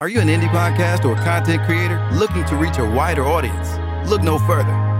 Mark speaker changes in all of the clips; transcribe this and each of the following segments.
Speaker 1: Are you an indie podcast or content creator looking to reach a wider audience? Look no further.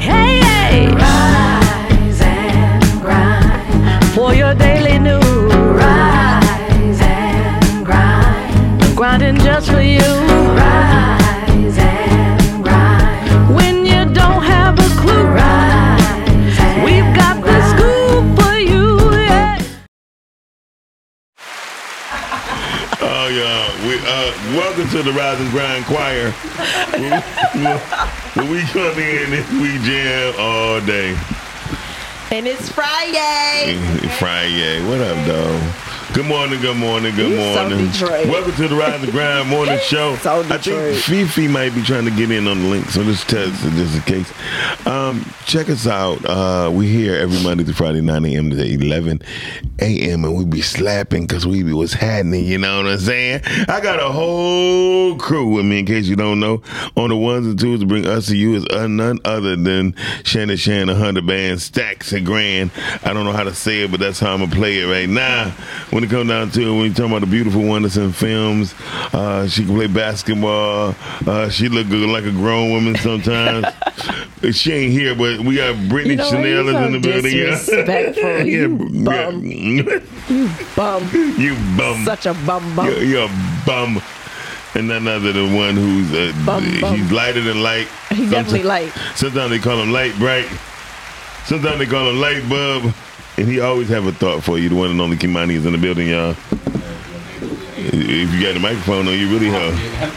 Speaker 2: Hey, hey!
Speaker 3: Rise and grind.
Speaker 2: For your daily news,
Speaker 3: Rise and grind.
Speaker 2: grinding just for you.
Speaker 3: Rise and grind.
Speaker 2: When you don't have a clue,
Speaker 3: Rise and
Speaker 2: we've got the scoop for you. Yeah.
Speaker 4: Oh yeah, we uh, welcome to the Rise and Grind Choir. When we come in and we jam all day.
Speaker 5: And it's Friday.
Speaker 4: Friday, what up, dog? Good morning, good morning, good
Speaker 5: You so
Speaker 4: morning.
Speaker 5: Detroit.
Speaker 4: welcome to the Rise and Grind Morning Show.
Speaker 5: So
Speaker 4: I think
Speaker 5: Detroit.
Speaker 4: Fifi might be trying to get in on the link, so just tell us just in case. Um, check us out. Uh, we here every Monday through Friday, 9 a.m. to 11 a.m. and we be slapping because we be what's happening. You know what I'm saying? I got a whole crew with me. In case you don't know, on the ones and twos to bring us to you is uh, none other than Shannon Shannon, hundred band stacks and grand. I don't know how to say it, but that's how I'm gonna play it right now. When it comes down to it, when you talking about the beautiful one that's in films, uh, she can play basketball. Uh, she look good like a grown woman sometimes. she ain't here, but we got Brittany Chanel is in the building.
Speaker 5: Disrespectful.
Speaker 4: Yeah,
Speaker 5: you bum,
Speaker 4: yeah.
Speaker 5: bum,
Speaker 4: you bum.
Speaker 5: such a bum bum.
Speaker 4: You're, you're a bum. And none other than one who's uh,
Speaker 5: Bum, bum.
Speaker 4: he's lighter than light.
Speaker 5: He's definitely
Speaker 4: Someti-
Speaker 5: light.
Speaker 4: Sometimes they call him light bright. Sometimes they call him light bulb. And he always have a thought for you. The one and only Kimani is in the building, y'all. If you got the microphone on, you really have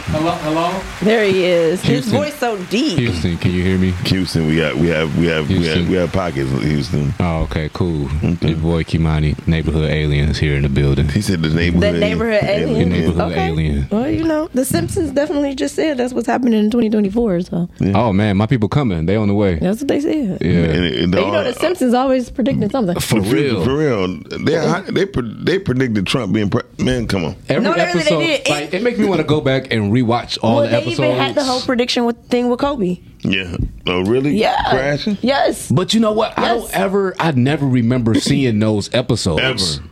Speaker 6: Hello, hello.
Speaker 5: There he is. His
Speaker 6: Houston.
Speaker 5: voice so deep.
Speaker 6: Houston, can you hear me?
Speaker 4: Houston. We got we have we have we have,
Speaker 6: Houston.
Speaker 4: we have pockets, Houston.
Speaker 6: Oh, okay, cool. Your boy Kimani, neighborhood aliens here in the building.
Speaker 4: He said the neighborhood.
Speaker 5: The neighborhood
Speaker 6: Your
Speaker 5: alien.
Speaker 6: neighborhood
Speaker 5: Okay.
Speaker 6: alien.
Speaker 5: Well, you know, The Simpsons definitely just said that's what's happening in 2024. So
Speaker 6: Oh man, my people coming. They on the way.
Speaker 5: that's what they said.
Speaker 4: And
Speaker 6: Yeah,
Speaker 4: it- and
Speaker 5: And you know, The
Speaker 4: all-
Speaker 5: Simpsons always predicting something.
Speaker 6: Mm, for
Speaker 4: For real, for
Speaker 6: real.
Speaker 4: real. They they pre- they predicted Trump being pre- man. Come on,
Speaker 6: Every
Speaker 5: No, they really
Speaker 6: episode,
Speaker 5: did.
Speaker 6: like, it makes me want to go back and rewatch all
Speaker 5: Well,
Speaker 6: the
Speaker 5: they
Speaker 6: episodes.
Speaker 5: even had the whole prediction with, thing with Kobe.
Speaker 4: yeah. Oh, really?
Speaker 5: Yeah.
Speaker 4: crashing.
Speaker 5: Yes.
Speaker 6: but you know what? I
Speaker 5: Yes.
Speaker 6: don't ever, I never remember seeing those episodes.
Speaker 4: Ever.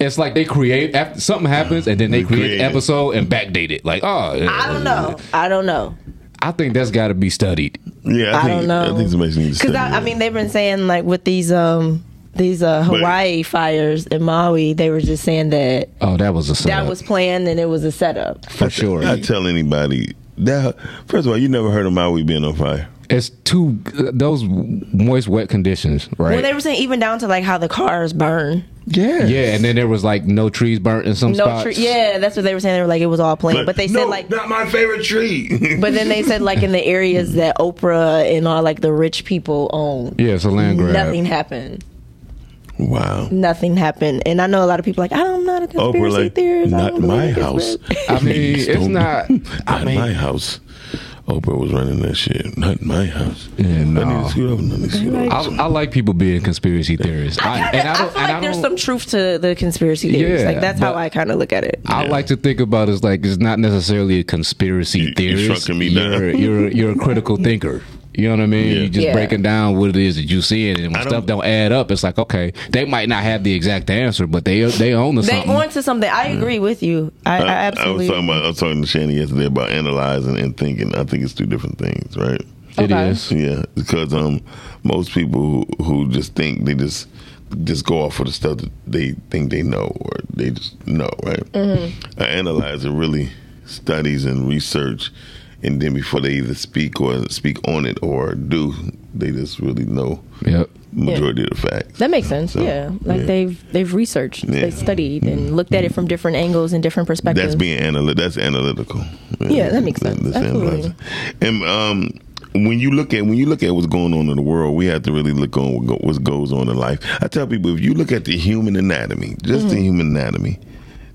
Speaker 6: It's like they create after something happens and then they,
Speaker 4: They
Speaker 6: create,
Speaker 4: create it.
Speaker 6: the episode and backdate it. Like, oh,
Speaker 5: I don't know. I don't know.
Speaker 6: I think that's got to be studied.
Speaker 4: Yeah, I,
Speaker 5: I
Speaker 4: think,
Speaker 5: don't know.
Speaker 4: I think somebody needs to
Speaker 5: Because
Speaker 4: study
Speaker 5: I, I
Speaker 4: that.
Speaker 5: mean, they've been saying like with these um these uh
Speaker 4: But-
Speaker 5: Hawaii fires in Maui, they were just saying that
Speaker 6: Oh, that was a
Speaker 5: that
Speaker 6: setup.
Speaker 5: was planned and it was a setup.
Speaker 6: for sure.
Speaker 4: I tell anybody that. First of all, you never heard of Maui being on fire.
Speaker 6: It's too those moist, wet conditions, right?
Speaker 5: Well, they were saying even down to like how the cars burn.
Speaker 4: Yeah,
Speaker 6: yeah, and then there was like no trees burnt in some
Speaker 5: No,
Speaker 6: spots.
Speaker 5: tree, yeah, that's what they were saying. They were like it was all planned, but, they said
Speaker 4: "No,
Speaker 5: like.
Speaker 4: not my favorite tree.
Speaker 5: But then they said like in the areas that Oprah and all like the rich people own,
Speaker 6: yeah, it's a land grab.
Speaker 5: nothing happened.
Speaker 4: wow,
Speaker 5: Nothing happened, and I know a lot of people like I don't, I'm not a
Speaker 4: Oprah,
Speaker 5: conspiracy
Speaker 4: like
Speaker 5: theorist. I
Speaker 4: not
Speaker 5: don't believe
Speaker 4: my
Speaker 5: it's
Speaker 4: house.
Speaker 5: real."
Speaker 6: I mean,
Speaker 4: Please
Speaker 6: it's
Speaker 4: don't-
Speaker 6: not-
Speaker 4: Not
Speaker 6: I mean-
Speaker 4: my house. Oprah was running that shit. Not my house.
Speaker 6: Yeah, no.
Speaker 4: I need to scoot over. I need to scoot over.
Speaker 6: I, I like people being conspiracy theorists. I, and I
Speaker 5: I,
Speaker 6: don't.
Speaker 5: feel
Speaker 6: and
Speaker 5: like
Speaker 6: I
Speaker 5: there's
Speaker 6: don't-
Speaker 5: some truth to the conspiracy theories.
Speaker 6: Yeah,
Speaker 5: like that's how
Speaker 6: but-
Speaker 5: I kind of look at it.
Speaker 6: I like to think about it as like it's not necessarily a conspiracy
Speaker 4: You- you
Speaker 6: theorist.
Speaker 4: shrunken me
Speaker 6: you're,
Speaker 4: down.
Speaker 6: you're you're a critical thinker. You know what I mean?
Speaker 4: Yeah.
Speaker 6: You're just
Speaker 5: Yeah.
Speaker 6: breaking down what it is that you see, and when
Speaker 4: I don't-
Speaker 6: stuff don't add up, it's like okay, they might not have the exact answer, but they they own the
Speaker 5: They
Speaker 6: something.
Speaker 5: on to something. I agree with you. I, I absolutely.
Speaker 4: was talking about. I was talking to Shannon yesterday about analyzing and thinking. I think it's two different things, right?
Speaker 6: It
Speaker 5: Okay.
Speaker 6: is.
Speaker 4: Yeah, because um, most people who, who just think they just just go off of the stuff that they think they know or they
Speaker 5: Mm-hmm.
Speaker 4: just know, right? I analyze and really studies and research and then before they either speak or speak on it or do, they just really know
Speaker 6: Yep.
Speaker 4: majority of the facts.
Speaker 5: That makes sense.
Speaker 4: So,
Speaker 5: yeah, like
Speaker 4: yeah.
Speaker 5: they've they've researched,
Speaker 4: Yeah. Mm-hmm.
Speaker 5: they studied, and looked at it from different angles and different perspectives.
Speaker 4: That's being analytical. That's analytical.
Speaker 5: Yeah, that makes sense.
Speaker 4: That's
Speaker 5: Absolutely.
Speaker 4: analyzing. And um, when you look at when you look at what's going on in the world, we have to really look on what, go, what goes on in life. I tell people if you look at the human anatomy, just
Speaker 5: Mm-hmm.
Speaker 4: the human anatomy,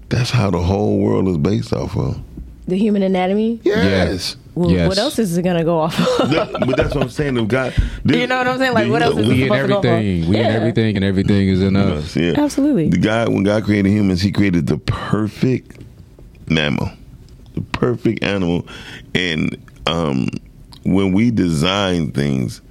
Speaker 4: that's how the whole world is based off of.
Speaker 5: the human anatomy.
Speaker 4: Yes.
Speaker 5: Well,
Speaker 6: Yes.
Speaker 5: What else is it gonna go off? of?
Speaker 4: That- but that's what I'm saying. If God,
Speaker 5: You know what I'm saying? Like,
Speaker 4: the-
Speaker 5: what else is-
Speaker 6: We in
Speaker 5: Supposed to go
Speaker 6: everything.
Speaker 5: home.
Speaker 6: We in
Speaker 5: Yeah.
Speaker 6: everything, and everything is in us.
Speaker 4: Yeah.
Speaker 5: Absolutely.
Speaker 4: The God, when God created humans, He created the perfect mammal, the perfect animal, and um, when we design things,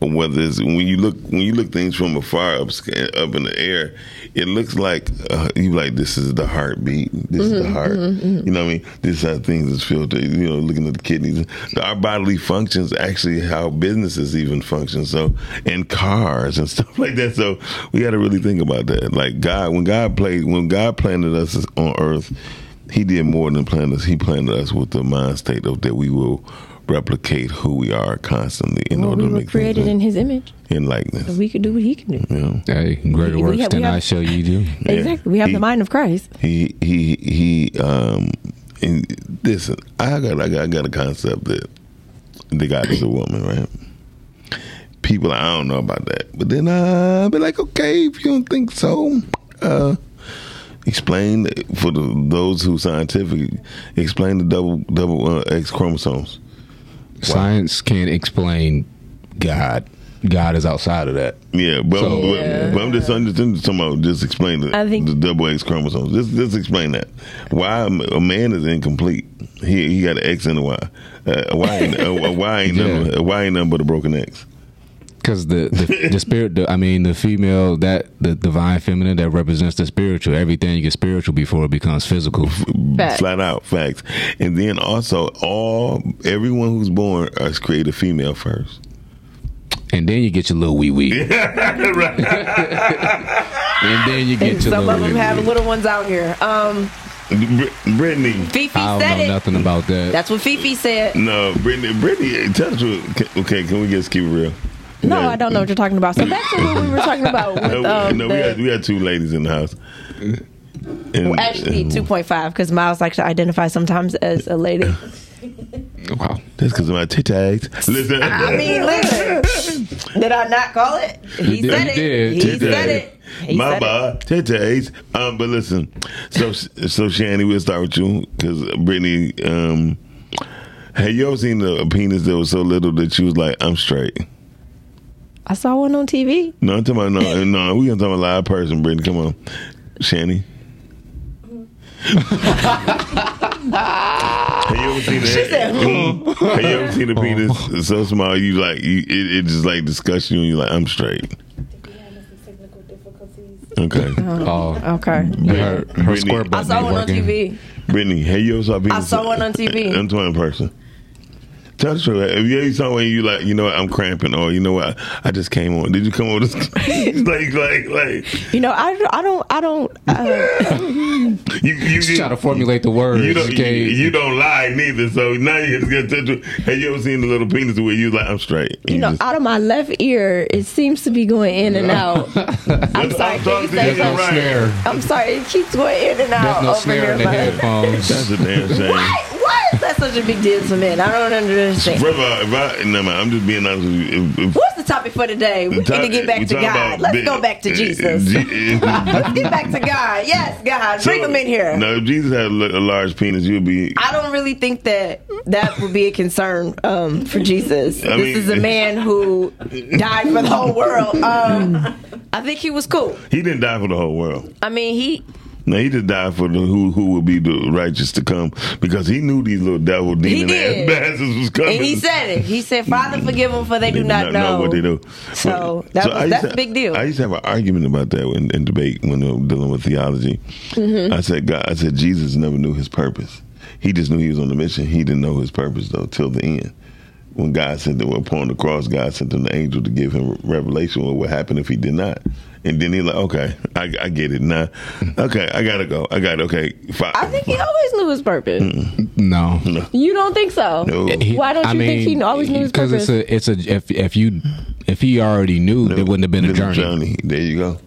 Speaker 4: whether it's when you look when you look things from afar up sc- up in the air, it looks like uh, you like this is the heartbeat, this is the
Speaker 5: Mm-hmm,
Speaker 4: heart. You know what I mean? This is how things is filtered. You know, looking at the kidneys, our bodily functions actually how businesses even function. So and cars and stuff like that. So we got to really think about that. Like God, when God played, when God planted us on Earth, He did more than plant us. He planted us with the mind state of that we will. Replicate who we are constantly in
Speaker 5: Well,
Speaker 4: order
Speaker 5: we
Speaker 4: to
Speaker 5: were
Speaker 4: make things
Speaker 5: created
Speaker 4: better
Speaker 5: in His image.
Speaker 4: in likeness.
Speaker 5: We could do what He can do.
Speaker 6: Hey,
Speaker 5: We-
Speaker 6: greater
Speaker 5: we
Speaker 6: works
Speaker 5: have- we
Speaker 6: than
Speaker 5: have-
Speaker 6: I show you do.
Speaker 5: Exactly. We have
Speaker 4: He-
Speaker 5: the mind of Christ.
Speaker 4: He he he. Um, and listen, I got I got I got a concept that the God is a woman, right? People, I don't know about that, but then I'll be like, okay, if you don't think so, uh, explain for the, those who scientific, explain the double double uh, X chromosomes.
Speaker 6: Science can't explain God. God is outside of that.
Speaker 4: Yeah, but,
Speaker 6: So-
Speaker 4: but-
Speaker 5: Yeah.
Speaker 4: but I'm just I'm just I'm just talking about just explain the,
Speaker 5: I think-
Speaker 4: the double X chromosomes. Just just explain that why a m- a man is incomplete. He he got an X and a Y. Uh, a Y ain't, a, a Y ain't nothing.
Speaker 6: Yeah.
Speaker 4: A Y ain't nothing but a broken X.
Speaker 6: Because the, the the spirit, the, I mean, the female that the divine feminine that represents the spiritual. Everything is spiritual before it becomes physical.
Speaker 5: Facts.
Speaker 4: Flat out facts. And then also all everyone who's born is created female first.
Speaker 6: And then you get your little wee wee. and then you get your
Speaker 5: Some
Speaker 6: little
Speaker 5: of
Speaker 6: wee
Speaker 5: them have
Speaker 6: wee.
Speaker 5: little ones out here. Um,
Speaker 4: Br- Brittany.
Speaker 5: Fifi
Speaker 6: I
Speaker 5: said
Speaker 6: don't know
Speaker 5: it.
Speaker 6: nothing about that.
Speaker 5: That's what Fifi said.
Speaker 4: No, Brittany. Brittany. Tell the truth. Ca- Okay, can we just keep it real?
Speaker 5: No,
Speaker 4: Yeah.
Speaker 5: I don't know what you're talking about. So back to what we were talking about with
Speaker 4: No,
Speaker 5: um,
Speaker 4: no, we
Speaker 5: the-
Speaker 4: had we had two ladies in the house. And-
Speaker 5: well, actually 2.5 because Miles likes to identify sometimes as a lady.
Speaker 6: wow.
Speaker 4: That's because of my tit tags. Listen,
Speaker 5: I mean, listen. Did I not call it? He
Speaker 6: You did-
Speaker 5: said
Speaker 6: you
Speaker 5: it.
Speaker 6: did.
Speaker 5: He
Speaker 6: You did.
Speaker 5: said it. He
Speaker 4: my
Speaker 5: said it.
Speaker 4: bad, tit tags. Um, but listen, so so Shanny, we'll start with you because Brittany, um, have you ever seen a, a penis that was so little that she was like, "I'm straight"?
Speaker 5: I saw one on TV.
Speaker 4: No, I'm talking about no, no. We gonna talk about a live person, Brittany. Come on, Shanny. Have you ever seen that? Mm. Have you ever seen a penis so small you like you, it, it just like disgusts you and you're like I'm straight. Okay,
Speaker 6: Oh,
Speaker 5: Okay.
Speaker 6: her, her
Speaker 4: Brittany.
Speaker 6: squirt
Speaker 5: I
Speaker 6: button
Speaker 5: saw
Speaker 6: ain't
Speaker 5: one on
Speaker 6: working.
Speaker 5: TV.
Speaker 4: Brittany, have you ever saw a penis?
Speaker 5: I saw one on TV.
Speaker 4: I'm talking in person. Tell the truth. If you ever saw one, you like, you know what? I'm cramping, or you know what? I just came on. Did you come on? This like, like, like
Speaker 5: You know, I, I don't, I don't, uh,
Speaker 4: you, you,
Speaker 6: She's trying to
Speaker 4: you,
Speaker 6: formulate the words.
Speaker 4: you don't, you,
Speaker 6: can't-
Speaker 4: you don't lie neither. So now you just get to truth. Have you ever seen the little penis where you like, I'm straight?
Speaker 5: you know, out of my left ear, it seems to be going in and out. I'm sorry. Can you say
Speaker 6: There's no
Speaker 5: something?
Speaker 6: snare.
Speaker 5: I'm sorry. It keeps going in and out
Speaker 6: There's no
Speaker 5: over
Speaker 6: snare
Speaker 5: here.
Speaker 6: in the
Speaker 5: but-
Speaker 4: that's
Speaker 6: headphones.
Speaker 4: a damn shame.
Speaker 5: Why? Why is that such a big deal to men? I don't understand.
Speaker 4: Brother, if I, no, man, I'm just being honest with you. If, if,
Speaker 5: What's the topic for today? We need to get back
Speaker 4: we
Speaker 5: to
Speaker 4: talking
Speaker 5: God.
Speaker 4: about Eh,
Speaker 5: Let's
Speaker 4: the-
Speaker 5: go back to Jesus. Let's get back to God. Yes, God,
Speaker 4: eh. So,
Speaker 5: bring them in here.
Speaker 4: No, if Jesus had a, li- a large penis, you'd be.
Speaker 5: I don't really think that that would be a concern um, for Jesus.
Speaker 4: I mean- eh.
Speaker 5: this is a man who died for the whole world. Um, I think he was cool.
Speaker 4: He didn't die for the whole world.
Speaker 5: I mean, he
Speaker 4: No, he just died for the, who who would be the righteous to come because he knew these little devil demon ass
Speaker 5: did.
Speaker 4: bastards was coming.
Speaker 5: and he said it. He said, "Father, forgive them, for they
Speaker 4: They
Speaker 5: do not know
Speaker 4: what they do.
Speaker 5: So, that was-
Speaker 4: I used
Speaker 5: that's
Speaker 4: to-
Speaker 5: a big deal.
Speaker 4: I used to have an argument about that in, in debate when I'm dealing with theology.
Speaker 5: Mm-hmm.
Speaker 4: I said, God, I said Jesus never knew his purpose. He just knew he was on a mission. He didn't know his purpose though till the end. when God sent them upon the cross, God sent them the angel to give him revelation what would happen if he did not. And then he like, okay, I, I get it now. Okay, I gotta go. I got it. Okay, fine.
Speaker 5: I think he always knew his purpose.
Speaker 6: No.
Speaker 5: You don't think so?
Speaker 4: No.
Speaker 6: He-
Speaker 5: Why don't you
Speaker 6: I
Speaker 5: think
Speaker 6: mean,
Speaker 5: he kn- always knew his
Speaker 6: Because it's
Speaker 5: purpose?
Speaker 6: a, it's a, if, if you, if he already knew, there wouldn't have been a journey.
Speaker 4: There you go.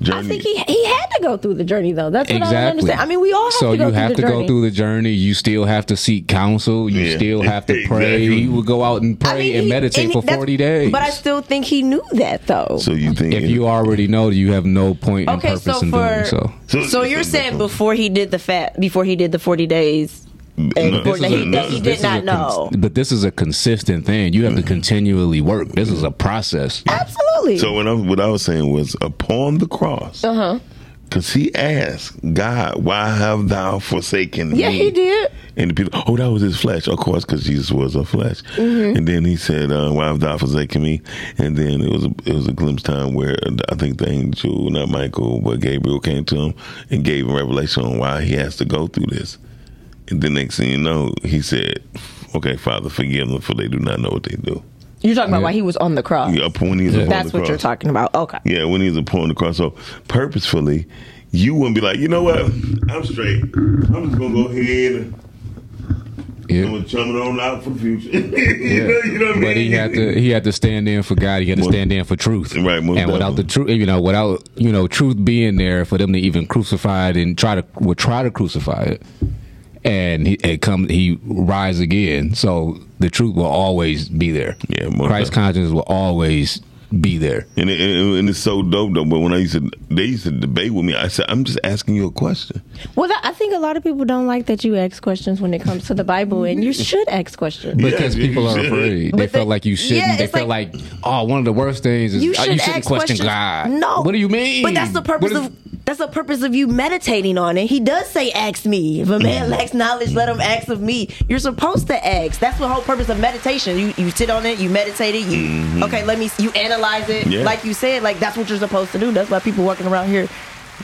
Speaker 4: Journey.
Speaker 5: I think he he had to go through the journey though. That's what I don't
Speaker 6: Exactly.
Speaker 5: understand. I mean, we all have
Speaker 6: so
Speaker 5: to go
Speaker 6: you
Speaker 5: through
Speaker 6: have
Speaker 5: the
Speaker 6: to
Speaker 5: journey.
Speaker 6: go through the journey. You still have to seek counsel. You
Speaker 4: Yeah.
Speaker 6: still have to pray.
Speaker 4: Exactly.
Speaker 6: You would go out and pray
Speaker 5: I mean,
Speaker 6: and
Speaker 5: he-
Speaker 6: meditate
Speaker 5: and he-
Speaker 6: for
Speaker 5: that's-
Speaker 6: forty days.
Speaker 5: But I still think he knew that though.
Speaker 4: so you think
Speaker 6: if you already know, you have no point and
Speaker 5: Okay,
Speaker 6: purpose
Speaker 5: so
Speaker 6: in doing
Speaker 5: for
Speaker 6: so.
Speaker 4: So-
Speaker 5: so, you're saying before he did the fat, before he did the forty days, and
Speaker 4: No,
Speaker 5: before
Speaker 4: this
Speaker 5: that
Speaker 4: is
Speaker 5: he,
Speaker 4: a-
Speaker 5: that he
Speaker 4: this
Speaker 5: did
Speaker 6: is a
Speaker 5: not
Speaker 6: cons-
Speaker 5: know. Mm-hmm.
Speaker 6: But this is a consistent thing. You have to continually work. This is a process.
Speaker 5: Absolutely.
Speaker 4: So when I, what I was saying was upon the cross. Uh
Speaker 5: Uh-huh.
Speaker 4: huh. Because he asked God, "Why have thou forsaken
Speaker 5: yeah,
Speaker 4: me?"
Speaker 5: he did.
Speaker 4: And the people, oh, that was his flesh, of course, because Jesus was a flesh.
Speaker 5: Mm-hmm.
Speaker 4: And then he said, uh, "Why have thou forsaken me?" And then it was a, it was a glimpse time where uh, I think the angel, not Michael, but Gabriel came to him and gave him revelation on why he has to go through this. And the next thing you know, he said, "Okay, Father, forgive them, for they do not know what they do."
Speaker 5: You're talking about why he was on the cross.
Speaker 4: Yeah, up when he's upon
Speaker 5: That's
Speaker 4: the
Speaker 5: what
Speaker 4: cross.
Speaker 5: you're talking about. Okay.
Speaker 4: Yeah, when he's upon the cross. So purposefully, you wouldn't be like, you know what? I'm straight. I'm just gonna go ahead and I'm
Speaker 6: Yeah.
Speaker 4: gonna chum it on out for the future. you, know, you know what I mean?
Speaker 6: But he had to he had to stand in for God. He had to
Speaker 4: Most-
Speaker 6: stand in for truth.
Speaker 4: Right, most
Speaker 6: and without the truth, you know, without you know truth being there for them to even crucify it and try to would try to crucify it, and he it come he rise again. So the truth will always be there.
Speaker 4: Yeah, most
Speaker 6: Christ consciousness will always be there.
Speaker 4: And, it, and, it- and it's so dope though. But when I used to, they used to debate with me. I said, I'm just asking you a question.
Speaker 5: Well, that, I think a lot of people don't like that you ask questions when it comes to the Bible, and you should ask questions.
Speaker 6: Because
Speaker 4: Yeah,
Speaker 6: people
Speaker 4: you
Speaker 6: are
Speaker 4: should.
Speaker 6: afraid.
Speaker 5: But
Speaker 6: they felt
Speaker 5: they-
Speaker 6: like you shouldn't.
Speaker 5: yeah,
Speaker 6: they
Speaker 5: it's
Speaker 6: felt like, oh, one of the worst things is oh,
Speaker 5: You,
Speaker 6: you,
Speaker 5: should
Speaker 6: you shouldn't
Speaker 5: ask
Speaker 6: question
Speaker 5: questions.
Speaker 6: God.
Speaker 5: No.
Speaker 6: What do you mean?
Speaker 5: But that's the purpose
Speaker 6: What if-
Speaker 5: of that's the purpose of you meditating on it. He does say, "Ask me." If a man lacks knowledge, let him ask of me. You're supposed to ask. That's the whole purpose of meditation. You you sit on it, you meditate it. You okay? Let me. You analyze it,
Speaker 4: Yeah.
Speaker 5: like you said. Like that's what you're supposed to do. That's why people walking around here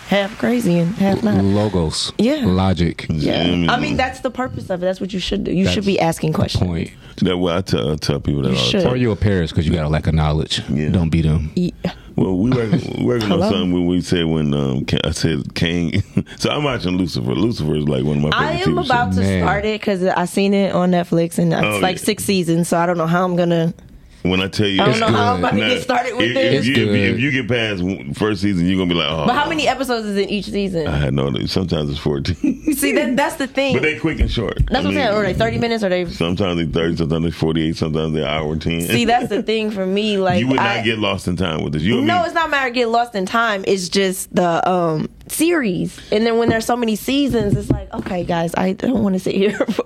Speaker 5: half crazy and half not.
Speaker 6: logos.
Speaker 5: Yeah.
Speaker 6: Logic.
Speaker 5: Yeah.
Speaker 4: Yeah.
Speaker 5: I mean, that's the purpose of it. That's what you should do. You
Speaker 6: Mm-hmm. That's
Speaker 5: should be asking questions.
Speaker 6: Point.
Speaker 4: That what I tell, I tell people that all the
Speaker 5: should.
Speaker 6: Or
Speaker 4: time.
Speaker 6: you a Paris because you got a lack of knowledge.
Speaker 4: Yeah.
Speaker 6: Don't be them.
Speaker 4: Well, we working, we working on
Speaker 5: Hello?
Speaker 4: something when we said when um, Ca- I said King. so I'm watching Lucifer. Lucifer is like one of my favorite
Speaker 5: I am
Speaker 4: TV
Speaker 5: about to
Speaker 6: Man.
Speaker 5: start it because I seen it on Netflix and it's
Speaker 4: Oh,
Speaker 5: like
Speaker 4: yeah.
Speaker 5: six seasons, so I don't know how I'm gonna.
Speaker 4: shows. When I tell you,
Speaker 5: I don't
Speaker 4: it's
Speaker 5: know how I'm
Speaker 6: good.
Speaker 5: about to
Speaker 4: Nah,
Speaker 5: get started with
Speaker 4: if, if
Speaker 5: this.
Speaker 6: It's
Speaker 4: you, if, you-
Speaker 6: good.
Speaker 4: if you get past w- first season, you're gonna be like, oh.
Speaker 5: But how many episodes is in each season?
Speaker 4: I had no. idea. Sometimes it's 14,
Speaker 5: See, that, that's the thing.
Speaker 4: but they quick and short.
Speaker 5: that's what I'm saying. Are they 30 minutes? Or they?
Speaker 4: Sometimes they 30, sometimes they 48, sometimes they hour and 10.
Speaker 5: See, that's the thing for me. Like
Speaker 4: you would not
Speaker 5: I,
Speaker 4: get lost in time with this. You
Speaker 5: No,
Speaker 4: know,
Speaker 5: it's not a matter of getting lost in time. It's just the um, series, and then when there's so many seasons, it's like, okay, guys, I don't want to sit here. For,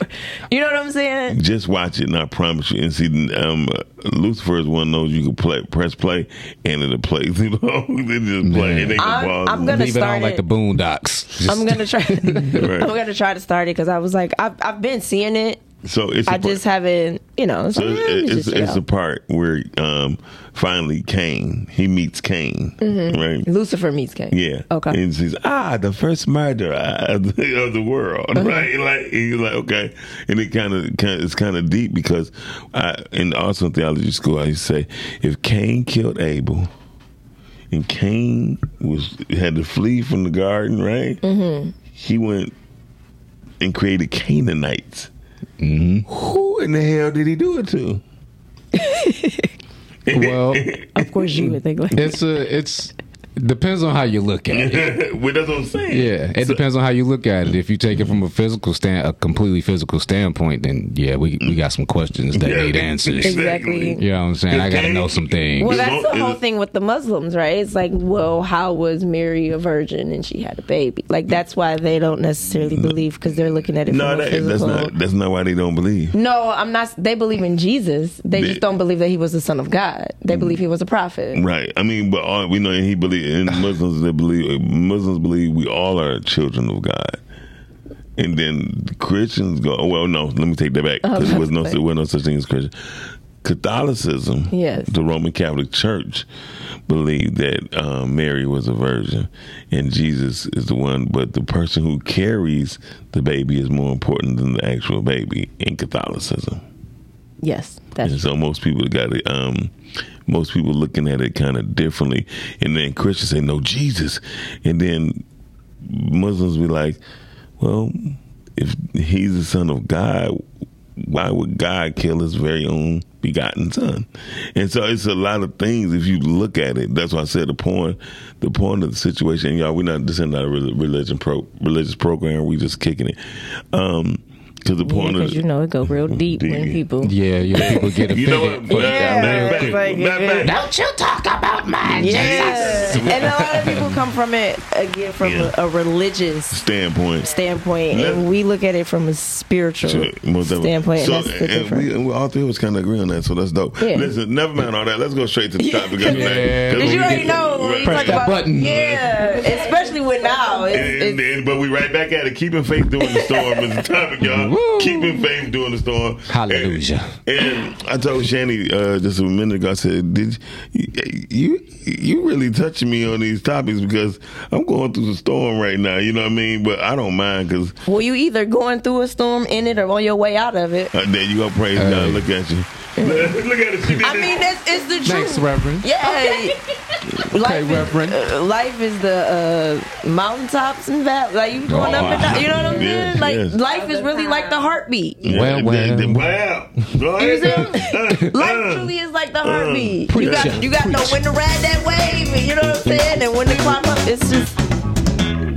Speaker 5: you know what I'm saying?
Speaker 4: Just watch it, and I promise you. And see, um, Lucifer is one of those you can play, press play, and it'll play. You know, they just play. It ain't
Speaker 5: I'm-
Speaker 4: pause.
Speaker 5: I'm gonna-
Speaker 6: Leave it on
Speaker 5: start
Speaker 6: like
Speaker 5: it.
Speaker 6: the Boondocks. Just-
Speaker 5: I'm gonna try.
Speaker 4: Right.
Speaker 5: I'm gonna try to start it because I was like, I've, I've been seeing it.
Speaker 4: so it's. a
Speaker 5: I
Speaker 4: part-
Speaker 5: just haven't, you know. It's,
Speaker 4: So
Speaker 5: like,
Speaker 4: it's,
Speaker 5: eh, let me
Speaker 4: it's,
Speaker 5: just check
Speaker 4: it's
Speaker 5: out.
Speaker 4: the part where um, finally Cain he meets Cain,
Speaker 5: Mm-hmm.
Speaker 4: right?
Speaker 5: Lucifer meets King.
Speaker 4: Yeah.
Speaker 5: Okay.
Speaker 4: And she's ah, the first murderer of the, of the world, right? Like and you're like okay, and it kind of it's kind of deep because I in awesome theology school I used to say if Cain killed Abel. And Cain was had to flee from the garden, right? Mm-hmm. He went and created Canaanites. Who in the hell did he do it to?
Speaker 6: well,
Speaker 5: of course, you would think like.
Speaker 6: it's a, it's depends on how you look at it.
Speaker 4: well, that's what I'm saying.
Speaker 6: Yeah, it depends on how you look at it. If you take it from a physical stand, a completely physical standpoint, then yeah, we we got some questions that
Speaker 4: Yeah.
Speaker 6: need answers.
Speaker 5: Exactly.
Speaker 6: You know what I'm saying? I got to know some things.
Speaker 5: Well,
Speaker 4: Is
Speaker 5: that's
Speaker 4: it-
Speaker 5: the whole
Speaker 4: is it-
Speaker 5: thing with the Muslims, right? It's like, well, how was Mary a virgin and she had a baby? Like that's why they don't necessarily believe because they're looking at it
Speaker 4: No,
Speaker 5: from a
Speaker 4: Mm. that, that's
Speaker 5: physical.
Speaker 4: not that's not why they don't believe.
Speaker 5: no, I'm not. They believe in Jesus. They
Speaker 4: They- Mm.
Speaker 5: just don't believe that he was the son of God. They believe he was a prophet.
Speaker 4: Right. I mean, but all, we know he believe and Muslims they believe Muslims believe we all are children of God. And then Christians go, oh, well, no, let me take that back. 'cause there was no, there was no such thing as Christian. Catholicism,
Speaker 5: Yes.
Speaker 4: the Roman Catholic Church, believed that um, Mary was a virgin and Jesus is the one, but the person who carries the baby is more important than the actual baby in Catholicism.
Speaker 5: Yes, that's
Speaker 4: And so most people got it. Um, most people looking at it kind of differently, and then Christians say no Jesus, and then Muslims be like, well, if he's the son of God, why would God kill his very own begotten son? And so it's a lot of things if you look at it. That's why I said the point, the point of the situation. And y'all, we're not this is not a rel- religion pro religious program. We just kicking it. Um, because the point of
Speaker 7: because you know it go real
Speaker 4: Mm,
Speaker 7: deep when
Speaker 4: Deep.
Speaker 7: people.
Speaker 6: Yeah, you know, people get offended.
Speaker 4: you know what?
Speaker 6: but-
Speaker 4: Back back,
Speaker 5: like,
Speaker 4: back back.
Speaker 6: Don't you talk about my
Speaker 5: yeah. and a lot of people come from it again from
Speaker 4: Yeah.
Speaker 5: a, a religious
Speaker 4: standpoint.
Speaker 5: standpoint,
Speaker 4: Let-
Speaker 5: and we look at it from a spiritual
Speaker 4: most of it.
Speaker 5: standpoint.
Speaker 4: So,
Speaker 5: and that's the
Speaker 4: and
Speaker 5: difference.
Speaker 4: we, and we all three of us kind of agree on that, so that's dope.
Speaker 5: Yeah.
Speaker 4: Listen, never mind all that. Let's go straight to the topic. of the day. 'Cause
Speaker 5: Did you
Speaker 4: when we
Speaker 5: already
Speaker 4: get-
Speaker 5: know? when
Speaker 4: Right.
Speaker 5: you
Speaker 6: Press
Speaker 5: talk
Speaker 6: that
Speaker 5: about-
Speaker 6: button.
Speaker 5: Yeah, especially with now. Oh,
Speaker 4: And,
Speaker 5: It's,
Speaker 4: and-
Speaker 5: it's,
Speaker 4: and- but we right back at it. Keeping faith during the storm is the topic, y'all.
Speaker 6: Woo.
Speaker 4: Keeping faith during the storm.
Speaker 6: Hallelujah.
Speaker 4: And, and I told Shani uh, just a minute ago. I said, "Did you, you you really touching me on these topics because I'm going through the storm right now? You know what I mean? But I don't mind because
Speaker 5: well, you either going through a storm in it or on your way out of it.
Speaker 4: uh, there you go. Praise
Speaker 6: Hey.
Speaker 4: God. Look at you. Look at it. She did
Speaker 5: I
Speaker 4: it.
Speaker 5: mean, that's it's the truth.
Speaker 6: Thanks, Reverend.
Speaker 5: Yeah.
Speaker 6: Okay,
Speaker 5: life,
Speaker 6: Reverend.
Speaker 5: Is, uh, life is the uh, mountaintops and valleys. Like you going up and down. You know what I'm
Speaker 4: Yes,
Speaker 5: saying? Like
Speaker 4: yes.
Speaker 5: life is really like the heartbeat.
Speaker 6: Well,
Speaker 4: Yeah,
Speaker 6: well.
Speaker 4: well. Go ahead.
Speaker 5: You see? Life
Speaker 4: Uh,
Speaker 5: truly is like the heartbeat.
Speaker 6: Preach
Speaker 5: You got
Speaker 6: it.
Speaker 5: you got to know when to ride that wave. and You know what I'm saying? And when to climb up. It's just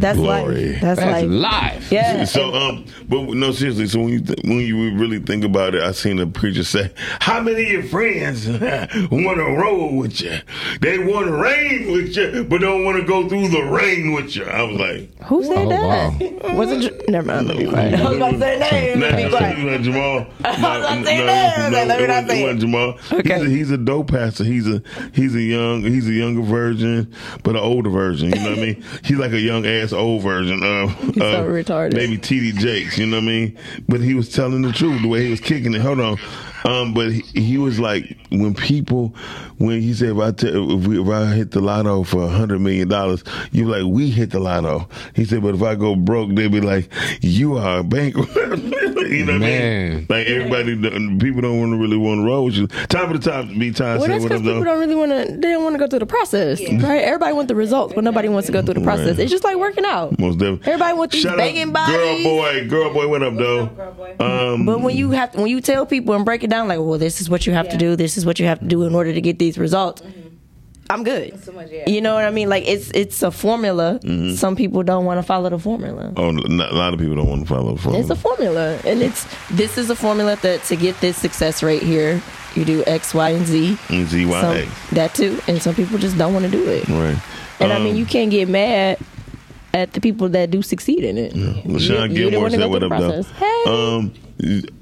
Speaker 5: that's
Speaker 4: Glory.
Speaker 5: life. That's,
Speaker 6: That's
Speaker 5: life.
Speaker 6: live.
Speaker 5: Yeah.
Speaker 4: So, um, but no, seriously. So when you th- when you really think about it, I seen a preacher say, "How many of your friends want to roll with you? They want to rain with you, but don't want to go through the rain with you." I was like,
Speaker 5: Who said
Speaker 6: Oh, wow.
Speaker 5: that? Was it? Dr- Never mind. Let me be quiet. I was about to say a name.
Speaker 4: Nah,
Speaker 5: Let me be
Speaker 4: nah,
Speaker 5: quiet.
Speaker 4: nah, Jamal.
Speaker 5: I was
Speaker 4: Nah,
Speaker 5: about to
Speaker 4: nah,
Speaker 5: say that. I was like, let me
Speaker 4: it
Speaker 5: not
Speaker 4: wasn't-
Speaker 5: say
Speaker 4: it
Speaker 5: it.
Speaker 4: wasn't Jamal. He's, a, he's a dope pastor. He's a he's a young he's a younger version, but an older version. You know what I mean? He's like a young ass old version of
Speaker 5: so
Speaker 4: of
Speaker 5: retarded.
Speaker 4: Maybe TD Jakes. You know what I mean? But he was telling the truth the way he was kicking it. Hold on. Um, but he, he was like, when people, when he said, if I, tell, if, we, if I hit the lotto for a hundred million dollars, you like, we hit the lotto. He said, but if I go broke, they be like, you are bankrupt. you know what I mean?
Speaker 6: Man.
Speaker 4: Like everybody, don't- people don't want to really want to roll with you. Top of the top, be time.
Speaker 7: Well,
Speaker 4: say
Speaker 7: that's
Speaker 4: what
Speaker 7: because
Speaker 4: up,
Speaker 7: people
Speaker 4: though.
Speaker 7: don't really want to. They don't want to go through the process, right? Everybody wants the results, but nobody wants to go through the process.
Speaker 4: Right.
Speaker 7: It's just like working out.
Speaker 4: Most definitely.
Speaker 7: Everybody want these
Speaker 4: Shout out
Speaker 7: banging bodies.
Speaker 4: Girl boy, girl boy, what up, though? Um,
Speaker 5: But when you have when you tell people and break it down like, well, this is what you have to do, this is what you have to do in order to get these results. I'm good. You know what I mean? Like it's it's a formula.
Speaker 4: Mm-hmm.
Speaker 5: Some people don't want to follow the formula.
Speaker 4: oh, not, a lot of people don't want to follow. follow.
Speaker 7: It's a formula, and it's
Speaker 5: It's this is a formula that to get this success rate here, you do X, Y, and Z.
Speaker 4: And Z E Y
Speaker 5: Some,
Speaker 4: X.
Speaker 5: that too, and some people just don't want to do it.
Speaker 4: Right.
Speaker 5: And I
Speaker 4: Um,
Speaker 5: mean, you can't get mad at the people that do succeed in it.
Speaker 4: LaShawn
Speaker 5: you didn't
Speaker 4: Gilmore
Speaker 5: wanna
Speaker 4: said
Speaker 5: go
Speaker 4: what
Speaker 5: through
Speaker 4: up
Speaker 5: the
Speaker 4: though.
Speaker 5: process. Hey.
Speaker 4: Um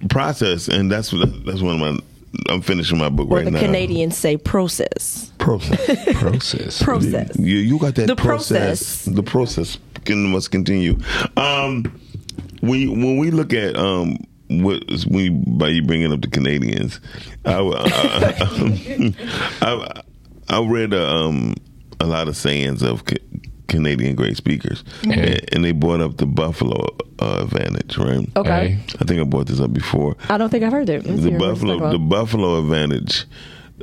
Speaker 4: process and that's what that's one of my I'm finishing my book
Speaker 5: Or
Speaker 4: right
Speaker 5: the
Speaker 4: now.
Speaker 5: Canadians say process.
Speaker 4: process.
Speaker 6: Process.
Speaker 5: Process.
Speaker 4: You, you got that
Speaker 5: The
Speaker 4: process.
Speaker 5: process.
Speaker 4: The process can, must continue. Um, when you, when we look at um, what when you, by you bringing up the Canadians, I w- I- I- I read uh, um, a lot of sayings of ca- Canadian great speakers,
Speaker 5: Mm-hmm.
Speaker 4: and, and they brought up the Buffalo uh, advantage, right?
Speaker 7: okay.
Speaker 6: Hey.
Speaker 4: I think I brought this up before
Speaker 7: I don't think I've heard that. Let me see
Speaker 4: the
Speaker 7: what it's
Speaker 4: buffalo
Speaker 7: about.
Speaker 4: the buffalo advantage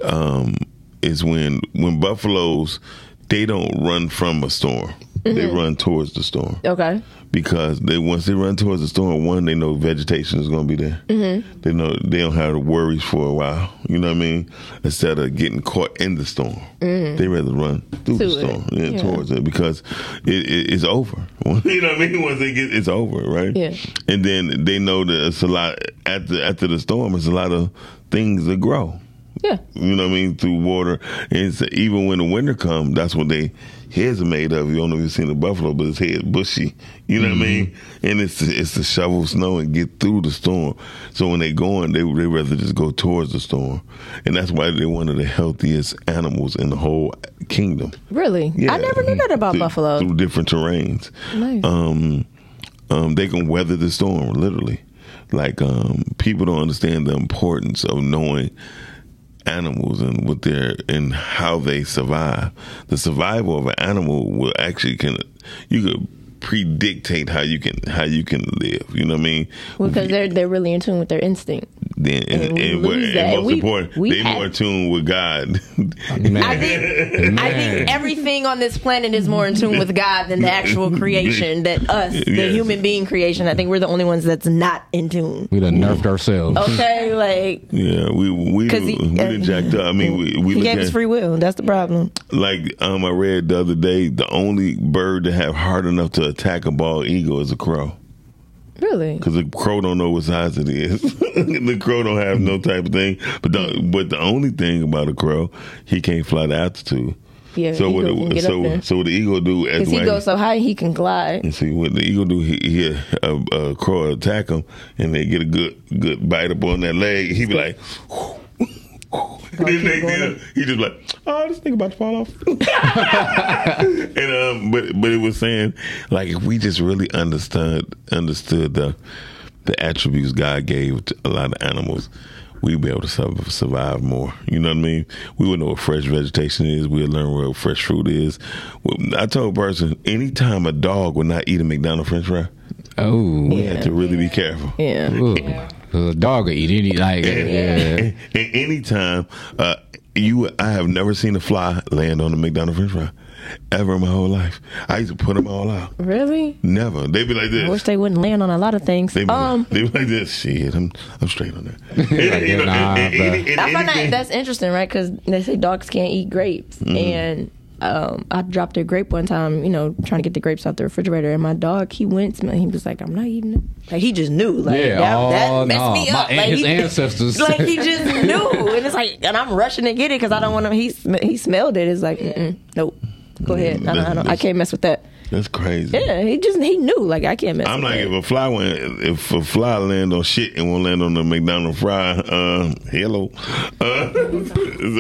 Speaker 4: um, is when when buffaloes they don't run from a storm they
Speaker 7: Mm-hmm.
Speaker 4: run towards the storm
Speaker 7: Okay.
Speaker 4: because they once they run towards the storm one they know vegetation is going to be there
Speaker 5: Mm-hmm.
Speaker 4: they know they don't have the worries for a while you know what i mean instead of getting caught in the storm they rather run through the
Speaker 7: Mm. To it.
Speaker 4: storm yeah, towards it because it, it, it's over you know what i mean once they get it's over right
Speaker 7: Yeah.
Speaker 4: and then they know that it's a lot after after the storm it's a lot of things that grow
Speaker 7: Yeah.
Speaker 4: you know what I mean, through water. And so even when the winter come, that's what they heads are made of. You don't know if you've seen a buffalo, but his head bushy. You know what I mean? And it's to, it's to shovel snow and get through the storm. So when they going, they they rather just go towards the storm, and that's why they're one of the healthiest animals in the whole kingdom.
Speaker 7: Really? I never knew that about
Speaker 4: mm, Through-
Speaker 7: buffalo.
Speaker 4: Through different terrains
Speaker 7: Nice.
Speaker 4: um, um, they can weather the storm, literally. Like um, people don't understand the importance of knowing animals and what they're and how they survive. The survival of an animal will actually can you could predictate how you can how you can live. You know what I mean?
Speaker 7: because they're they're really in tune with their instinct.
Speaker 4: then and,
Speaker 5: And
Speaker 4: and,
Speaker 5: we
Speaker 4: we're-
Speaker 5: lose
Speaker 4: and
Speaker 5: that.
Speaker 4: most
Speaker 5: We-
Speaker 4: important,
Speaker 5: we
Speaker 4: they
Speaker 5: have-
Speaker 4: more in tune with God.
Speaker 6: Man.
Speaker 5: I think I
Speaker 6: Man.
Speaker 5: think everything on this planet is more in tune with God than the actual creation that us, the
Speaker 4: Yes.
Speaker 5: human being creation. I think we're the only ones that's not in tune.
Speaker 6: we done nerfed
Speaker 4: Oh.
Speaker 6: ourselves.
Speaker 5: Okay, like
Speaker 4: yeah, we we
Speaker 5: 'Cause he-
Speaker 4: we
Speaker 7: uh,
Speaker 4: done jacked up. I mean, we we
Speaker 5: he
Speaker 4: look
Speaker 5: gave us
Speaker 4: at-
Speaker 5: free will. That's the problem.
Speaker 4: like um I read the other day, the only bird to have heart enough to attack a bald eagle is a crow.
Speaker 7: Really?
Speaker 4: Because the crow don't know what size it is. the crow don't have no type of thing. But the, but the only thing about a crow, he can't fly the altitude.
Speaker 7: Yeah.
Speaker 4: So what?
Speaker 7: eagle can
Speaker 4: The,
Speaker 7: get up
Speaker 4: so
Speaker 7: there.
Speaker 4: so what the eagle do? As
Speaker 7: Cause he
Speaker 4: like-
Speaker 7: goes so high, he can glide.
Speaker 4: and see what the eagle do. He, he a, a crow will attack him, and they get a good good bite up on that leg. He be like. And then they, then he just like, oh, this thing about to fall off. and um, but but it was saying like if we just really understood understood the the attributes God gave to a lot of animals, we'd be able to sur- survive more. You know what I mean? We would know what fresh vegetation is. We'd learn where fresh fruit is. Well, I told a person anytime a dog would not eat a McDonald's French fry,
Speaker 6: Oh,
Speaker 4: you have to really be careful.
Speaker 7: Yeah.
Speaker 6: Ooh. 'Cause a dog will eat any like. Yeah.
Speaker 4: And, and anytime uh, you, I have never seen a fly land on a McDonald's French fry ever in my whole life. I used to put them all out.
Speaker 7: Really?
Speaker 4: Never. They'd be like
Speaker 7: I wish
Speaker 4: this.
Speaker 7: they wouldn't land on a lot of things.
Speaker 4: They be,
Speaker 7: um,
Speaker 4: they be like this. Shit, I'm I'm straight on that. And, you know,
Speaker 6: Nah,
Speaker 4: and- and-
Speaker 6: bruh.
Speaker 4: and- and
Speaker 7: I find that
Speaker 4: anything-
Speaker 7: that's interesting, right? Because they say dogs can't eat grapes,
Speaker 6: Mm-hmm.
Speaker 7: and um, I dropped a grape one time, you know, trying to get the grapes out the refrigerator, and my dog he went, and he was like, "I'm not eating it." Like he just knew, like
Speaker 6: Yeah,
Speaker 7: that,
Speaker 6: oh,
Speaker 7: that messed
Speaker 6: no.
Speaker 7: me
Speaker 6: My-
Speaker 7: up. like
Speaker 6: his
Speaker 7: he,
Speaker 6: ancestors.
Speaker 7: like he just knew, and it's like, and I'm rushing to get it because I don't want him. He sm- he smelled it. It's like, Mm-mm, nope. Go
Speaker 6: Mm,
Speaker 7: ahead. I, don't, I, don't, I can't mess with that.
Speaker 4: That's crazy.
Speaker 7: Yeah, he just he knew. Like I can't mess.
Speaker 4: I'm
Speaker 7: with
Speaker 4: like,
Speaker 7: that.
Speaker 4: if a fly went, if a fly land on shit and won't land on the McDonald's fry, uh, hello. Uh, so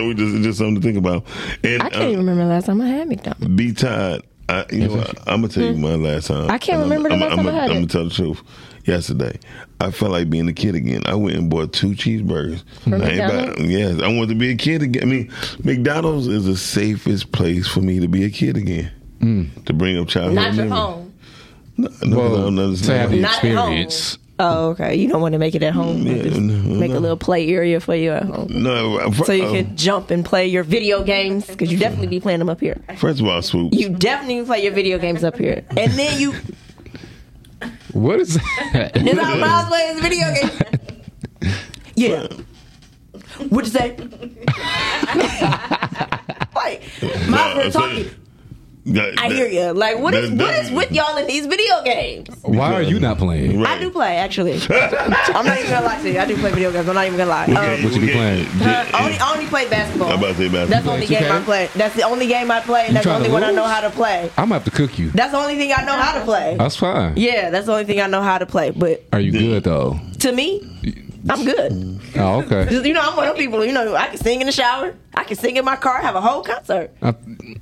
Speaker 4: we just it's just something to think about. And
Speaker 7: I can't
Speaker 4: uh,
Speaker 7: even remember the last time I had McDonald's.
Speaker 4: B Todd, I you know what? I'm gonna tell you my last time.
Speaker 7: I can't
Speaker 4: And
Speaker 7: remember the
Speaker 4: I'm,
Speaker 7: last
Speaker 4: I'm,
Speaker 7: time
Speaker 4: I'm,
Speaker 7: I had
Speaker 4: I'm
Speaker 7: it.
Speaker 4: gonna tell the truth. Yesterday, I felt like being a kid again. I went and bought two cheeseburgers. I ain't
Speaker 7: McDonald's?
Speaker 4: buy- yes, I wanted to be a kid again. I mean, McDonald's is the safest place for me to be a kid again. To bring up childhood.
Speaker 5: Not your
Speaker 4: memories.
Speaker 5: home.
Speaker 4: No, no, I
Speaker 6: Hmm. Well,
Speaker 4: don't
Speaker 6: to have
Speaker 4: understand.
Speaker 6: the
Speaker 5: Not at home.
Speaker 6: experience.
Speaker 7: Oh, okay. You don't want to make it at home.
Speaker 4: Yeah,
Speaker 7: Just
Speaker 4: no,
Speaker 7: make
Speaker 4: no.
Speaker 7: a little play area for you at home.
Speaker 4: No, uh, fir-
Speaker 5: So you
Speaker 4: uh,
Speaker 5: could jump and play your video games because you definitely be playing them up here.
Speaker 4: First of all, swoop.
Speaker 5: You definitely play your video games up here, and then you.
Speaker 6: What is that?
Speaker 5: This how Miles plays video games. Yeah. What'd you say? like,
Speaker 4: Nah,
Speaker 5: Miles, we're
Speaker 4: so-
Speaker 5: talking.
Speaker 4: that-
Speaker 5: I
Speaker 4: that-
Speaker 5: hear you. Like, what is
Speaker 4: that-
Speaker 5: what
Speaker 4: that-
Speaker 5: is with y'all in these video games?
Speaker 6: Why are you not playing?
Speaker 4: Right.
Speaker 5: I do play, actually. I'm not even gonna lie to you. I do play video games. I'm not even gonna lie. Um,
Speaker 6: What you be playing?
Speaker 5: uh, only, I only play basketball.
Speaker 4: I'm about to say basketball.
Speaker 5: That's the only
Speaker 6: play
Speaker 5: game I
Speaker 6: 2K?
Speaker 5: play. That's the only game I play, and that's the
Speaker 6: trying
Speaker 5: only
Speaker 6: to
Speaker 5: one I
Speaker 6: lose?
Speaker 5: know how to play.
Speaker 6: I'm gonna have to cook you.
Speaker 5: That's the only thing I know how to play.
Speaker 6: That's fine.
Speaker 5: Yeah, that's the only thing I know how to play. But
Speaker 6: Are you good though?
Speaker 5: to me, I'm good.
Speaker 6: Oh, okay.
Speaker 5: You know, I'm one of those people. You know, I can sing in the shower. I can sing in my car. Have a whole concert.
Speaker 6: I,
Speaker 5: I'm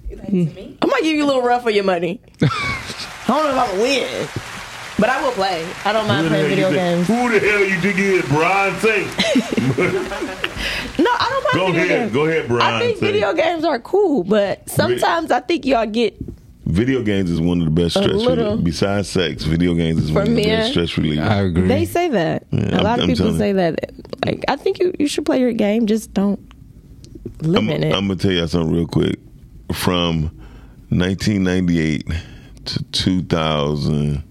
Speaker 5: gonna give you a little run for your money. I don't know if I'm gonna win, but I will play. I don't mind
Speaker 4: Who the hell
Speaker 5: playing video
Speaker 4: you think-
Speaker 5: games.
Speaker 4: Who the hell you think you is, Brian? Say.
Speaker 5: No, I don't mind
Speaker 4: Go
Speaker 5: video
Speaker 4: ahead,
Speaker 5: games.
Speaker 4: go ahead, Brian.
Speaker 7: I think
Speaker 4: Say.
Speaker 7: video games are cool, but sometimes I think y'all get
Speaker 4: Video games is one of the best stress
Speaker 7: little.
Speaker 4: relief. Besides sex, video games is one of the
Speaker 7: men.
Speaker 4: best stress relief.
Speaker 6: I agree.
Speaker 7: They say that. a
Speaker 4: I'm-
Speaker 7: lot of
Speaker 4: I'm
Speaker 7: people
Speaker 4: telling
Speaker 7: say that. Like, I think you, you should play your game. Just don't
Speaker 4: I'm,
Speaker 7: limit it.
Speaker 4: I'm gonna tell you all something real quick. From 1998 to 2003,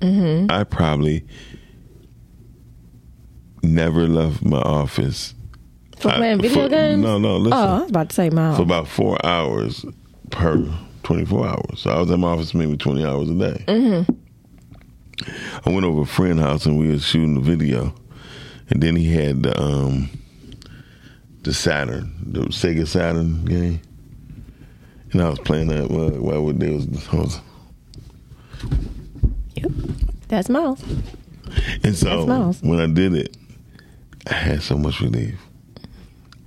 Speaker 7: Mm-hmm.
Speaker 4: I probably never left my office
Speaker 7: for
Speaker 4: I-
Speaker 7: playing video
Speaker 4: for-
Speaker 7: games?
Speaker 4: No, no. Listen,
Speaker 7: Oh, I was about to say
Speaker 4: for
Speaker 7: mine.
Speaker 4: about four hours per 24 hours. So I was at my office maybe 20 hours a day.
Speaker 7: Mm-hmm.
Speaker 4: I went over to a friend's house and we were shooting the video. And then he had the, um, the Saturn, the Sega Saturn game. And I was playing that. Well, why would there was, I was-
Speaker 7: Yep. That's Miles.
Speaker 4: and so
Speaker 7: That's Miles.
Speaker 4: when I did it, I had so much relief.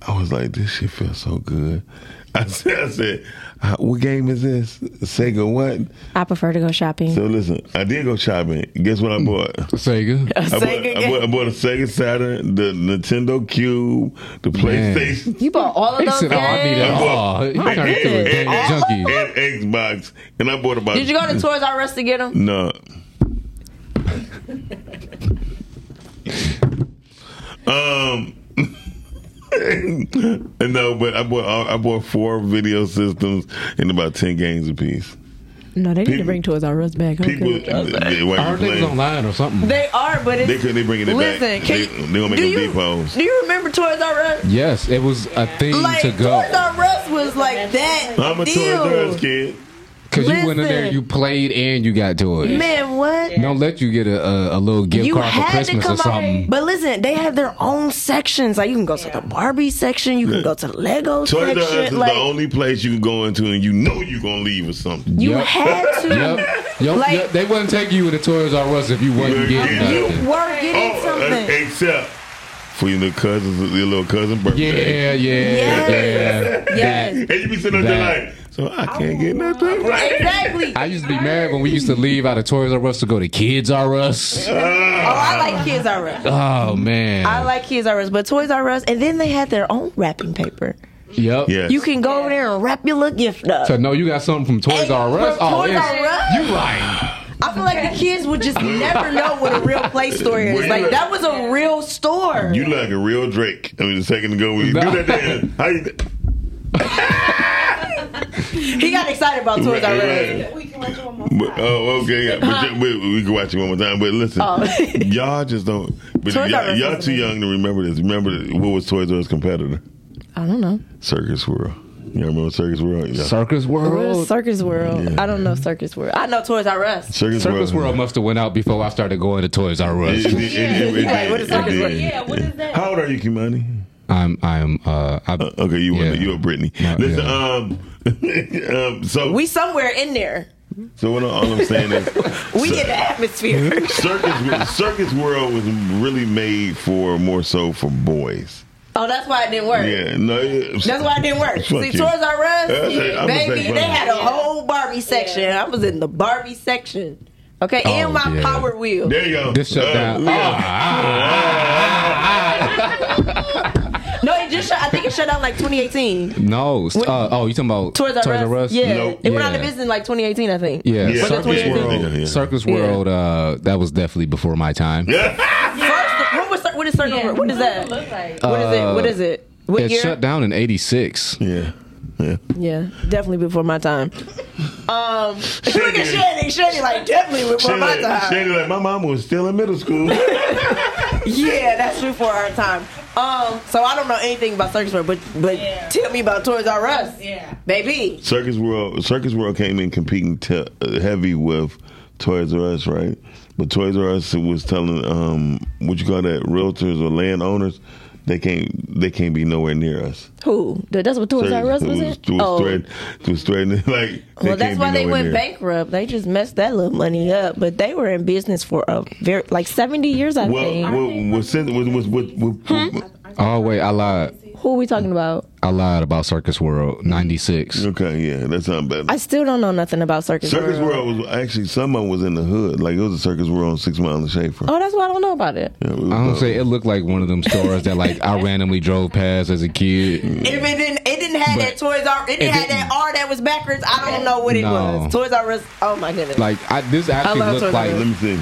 Speaker 4: I was like, this shit feels so good. I said, I said, "Uh, what game is this? Sega what?
Speaker 7: I prefer to go shopping.
Speaker 4: So listen, I did go shopping. Guess what I bought?
Speaker 6: Hmm. Sega.
Speaker 4: I bought, I, bought, I bought a Sega Saturn, the Nintendo Cube, the
Speaker 6: Man.
Speaker 4: PlayStation,
Speaker 5: You bought all of
Speaker 6: He
Speaker 5: those
Speaker 6: said, "Oh, I need
Speaker 5: games.
Speaker 6: it all." He turned into a game junkie.
Speaker 4: and Xbox, and I bought about.
Speaker 5: Did you go to Toys R Us to get them?
Speaker 4: No. Um, no, but I bought I bought four video systems and about ten games apiece.
Speaker 7: No, they need
Speaker 4: People-
Speaker 7: to bring towards our us back. huh?
Speaker 4: People, they,
Speaker 6: I heard they was online or something.
Speaker 5: They are, but it's,
Speaker 4: they couldn't they bringing it
Speaker 5: listen,
Speaker 4: back.
Speaker 5: can
Speaker 4: They,
Speaker 5: you-
Speaker 4: they gonna make
Speaker 5: do
Speaker 4: them
Speaker 5: you-
Speaker 4: depots.
Speaker 5: Do you remember Toys R Us?
Speaker 6: yes, it was a thing
Speaker 5: Like
Speaker 6: to
Speaker 5: Toys
Speaker 6: go.
Speaker 5: R Us was like that.
Speaker 4: I'm a Toys
Speaker 5: deal.
Speaker 4: R Us kid.
Speaker 6: Because you went in there,
Speaker 5: Listen.
Speaker 6: you played, and you got toys.
Speaker 5: Man, what?
Speaker 6: Don't let you get a, a, a little gift
Speaker 5: You
Speaker 6: card for
Speaker 5: had to
Speaker 6: Christmas or
Speaker 5: come out.
Speaker 6: something.
Speaker 5: But listen, they had their own sections. Like you can go to the Barbie section, you can
Speaker 4: Yeah.
Speaker 5: go to the Lego
Speaker 4: Toys R Us is
Speaker 5: section. Like
Speaker 4: the only place you can go into and you know you're gonna leave with something.
Speaker 5: you
Speaker 6: Yep.
Speaker 5: had to.
Speaker 6: Yep. Yep.
Speaker 5: Like-
Speaker 6: yep. They wouldn't take you to Toys R Us if you
Speaker 4: Yeah,
Speaker 6: wasn't getting
Speaker 4: yeah.
Speaker 5: You
Speaker 6: nothing.
Speaker 5: were getting
Speaker 4: uh,
Speaker 5: something.
Speaker 4: except for your little cousins, your little cousin birthday.
Speaker 6: Yeah, yeah,
Speaker 5: Yes.
Speaker 6: yeah.
Speaker 5: Yes.
Speaker 6: That-
Speaker 4: And you be sitting there
Speaker 6: That-
Speaker 4: like, so I can't get nothing. Right?
Speaker 5: Exactly.
Speaker 6: I used to be mad when we used to leave out of Toys R Us to go to Kids R Us.
Speaker 5: Oh,
Speaker 4: Ah.
Speaker 5: I like Kids R Us.
Speaker 6: Oh man.
Speaker 5: I like Kids R Us, but Toys R Us, and then they had their own wrapping paper.
Speaker 6: Yep.
Speaker 4: Yes.
Speaker 5: You can go over there and wrap your little gift up.
Speaker 6: So no, you got something from Toys
Speaker 5: Hey,
Speaker 6: R Us.
Speaker 5: from
Speaker 6: oh,
Speaker 5: Toys
Speaker 6: it's-
Speaker 5: R Us?
Speaker 6: you lying.
Speaker 5: I feel like the kids would just never know what a real play store is. Like that was a real store.
Speaker 4: You like a real Drake. I mean, a second ago we
Speaker 6: No.
Speaker 4: do that dance. How you?
Speaker 5: He got excited about Toys R Us.
Speaker 4: We can watch it one more time. Oh, okay. yeah. But you- we, we can watch it one more time. But listen, y'all just don't. But
Speaker 5: Oh. Toys R
Speaker 4: y'all,
Speaker 5: Us
Speaker 4: y'all
Speaker 5: is
Speaker 4: too young to remember this. Remember what was Toys R Us competitor?
Speaker 7: I don't know.
Speaker 4: Circus World. Y'all remember Circus World? Yeah.
Speaker 6: Circus
Speaker 7: Where's
Speaker 6: World.
Speaker 7: Circus World? I don't know Circus World.
Speaker 5: I know Toys R Us.
Speaker 4: Circus,
Speaker 6: Circus World must have went out before I started going to Toys R Us.
Speaker 4: It- it- it- it- it-
Speaker 5: Like, what is
Speaker 4: it-
Speaker 5: Circus
Speaker 4: it-
Speaker 5: World?
Speaker 8: Yeah, what is that?
Speaker 4: How old are you, Kimani?
Speaker 6: I'm I'm uh I,
Speaker 4: Uh, okay, you
Speaker 6: Yeah.
Speaker 4: were you were Brittany.
Speaker 6: No,
Speaker 4: Listen,
Speaker 6: yeah.
Speaker 4: um, um, so
Speaker 5: We somewhere in there.
Speaker 4: so what all I'm saying is
Speaker 5: We in the atmosphere.
Speaker 4: circus circus world was really made for more so for boys.
Speaker 5: oh, that's why it didn't work.
Speaker 4: Yeah, no, it-
Speaker 5: That's why it didn't work.
Speaker 4: Fuck
Speaker 5: See,
Speaker 4: you.
Speaker 5: Toys R Us,
Speaker 4: That's it. I'm gonna
Speaker 5: baby,
Speaker 4: say
Speaker 5: they
Speaker 4: Barbie.
Speaker 5: had a whole Barbie section. I was in the Barbie section. Okay, and
Speaker 6: Oh,
Speaker 5: my
Speaker 6: yeah.
Speaker 5: Power Wheel.
Speaker 4: There you go.
Speaker 6: this shut
Speaker 4: Uh,
Speaker 6: down.
Speaker 4: yeah.
Speaker 5: No, it just shut, I think it shut down like 2018.
Speaker 6: No. s- Uh, oh, you talking about
Speaker 5: Toys R, Us. Yeah,
Speaker 4: Nope.
Speaker 5: it went out of
Speaker 6: Yeah.
Speaker 5: business in like 2018, I think.
Speaker 6: Yeah,
Speaker 4: Yeah.
Speaker 6: Circus
Speaker 4: But that's what it
Speaker 6: World.
Speaker 4: is. Yeah, yeah.
Speaker 6: Circus World. Uh, that was definitely before my time.
Speaker 5: First, what was what is Circle? What is that? What
Speaker 8: Look like.
Speaker 5: is it? What is it? What
Speaker 6: It
Speaker 5: year?
Speaker 6: Uh, shut down in '86.
Speaker 4: Yeah. Yeah.
Speaker 5: Yeah, definitely before my time. Um, look at Shannon. Shannon, like definitely before my
Speaker 4: Shady,
Speaker 5: time.
Speaker 4: Shady, like my mama was still in middle school.
Speaker 5: Yeah, that's before our time. Um, so I don't know anything about Circus World, but but
Speaker 8: Yeah.
Speaker 5: tell me about Toys R Us,
Speaker 8: Yeah.
Speaker 5: baby.
Speaker 4: Circus World, Circus World came in competing te- uh, heavy with Toys R Us, right? But Toys R Us was telling um, what you call that, realtors or landowners, they can't they can't be nowhere near us.
Speaker 7: Who? That- That's what Toys R Us was
Speaker 4: was,
Speaker 7: it?
Speaker 4: was, threat- was threatening like. They
Speaker 5: Oh. well, that's
Speaker 4: can't
Speaker 5: why
Speaker 4: be
Speaker 5: they
Speaker 4: nowhere
Speaker 5: went
Speaker 4: near.
Speaker 5: bankrupt. They just messed that little money up. But they were in business for a very like seventy years, I think.
Speaker 4: Well, well, was sent was was was, was,
Speaker 6: Oh wait, I lied.
Speaker 7: Who are we talking about?
Speaker 6: I lied about Circus World '96.
Speaker 4: okay, yeah, that's not bad.
Speaker 7: I still don't know nothing about Circus,
Speaker 4: Circus World was actually someone was in the hood, like it was a Circus World on Six Mile and Schaefer.
Speaker 7: Oh, that's why I don't know about it.
Speaker 4: Yeah, it was
Speaker 6: I don't
Speaker 4: dope.
Speaker 6: say it looked like one of them stores that like I randomly drove past as a
Speaker 5: if
Speaker 6: kid.
Speaker 5: it didn't, it didn't have that Toys R. It didn't
Speaker 6: it
Speaker 5: have that
Speaker 6: didn't.
Speaker 5: R that was backwards. I don't know what it
Speaker 6: No.
Speaker 5: was. Toys R Us. Oh my goodness.
Speaker 6: Like I, this actually
Speaker 5: love
Speaker 6: looked
Speaker 5: Toys R
Speaker 6: like
Speaker 4: Let me see.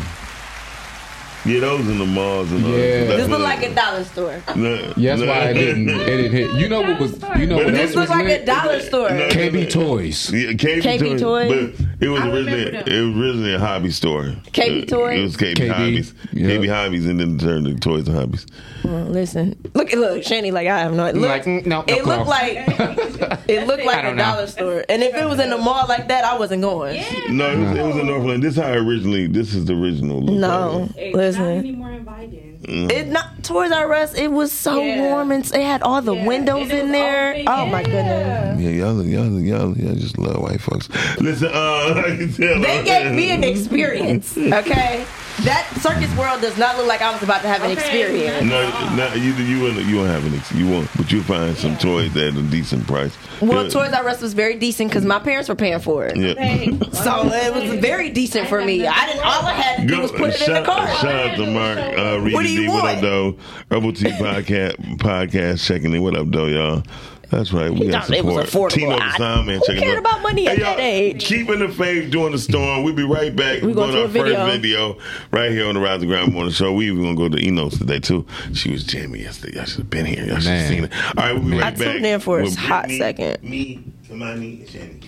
Speaker 4: Yeah, those in the malls and all
Speaker 6: Yeah.
Speaker 4: that.
Speaker 5: this
Speaker 4: That's
Speaker 5: looked
Speaker 4: what-
Speaker 5: like a dollar store.
Speaker 4: No,
Speaker 6: Yeah, that's
Speaker 4: no.
Speaker 6: why it didn't. It didn't hit. You know what was? You know what
Speaker 5: This looked
Speaker 6: else was
Speaker 5: like
Speaker 6: lit?
Speaker 5: a dollar store.
Speaker 4: No.
Speaker 6: KB Toys.
Speaker 4: Yeah, KB,
Speaker 7: KB
Speaker 4: Toys,
Speaker 7: Toys.
Speaker 4: but it was
Speaker 8: I
Speaker 4: originally
Speaker 8: remember them.
Speaker 4: it was originally a hobby store.
Speaker 5: KB
Speaker 4: Uh,
Speaker 5: Toys?
Speaker 4: It was KB,
Speaker 6: KB,
Speaker 4: Hobbies.
Speaker 6: yeah.
Speaker 4: KB Hobbies, and then turned to Toys and Hobbies.
Speaker 7: Well, listen,
Speaker 5: Look, look, Shani, like I have no. Look,
Speaker 6: Like, mm, no, no
Speaker 5: it
Speaker 6: clue.
Speaker 5: looked like it looked like a
Speaker 6: don't know.
Speaker 5: dollar store. And if it was in the mall like that, I wasn't going.
Speaker 4: No, it was, it was in Northland. This is how it originally. This is the original. look
Speaker 5: No,
Speaker 4: of
Speaker 8: It's not
Speaker 5: listen.
Speaker 8: any more inviting.
Speaker 4: Mm-hmm.
Speaker 5: It not Toys R Us. It was so
Speaker 8: Yeah.
Speaker 5: warm and s- it had all the windows
Speaker 8: And it
Speaker 5: in
Speaker 8: was
Speaker 5: there.
Speaker 8: open.
Speaker 5: Oh my goodness!
Speaker 4: it. Yeah, y'all, y'all, y'all, y'all just love white folks. Listen, uh, I can tell.
Speaker 5: They gave me an experience. Okay, that Circus World does not look like I was about to have an
Speaker 8: Okay.
Speaker 5: experience.
Speaker 4: No, no, you you won't you won't have an ex- you won't, but you'll find some toys at a decent price. Uh,
Speaker 5: Well,
Speaker 4: Yeah.
Speaker 5: Toys R Us was very decent because my parents were paying for it,
Speaker 4: Yeah.
Speaker 8: Hey,
Speaker 5: so it was very decent for me. I didn't. All I had to do was put it in the
Speaker 4: shout, shout
Speaker 5: car.
Speaker 4: out to Mark uh, Reedy
Speaker 5: What do you
Speaker 4: D. What up,
Speaker 5: want?
Speaker 4: though? Herbal Tea podcast, podcast checking in. What up, though, y'all? That's right. We got
Speaker 9: thought it was
Speaker 4: support.
Speaker 9: affordable.
Speaker 4: Tino the
Speaker 9: I-
Speaker 4: Sound Man
Speaker 9: who
Speaker 4: checking
Speaker 9: cared
Speaker 4: out.
Speaker 9: about money at
Speaker 4: Hey, y'all,
Speaker 9: that age?
Speaker 4: Keeping the faith during the storm. We'll be right back.
Speaker 5: We going
Speaker 4: to
Speaker 5: to
Speaker 4: our
Speaker 5: a video.
Speaker 4: first video right here on the Rise of Ground Morning Show. We even gonna go to Enos today too. She was jamming yesterday. Y'all should have been here. Y'all should
Speaker 6: Man.
Speaker 4: have seen it. All right, we'll be right
Speaker 5: I
Speaker 4: back.
Speaker 5: tuned in for a
Speaker 4: with
Speaker 5: hot
Speaker 4: Brittany,
Speaker 5: second.
Speaker 4: Me, Tamani, and Shannon.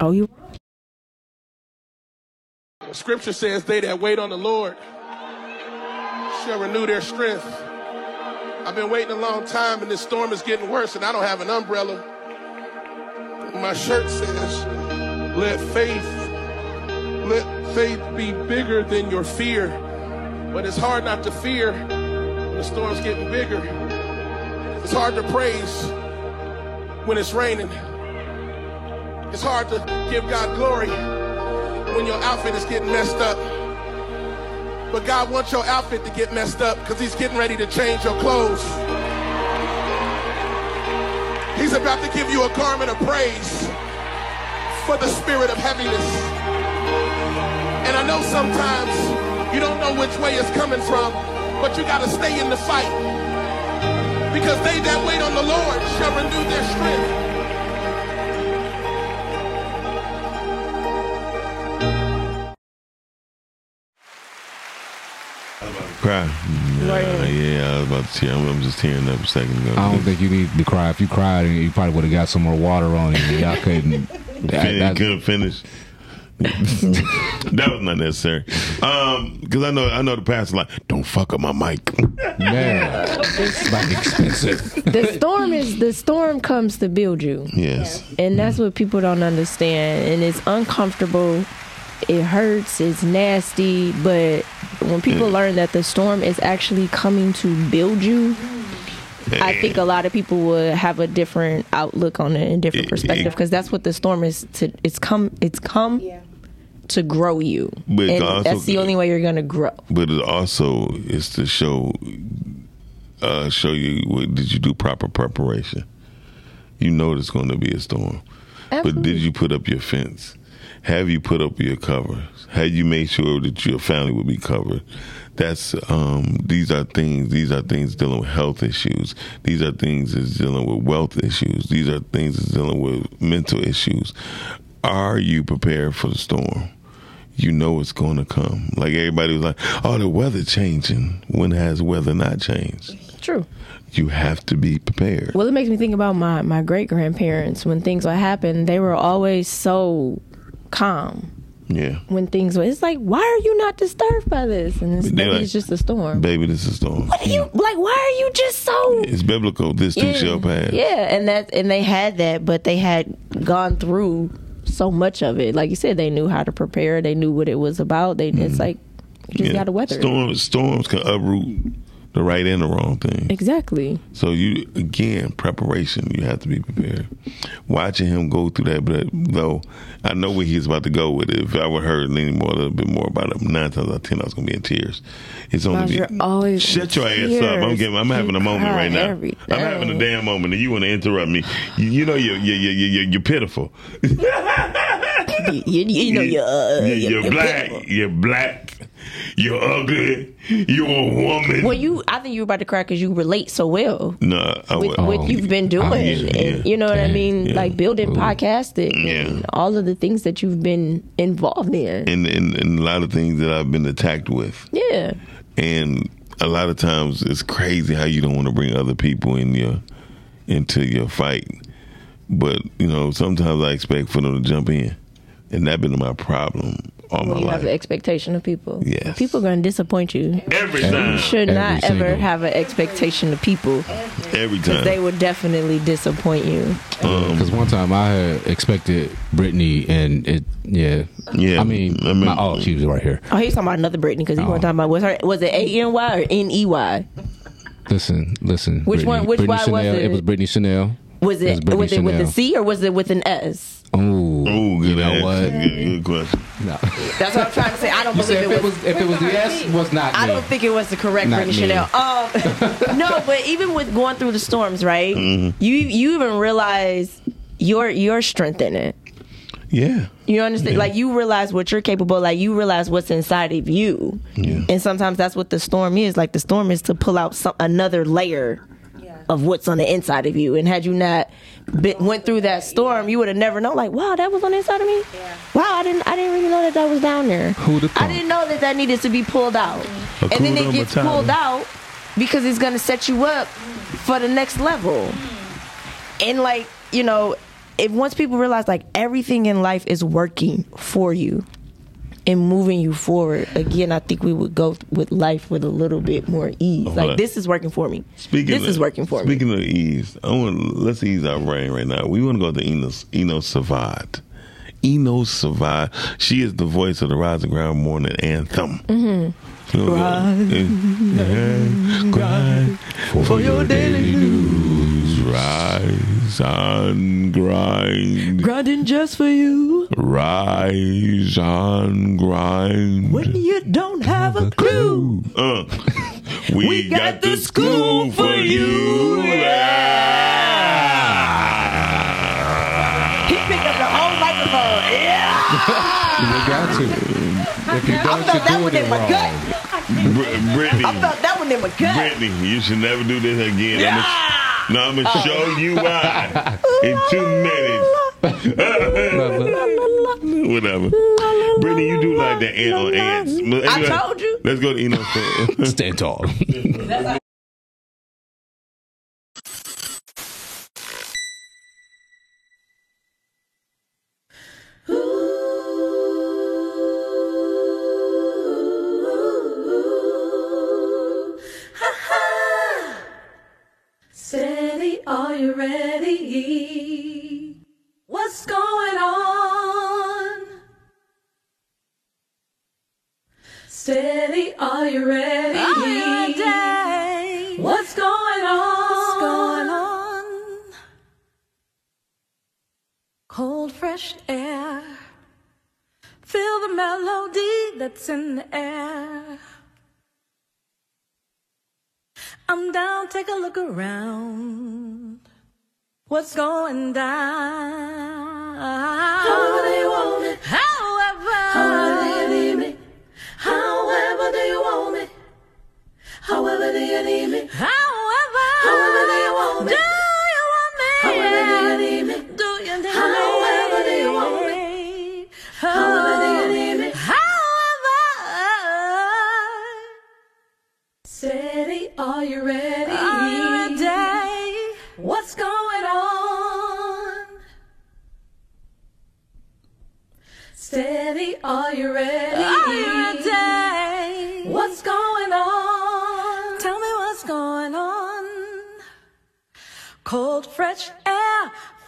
Speaker 5: Oh, you.
Speaker 8: Scripture says, They that wait on the Lord shall renew their strength. I've been waiting a long time, and this storm is getting worse, and I don't have an umbrella. My shirt says, Let faith, let faith be bigger than your fear. But it's hard not to fear when the storm's getting bigger. It's hard to praise when it's raining. It's hard to give God glory when your outfit is getting messed up. But God wants your outfit to get messed up because He's getting ready to change your clothes. He's about to give you a garment of praise for the spirit of heaviness. And I know sometimes you don't know which way it's coming from, but you got to stay in the fight. Because they that wait on the Lord shall renew their strength.
Speaker 4: Cry. Yeah, yeah, I was about to tear. I'm, I'm just tearing up a second ago.
Speaker 6: I don't think you need to cry. If you cried, you probably would have got some more water on you. Y'all couldn't.
Speaker 4: Fin-
Speaker 6: that- that-
Speaker 4: couldn't finish. that was not necessary. Um, because I know I know the pastor like, don't fuck up my mic.
Speaker 6: man, it's like expensive.
Speaker 5: The storm is the storm comes to build you.
Speaker 4: yes.
Speaker 5: And that's what people don't understand. And it's uncomfortable. It hurts. It's nasty. But when
Speaker 4: Mm.
Speaker 5: people learn that the storm is actually coming to build you, I think a lot of people would have a different outlook on it and different
Speaker 4: It-
Speaker 5: perspective because that's what the storm is to. It's come. It's come. To grow you,
Speaker 4: But
Speaker 5: and
Speaker 4: God
Speaker 5: that's
Speaker 4: also-
Speaker 5: the only way you're gonna grow.
Speaker 4: But it also is to show uh show you what did you do proper preparation. You know there's gonna be a storm. But did you put up your fence? Have you put up your covers? Have you made sure that your family will be covered? That's um these are things these are things dealing with health issues. These are things that's dealing with wealth issues. These are things that's dealing with mental issues. Are you prepared for the storm? you know it's going to come. Like everybody was like, "Oh, the weather changing." When has weather not changed?
Speaker 5: True.
Speaker 4: You have to be prepared.
Speaker 5: Well, it makes me think about my, my great grandparents. When things would happen, they were always so calm.
Speaker 4: Yeah,
Speaker 5: When things were, it's like, why are you not disturbed by this? And it's,
Speaker 4: They
Speaker 5: maybe
Speaker 4: like-
Speaker 5: it's just a storm.
Speaker 4: baby, this is storm.
Speaker 5: What are you like? Why are you just so?
Speaker 4: It's biblical. This too shall pass.
Speaker 5: Yeah, and that and they had that, but they had gone through so much of it. Like you said, they knew how to prepare. They knew what it was about. They it's like you just
Speaker 4: Mm-hmm. Yeah.
Speaker 5: got to weather. it.
Speaker 4: Storms, storms can uproot the right and the wrong thing.
Speaker 5: Exactly.
Speaker 4: So you again preparation. You have to be prepared. Watching him go through that, but though I know where he's about to go with it. If I would heard any more, a little bit more about it, nine times out of ten, I was gonna be in tears. It's
Speaker 5: Miles,
Speaker 4: only
Speaker 5: you're always
Speaker 4: shut
Speaker 5: in
Speaker 4: your ass up. I'm
Speaker 5: tears.
Speaker 4: getting. I'm having a
Speaker 5: You
Speaker 4: moment
Speaker 5: cry
Speaker 4: right now.
Speaker 5: every
Speaker 4: I'm having a
Speaker 5: day.
Speaker 4: damn moment, and you want to interrupt me. You, you know you're you're, you're you're you're pitiful.
Speaker 9: You, you, you know, you're, uh,
Speaker 4: you're,
Speaker 9: you're-
Speaker 4: you're
Speaker 9: you're
Speaker 4: black.
Speaker 9: pitiful.
Speaker 4: You're black. You're ugly. You're a woman.
Speaker 5: Well, you, I think you were about to cry because you relate so well
Speaker 4: no, I
Speaker 5: with
Speaker 4: would.
Speaker 5: what you've been doing,
Speaker 6: Oh,
Speaker 4: yeah,
Speaker 5: and
Speaker 4: yeah.
Speaker 5: you know what I mean,
Speaker 4: yeah.
Speaker 5: like building podcasting,
Speaker 4: Yeah.
Speaker 5: and all of the things that you've been involved in.
Speaker 4: and, and and a lot of things that I've been attacked with.
Speaker 5: Yeah,
Speaker 4: and a lot of times it's crazy how you don't want to bring other people in your into your fight but you know sometimes i expect for them to jump in and that been my problem all
Speaker 5: when
Speaker 4: my
Speaker 5: you have the
Speaker 4: life
Speaker 5: expectation of people.
Speaker 4: Yes.
Speaker 5: people are going to disappoint you.
Speaker 4: every time
Speaker 5: Should not
Speaker 6: Every
Speaker 5: ever
Speaker 6: single-
Speaker 5: have an expectation of people
Speaker 4: every
Speaker 5: because they
Speaker 4: time
Speaker 5: will definitely disappoint you.
Speaker 4: um,
Speaker 6: Because one time I had expected Brittany, and it, yeah,
Speaker 4: Yeah,
Speaker 6: I mean,
Speaker 4: I mean-
Speaker 6: my, oh, she was right here.
Speaker 5: Oh, he's talking about another Brittany because he
Speaker 6: Oh.
Speaker 5: wasn't talking about was her was it A N Y or N E Y?
Speaker 6: Listen, listen.
Speaker 5: Which
Speaker 6: Brittany,
Speaker 5: one- which
Speaker 6: Brittany
Speaker 5: one was
Speaker 6: Chanel,
Speaker 5: it?
Speaker 6: was Brittany Chanel.
Speaker 5: Was
Speaker 6: It was
Speaker 5: it
Speaker 6: Brittany
Speaker 5: was it with a
Speaker 6: Chanel.
Speaker 5: C or was it with an S?
Speaker 6: Oh,
Speaker 4: oh good
Speaker 6: you know
Speaker 4: answer.
Speaker 6: what?
Speaker 4: Good, good question
Speaker 6: No.
Speaker 5: That's what I'm trying to say. I don't
Speaker 6: You said
Speaker 5: believe it
Speaker 6: if it
Speaker 5: was.
Speaker 6: was if it was the S was not
Speaker 5: I
Speaker 6: me.
Speaker 5: don't think it was the correct
Speaker 6: Not
Speaker 5: Brittany
Speaker 6: me.
Speaker 5: Chanel. Um, no, but even with going through the storms, right? You you even realize your your strength in it.
Speaker 4: yeah
Speaker 5: You understand? Like you realize what you're capable. Like you realize what's inside of you.
Speaker 4: Yeah.
Speaker 5: And sometimes that's what the storm is. Like the storm is to pull out some another layer of what's on the inside of you. And had you not been, went through that storm, you would have never known. Like, wow, that was on the inside of me. Wow, I didn't, I didn't really know that that was down there.
Speaker 6: Who the
Speaker 5: I didn't know that that needed to be pulled out. And then
Speaker 4: Hakuna
Speaker 5: it gets
Speaker 4: Matata.
Speaker 5: pulled out because it's gonna set you up for the next level. And like you know, if once people realize like everything in life is working for you and moving you forward again i think we would go with life with a little bit more ease
Speaker 4: Hold on.
Speaker 5: like this is working for me
Speaker 4: Speaking
Speaker 5: this
Speaker 4: of,
Speaker 5: is working for me
Speaker 4: speaking of ease, I want let's ease our brain right now. We want to go to Enos Enos Savad. Enos Savad. She is the voice of the Rise and Ground Morning Anthem. Mm-hmm. Rise, and grind eh, for your daily news. Rise and grind.
Speaker 5: grinding just for you
Speaker 4: Rise and grind.
Speaker 5: when you don't have a clue
Speaker 4: Uh, we, got, the school for you.
Speaker 5: he picked up the whole microphone yeah
Speaker 6: You got to. If you
Speaker 5: i
Speaker 6: don't,
Speaker 5: felt that
Speaker 6: you
Speaker 5: one
Speaker 6: do it
Speaker 5: in my gut
Speaker 6: wrong.
Speaker 4: Br- Brittany,
Speaker 5: i felt that one in my gut
Speaker 4: Brittany, you should never do this again. I'm gonna- no, I'm gonna show you why in two minutes. Whatever. Brittany, you do like the ant on ants. But
Speaker 5: I
Speaker 4: anyway,
Speaker 5: told you.
Speaker 4: Let's go to Eno. for-
Speaker 6: Stand tall.
Speaker 3: Steady, are you ready? What's going on? Steady, are you ready? What's going on? What's going on? Cold, fresh air. Feel the melody that's in the air. I'm down, take a look around. What's going down? How do you want me? However, however do you need me? However do you want me? However do you need me? However, however do you want me? Do you want me? However do you need me? Do you need however me? do you want me? However do you need me? However. Steady, are you ready? Are you ready? What's going on? Steady, are you ready? Are you ready? What's going on? Tell me what's going on. Cold, fresh air.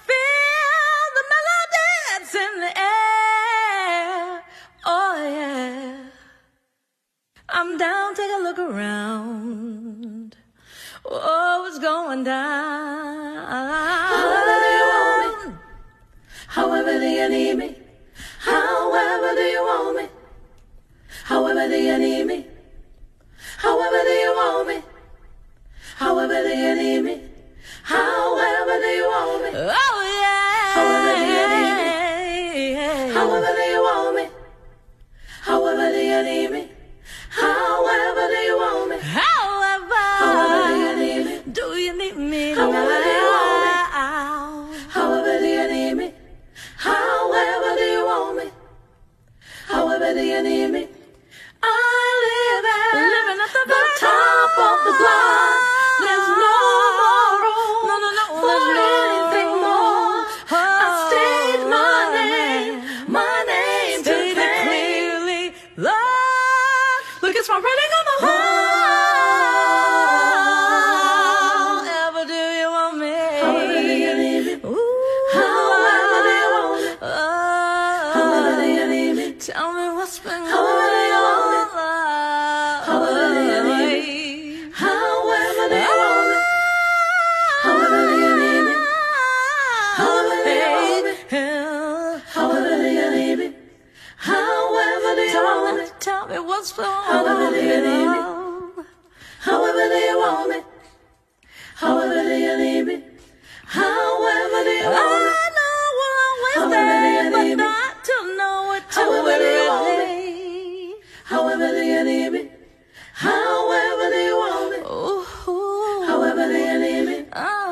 Speaker 3: Feel the melody that's in the air. Oh, yeah. I'm down, take a look around. Oh, what's going down? However do you want me? However do you need me? However do you want me? However do you need me? However do you want me? However do you need me? However do you want me? Oh yeah. However do you need me? However do you want me? However do you need me? However do you want me? However. However do you need me? Do you need me? However do you want me? However do you need me? However do you want me? However do you need me? I live at living at the, top of the block. There's no more room no, no, no, for anything more. I stayed my name, my name stated to clearly. Look, look, it's my writing on the wall. Ever do you want me? However do you need me? However do you want me? However do you need me? Tell me what's been going on. However do you need me? However do you want me? However do you need me? However do you want me? However do you need me? However do you want me? Tell me what's going on. However do you need me? However do you want me? However do you need me? However do you want me? I know what I'm with it, but not to know what to However do you want me? However do you need me? However do you want me? However do you need me? Uh-huh.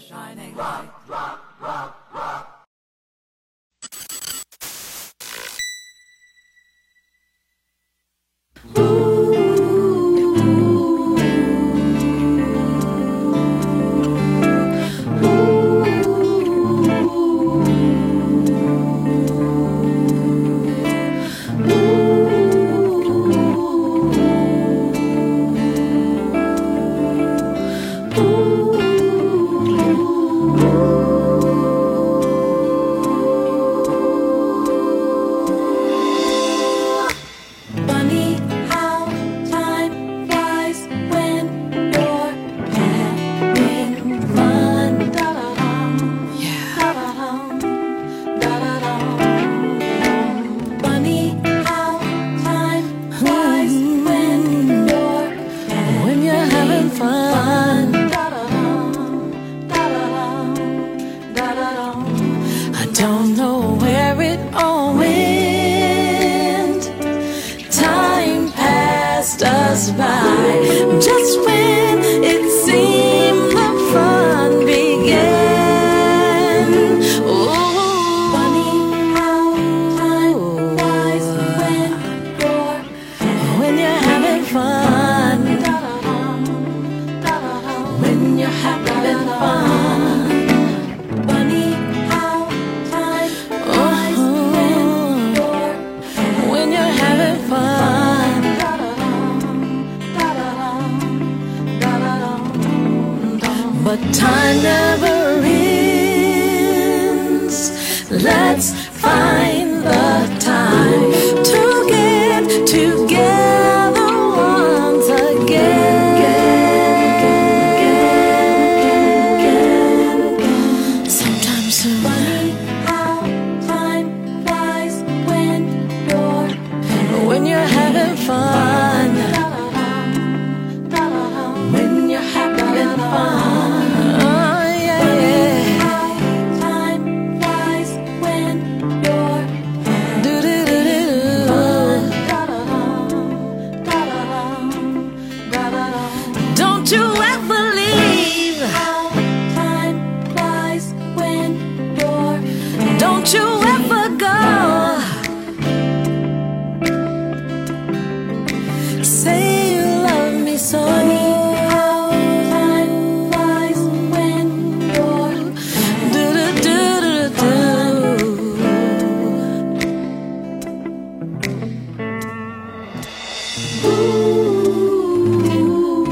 Speaker 3: shining light. Funny how time flies when you're having fun. Da-da-dum. Da-da-dum. Da-da-dum. Funny how time flies when you're having fun. Da-da-dum. Da-da-dum. Da-da-dum. I don't know where it all went. Time passed us by just when it seemed the fun began. Oh, funny how time flies when you're when you're having fun. When you're having fun. Funny how time flies when you're when you're having fun. But time never ends. Let's find the time to get together once again. Sometimes so funny how time flies when you're when you're having fun. When you're having fun. Oh, yeah, yeah. How time flies when you're having fun. Don't you ever leave. How time flies when you're Don't you ever go. Say you love me so. Funny how time flies when you're do-do-do-do-do. Ooh,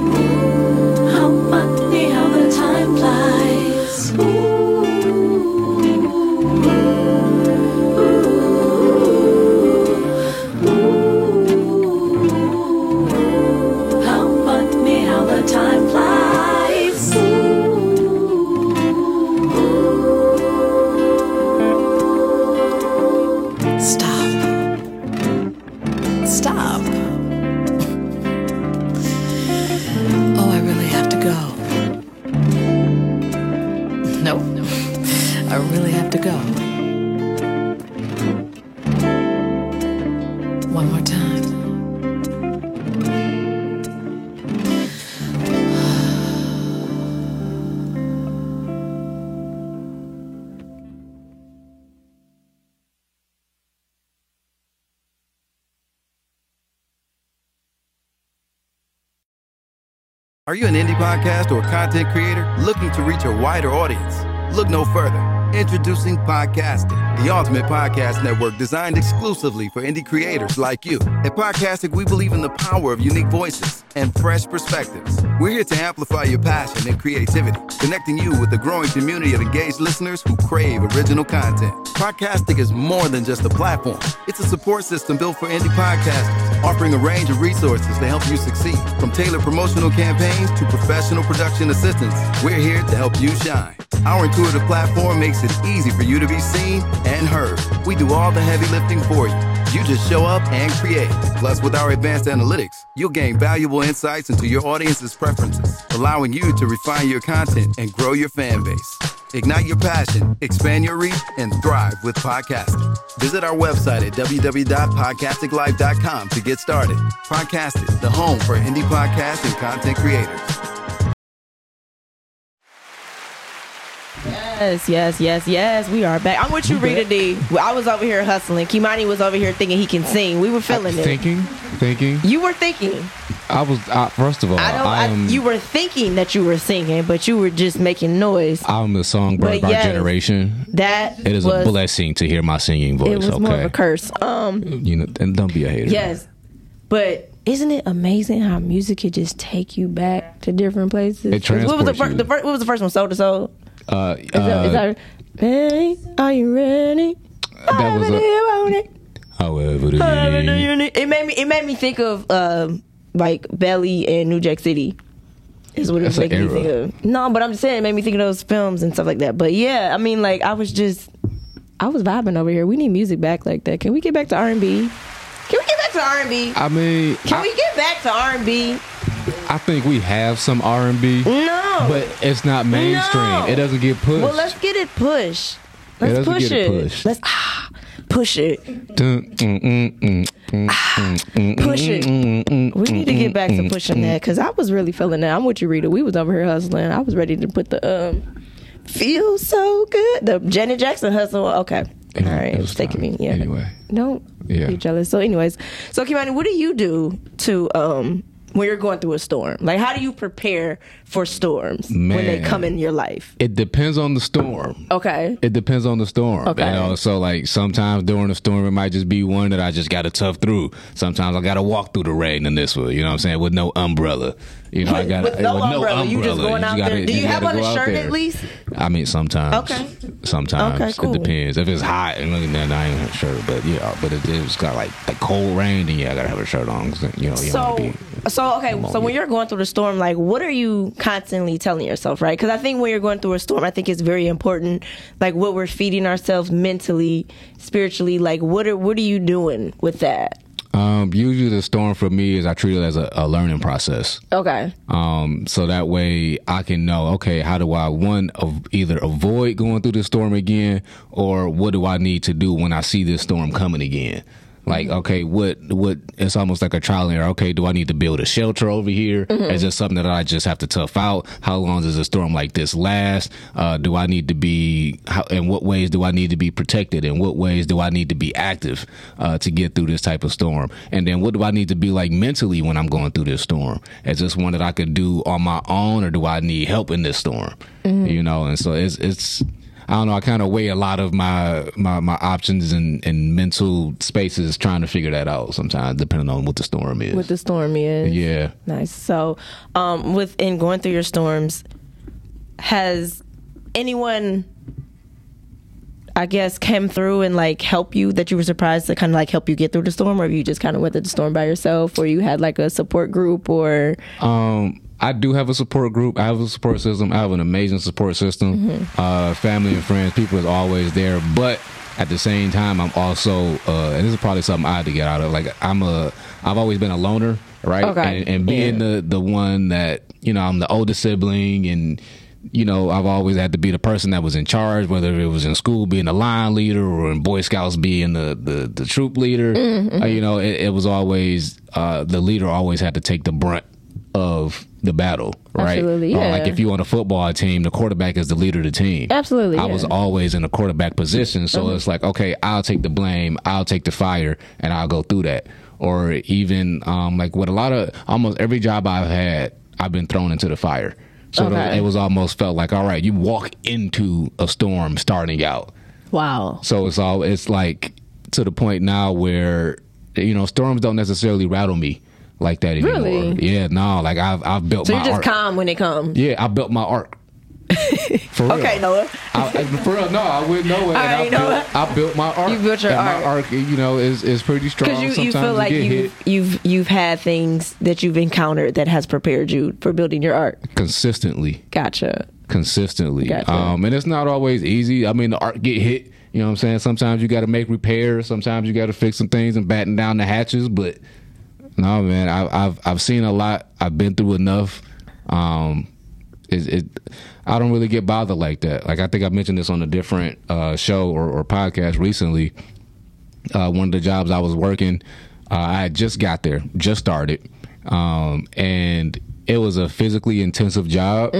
Speaker 3: how funny how the time flies. Ooh, how funny how the time flies. Ooh. Stop. Stop. Oh, I really have to go. No, no. I really have to go. One more time.
Speaker 1: Are you an indie podcast or content creator looking to reach a wider audience? Look no further. Introducing Podcastic, the ultimate podcast network designed exclusively for indie creators like you. At Podcastic, we believe in the power of unique voices and fresh perspectives. We're here to amplify your passion and creativity, connecting you with a growing community of engaged listeners who crave original content. Podcastic is more than just a platform, it's a support system built for indie podcasters, offering a range of resources to help you succeed. From tailored promotional campaigns to professional production assistance, we're here to help you shine. Our intuitive platform makes it easy for you to be seen and heard. We do all the heavy lifting for you. You just show up and create. Plus, with our advanced analytics, you'll gain valuable insights into your audience's preferences, allowing you to refine your content and grow your fan base. Ignite your passion, expand your reach, and thrive with podcasting. Visit our website at www.podcasticlife.com to get started. Podcasting, the home for indie podcast and content creators.
Speaker 5: Yes, yes, yes, yes. We are back. I'm with you, Rita D. I was over here hustling. Kimani was over here thinking he can sing. We were feeling it.
Speaker 6: Thinking, thinking.
Speaker 5: You were thinking.
Speaker 6: I was I, first of all.
Speaker 5: I
Speaker 6: I,
Speaker 5: don't. I
Speaker 6: am.
Speaker 5: you were thinking that you were singing, but you were just making noise.
Speaker 6: I'm the songbird
Speaker 5: But
Speaker 6: of our
Speaker 5: yes.
Speaker 6: generation.
Speaker 5: That
Speaker 6: It is
Speaker 5: was,
Speaker 6: a blessing to hear my singing voice.
Speaker 5: It was
Speaker 6: okay,
Speaker 5: more of a curse. Um.
Speaker 6: you know, and don't be a hater.
Speaker 5: Yes, but isn't it amazing how music could just take you back to different places?
Speaker 6: It
Speaker 5: 'Cause what was the,
Speaker 6: transports
Speaker 5: fir-
Speaker 6: you.
Speaker 5: the fir- what was the first one? Soul to soul.
Speaker 6: Uh,
Speaker 5: Is that, is
Speaker 6: uh,
Speaker 5: that, hey, are you ready?
Speaker 6: that was
Speaker 5: Baby,
Speaker 6: a,
Speaker 5: you want it?
Speaker 6: however. it
Speaker 5: Baby, do
Speaker 6: is.
Speaker 5: you need- It made me. It made me think of um, like Belly and New Jack City. Is what it
Speaker 6: That's an
Speaker 5: made me
Speaker 6: era.
Speaker 5: think of. No, but I'm just saying it made me think of those films and stuff like that. But yeah, I mean, like I was just, I was vibing over here. We need music back like that. Can we get back to R and B? Can we get back to R and B?
Speaker 6: I mean,
Speaker 5: Can
Speaker 6: I,
Speaker 5: we get back to R and B?
Speaker 6: I think we have some R and B,
Speaker 5: No.
Speaker 6: but it's not mainstream.
Speaker 5: No.
Speaker 6: It doesn't get pushed.
Speaker 5: well, let's get it pushed.
Speaker 6: Yeah,
Speaker 5: Let's
Speaker 6: let's
Speaker 5: push
Speaker 6: get it
Speaker 5: it.
Speaker 6: pushed.
Speaker 5: Let's ah, push it.
Speaker 6: Dun, mm, mm, mm.
Speaker 5: Ah, Push it. We need to get
Speaker 6: mm,
Speaker 5: back to pushing that because I was really feeling that. I'm with you, Rita. We was over here hustling. I was ready to put the um, feel so good, the Janet Jackson hustle. Okay, all right,
Speaker 6: It
Speaker 5: it's
Speaker 6: was
Speaker 5: taking
Speaker 6: fine.
Speaker 5: me. Yeah.
Speaker 6: Anyway.
Speaker 5: don't
Speaker 6: Yeah.
Speaker 5: be jealous. So, anyways, so Kimani, what do you do to um when you're going through a storm? Like, how do you prepare for storms when they
Speaker 6: Man.
Speaker 5: come in your life?
Speaker 6: It depends on the storm.
Speaker 5: Okay.
Speaker 6: It depends on the storm.
Speaker 5: Okay.
Speaker 6: You know, so like sometimes during the storm, it might just be one that I just got to tough through. Sometimes I got to walk through the rain in this one. You know what I'm saying? With no umbrella. You know, I got
Speaker 5: With no umbrella. You just going out there. Do you have on
Speaker 6: gotta
Speaker 5: a
Speaker 6: go out
Speaker 5: shirt
Speaker 6: there.
Speaker 5: at least?
Speaker 6: I mean, sometimes.
Speaker 5: Okay.
Speaker 6: Sometimes
Speaker 5: Okay, cool.
Speaker 6: it depends. If it's hot and looking then I ain't have a shirt, but yeah. But if it's got like the cold rain, then yeah, I gotta have a shirt on. 'cause, You know, you don't wanna
Speaker 5: so
Speaker 6: be
Speaker 5: so okay
Speaker 6: on,
Speaker 5: so when
Speaker 6: yeah.
Speaker 5: you're going through the storm like what are you constantly telling yourself right because i think when you're going through a storm i think it's very important like what we're feeding ourselves mentally spiritually like what are what are you doing with that
Speaker 6: Um, usually the storm for me is I treat it as a, a learning process.
Speaker 5: okay
Speaker 6: Um, so that way I can know, okay, how do I one of either avoid going through the storm again, or what do I need to do when I see this storm coming again? Like, okay, what what? It's almost like a trial and error. Okay, do I need to build a shelter over here? Is this something that I just have to tough out? How long does a storm like this last? Uh, do I need to be? How, in what ways do I need to be protected? In what ways do I need to be active uh, to get through this type of storm? And then what do I need to be like mentally when I'm going through this storm? Is this one that I could do on my own, or do I need help in this storm?
Speaker 5: Mm-hmm.
Speaker 6: You know, and so it's it's. I don't know. I kind of weigh a lot of my my, my options and, and mental spaces trying to figure that out sometimes, depending on what the storm is.
Speaker 5: what the storm is
Speaker 6: yeah.
Speaker 5: nice so um within going through your storms has anyone I guess came through and like help you that you were surprised to kind of like help you get through the storm, or you just kind of weathered the storm by yourself, or you had like a support group, or
Speaker 6: Um, I do have a support group. I have a support system. I have an amazing support system. Uh, family and friends, people is always there. But at the same time, I'm also, uh, and this is probably something I had to get out of. Like I'm a, I've always been a loner, right?
Speaker 5: Okay.
Speaker 6: And, and being the the one that you know, I'm the oldest sibling and. You know, I've always had to be the person that was in charge, whether it was in school being the line leader or in Boy Scouts being the the, the troop leader.
Speaker 5: Mm-hmm.
Speaker 6: Uh, you know, it, it was always uh, the leader always had to take the brunt of the battle, right?
Speaker 5: Absolutely,
Speaker 6: Or
Speaker 5: yeah.
Speaker 6: like if you on a football team, the quarterback is the leader of the team.
Speaker 5: Absolutely,
Speaker 6: I was
Speaker 5: yeah. Uh-huh.
Speaker 6: always in the quarterback position, so it's like, okay, I'll take the blame, I'll take the fire, and I'll go through that. Or even um, like with a lot of almost every job I've had, I've been thrown into the fire. So
Speaker 5: Okay.
Speaker 6: it was almost felt like, all right, you walk into a storm starting out.
Speaker 5: wow,
Speaker 6: So it's all it's like to the point now where you know storms don't necessarily rattle me like that anymore.
Speaker 5: Really?
Speaker 6: Yeah, no, like I've I've built
Speaker 5: so
Speaker 6: my
Speaker 5: you're just
Speaker 6: arc.
Speaker 5: calm when it comes.
Speaker 6: yeah, I built my arc. For real.
Speaker 5: Okay, Noah.
Speaker 6: I, I- for real, no, I wouldn't know
Speaker 5: All
Speaker 6: it.
Speaker 5: right,
Speaker 6: I,
Speaker 5: you know
Speaker 6: built, I built my arc.
Speaker 5: You built your
Speaker 6: and
Speaker 5: arc.
Speaker 6: My arc, you know, is is pretty strong.
Speaker 5: Because you, you
Speaker 6: Sometimes
Speaker 5: feel like
Speaker 6: get
Speaker 5: you
Speaker 6: hit.
Speaker 5: you've you've had things that you've encountered that has prepared you for building your art.
Speaker 6: consistently.
Speaker 5: Gotcha.
Speaker 6: consistently.
Speaker 5: Gotcha.
Speaker 6: Um, and it's not always easy. I mean, the art get hit. You know what I'm saying? Sometimes you got to make repairs. Sometimes you got to fix some things and batten down the hatches. But no, man, I, I've I've seen a lot. I've been through enough. Um, it, it I don't really get bothered like that. Like I think I mentioned this on a different uh, show or, or podcast recently uh, one of the jobs I was working. Uh, I had just got there, just started, um, and it was a physically intensive job.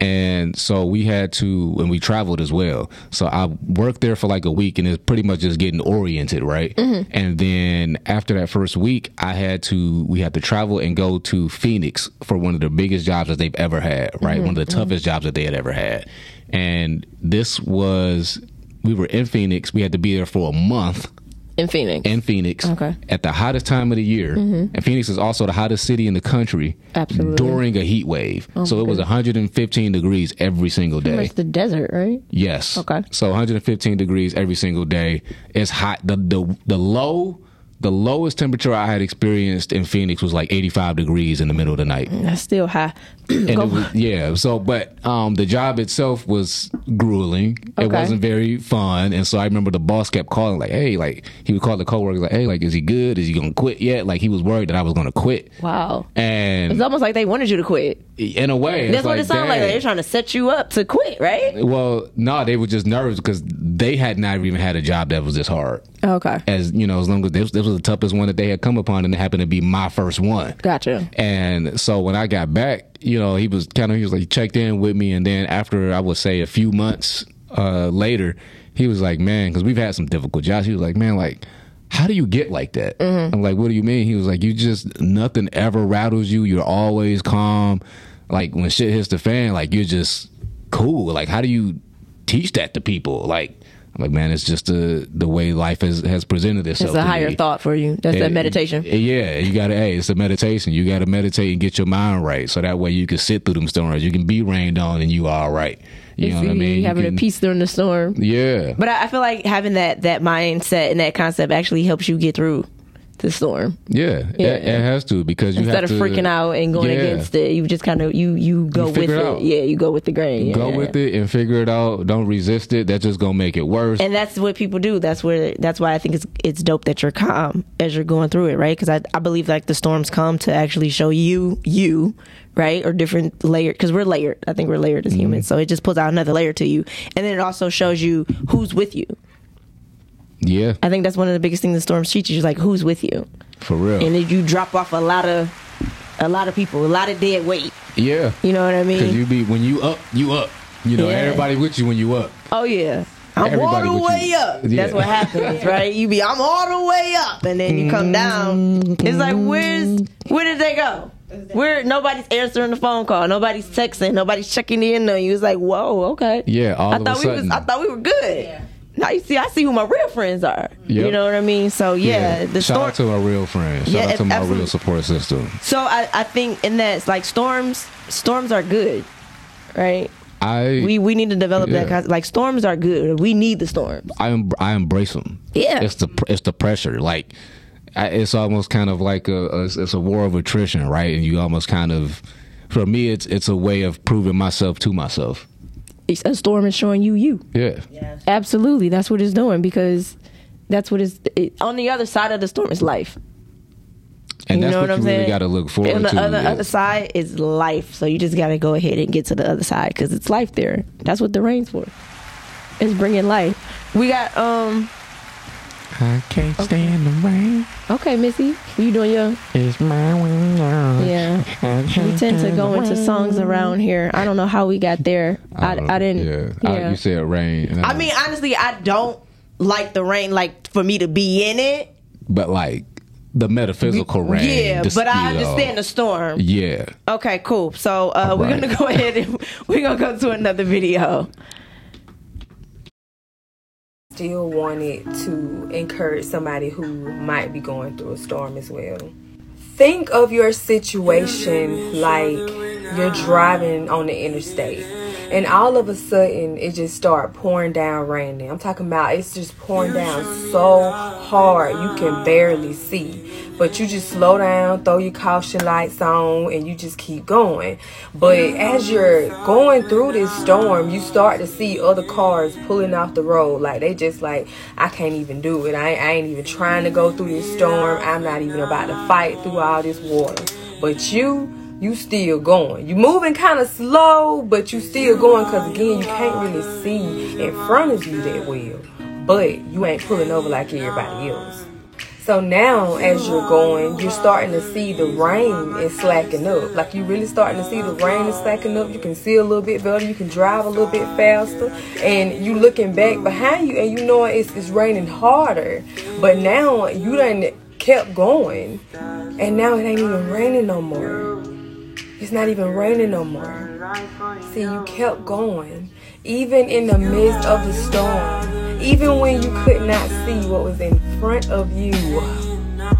Speaker 6: And so we had to, and we traveled as well. So I worked there for like a week, and it's pretty much just getting oriented, right? And then after that first week, I had to, we had to travel and go to Phoenix for one of the biggest jobs that they've ever had, right? One
Speaker 7: Mm-hmm.
Speaker 6: of the toughest jobs that they had ever had. And this was, we were in Phoenix. We had to be there for a month
Speaker 7: in Phoenix.
Speaker 6: in Phoenix
Speaker 7: Okay. Mm-hmm.
Speaker 6: at the hottest time of the year. And Phoenix is also the hottest city in the country
Speaker 7: Absolutely.
Speaker 6: during a heat wave.
Speaker 7: Oh
Speaker 6: so it was 115 degrees every single day.
Speaker 7: It's the desert, right?
Speaker 6: Yes.
Speaker 7: Okay.
Speaker 6: So 115 degrees every single day. It's hot. The the the low the lowest temperature I had experienced in Phoenix was like 85 degrees in the middle of the night.
Speaker 7: That's still high.
Speaker 6: And
Speaker 7: Go-
Speaker 6: it was, yeah, so but um, the job itself was grueling. It
Speaker 7: Okay.
Speaker 6: wasn't very fun, and so I remember the boss kept calling, like, "Hey, like he would call the coworkers, like, hey, like is he good? Is he gonna quit yet? Like he was worried that I was gonna quit."
Speaker 7: wow. It's
Speaker 6: And
Speaker 7: almost like they wanted you to quit.
Speaker 6: in a way,
Speaker 5: That's
Speaker 6: it's
Speaker 5: what it sounds like.
Speaker 6: dang.
Speaker 5: They're trying to set you up to quit, right?
Speaker 6: Well, no, they were just nervous because they had not even had a job that was this hard.
Speaker 7: Okay.
Speaker 6: As you know, as long as this, this was the toughest one that they had come upon, and it happened to be my first one.
Speaker 7: Gotcha.
Speaker 6: And so when I got back, you know, he was kind of he was like checked in with me, and then after I would say a few months uh, later, he was like, "Man, because we've had some difficult jobs." He was like, "Man, like." How do you get like that?
Speaker 7: Mm-hmm.
Speaker 6: I'm like, what do you mean? He was like, you just nothing ever rattles you. You're always calm. Like when shit hits the fan, like you're just cool. Like how do you teach that to people? Like I'm like, man, it's just the the way life has has presented itself.
Speaker 7: It's a
Speaker 6: to
Speaker 7: higher
Speaker 6: me."
Speaker 7: thought for you. That's that
Speaker 6: Yeah,
Speaker 7: meditation.
Speaker 6: Yeah, you gotta. Hey, it's a meditation. You gotta meditate and get your mind right, so that way you can sit through them storms. You can be rained on, and you all right. You know what I mean? You
Speaker 7: Having
Speaker 6: can-
Speaker 7: a peace during the storm.
Speaker 6: Yeah,
Speaker 5: But I, I feel like having that that mindset and that concept actually helps you get through the storm.
Speaker 6: yeah. It,
Speaker 7: Yeah.
Speaker 6: it has to because you
Speaker 7: Instead
Speaker 6: have
Speaker 7: of
Speaker 6: to,
Speaker 7: freaking out and going
Speaker 6: Yeah.
Speaker 7: against it, you just kind of you you go with it.
Speaker 6: figure it out.
Speaker 7: Yeah, you go with the grain.
Speaker 6: Go
Speaker 7: Yeah.
Speaker 6: with it and figure it out. Don't resist it. That's just gonna make it worse.
Speaker 5: and that's what people do that's where that's why i think it's it's dope that you're calm as you're going through it right because I, I believe like the storms come to actually show you you right or different layered because we're layered i think we're layered as humans so it just pulls out another layer to you and then it also shows you who's with you
Speaker 6: yeah,
Speaker 5: i think that's one of the biggest things the storms teach you is like who's with you
Speaker 6: for real.
Speaker 5: and then you drop off a lot of a lot of people a lot of dead weight
Speaker 6: yeah,
Speaker 5: you know what i
Speaker 6: because
Speaker 5: mean
Speaker 6: you be when you up, you up. You know,
Speaker 5: Yeah.
Speaker 6: everybody with you when you up.
Speaker 5: oh yeah I'm all
Speaker 6: Everybody
Speaker 5: the
Speaker 6: with you.
Speaker 5: way up. That's
Speaker 6: Yeah.
Speaker 5: what happens, right? You be I'm all the way up, and then you come down. It's like where's where did they go? Where nobody's answering the phone call, nobody's texting, nobody's checking in on you. It's like whoa, okay.
Speaker 6: Yeah, all
Speaker 5: I
Speaker 6: of a
Speaker 5: thought we was
Speaker 6: sudden.
Speaker 5: I thought we were good. Now you see, I see who my real friends are. You
Speaker 6: Yep.
Speaker 5: know what I mean? So Oh, yeah, the
Speaker 6: Shout
Speaker 5: storm.
Speaker 6: out to my real friends. Shout
Speaker 5: Yeah,
Speaker 6: out to my
Speaker 5: absolutely.
Speaker 6: real support system.
Speaker 5: so I, I think in that it's like storms storms are good, right?
Speaker 6: I
Speaker 5: We we need to develop that
Speaker 6: Yeah.
Speaker 5: that like storms are good. We need the storms.
Speaker 6: I em- I embrace them.
Speaker 5: Yeah.
Speaker 6: it's the pr- it's the pressure. Like I, it's almost kind of like a, a it's a war of attrition, right? And you almost kind of for me it's it's a way of proving myself to myself.
Speaker 7: It's- A storm is showing you you.
Speaker 6: Yeah,
Speaker 7: Absolutely, that's what it's doing because that's what it's it, on the other side of the storm is life.
Speaker 6: and
Speaker 5: You
Speaker 6: that's
Speaker 5: know
Speaker 6: what,
Speaker 5: what I'm
Speaker 6: you really
Speaker 5: saying?
Speaker 6: got to look forward
Speaker 5: and the
Speaker 6: to.
Speaker 5: other
Speaker 6: Yeah.
Speaker 5: other side is life. So you just gotta go ahead and get to the other side because it's life there.
Speaker 7: That's what the rain's for. It's bringing life.
Speaker 5: We got um
Speaker 6: I can't stand the rain.
Speaker 7: Okay, Missy, you doing your?
Speaker 6: It's my window.
Speaker 7: Yeah, we
Speaker 6: Uh,
Speaker 7: tend to go into songs around here. I don't know how we got there. I, I, didn't.
Speaker 6: Uh, Yeah,
Speaker 7: Yeah,
Speaker 6: I- you said rain. and
Speaker 5: I mean honestly I don't like the rain like for me to be in it.
Speaker 6: but like the metaphysical rain.
Speaker 5: yeah,
Speaker 6: just,
Speaker 5: but I
Speaker 6: you know.
Speaker 5: understand the storm.
Speaker 6: Yeah,
Speaker 5: Okay, cool. So uh, we're
Speaker 6: Alright.
Speaker 5: gonna go ahead and we're gonna go to another video.
Speaker 10: still wanted to encourage somebody who might be going through a storm as well. Think of your situation like you're driving on the interstate and all of a sudden it just start pouring down raining. I'm talking about it's just pouring down so hard you can barely see. But you just slow down, throw your caution lights on and you just keep going. But as you're going through this storm, you start to see other cars pulling off the road. Like they just like, I can't even do it. I, I ain't even trying to go through this storm. I'm not even about to fight through all this water. But you you still going. You moving kind of slow, but you still going because again, you can't really see in front of you that well. But you ain't pulling over like everybody else. So now, as you're going, you're starting to see the rain is slacking up. Like you're really starting to see the rain is slacking up. You can see a little bit better. You can drive a little bit faster. And you looking back behind you, and you know it's it's raining harder. But now you done kept going, and now it ain't even raining no more. It's not even raining no more. See, you kept going, even in the midst of the storm, even when you could not see what was in front of you.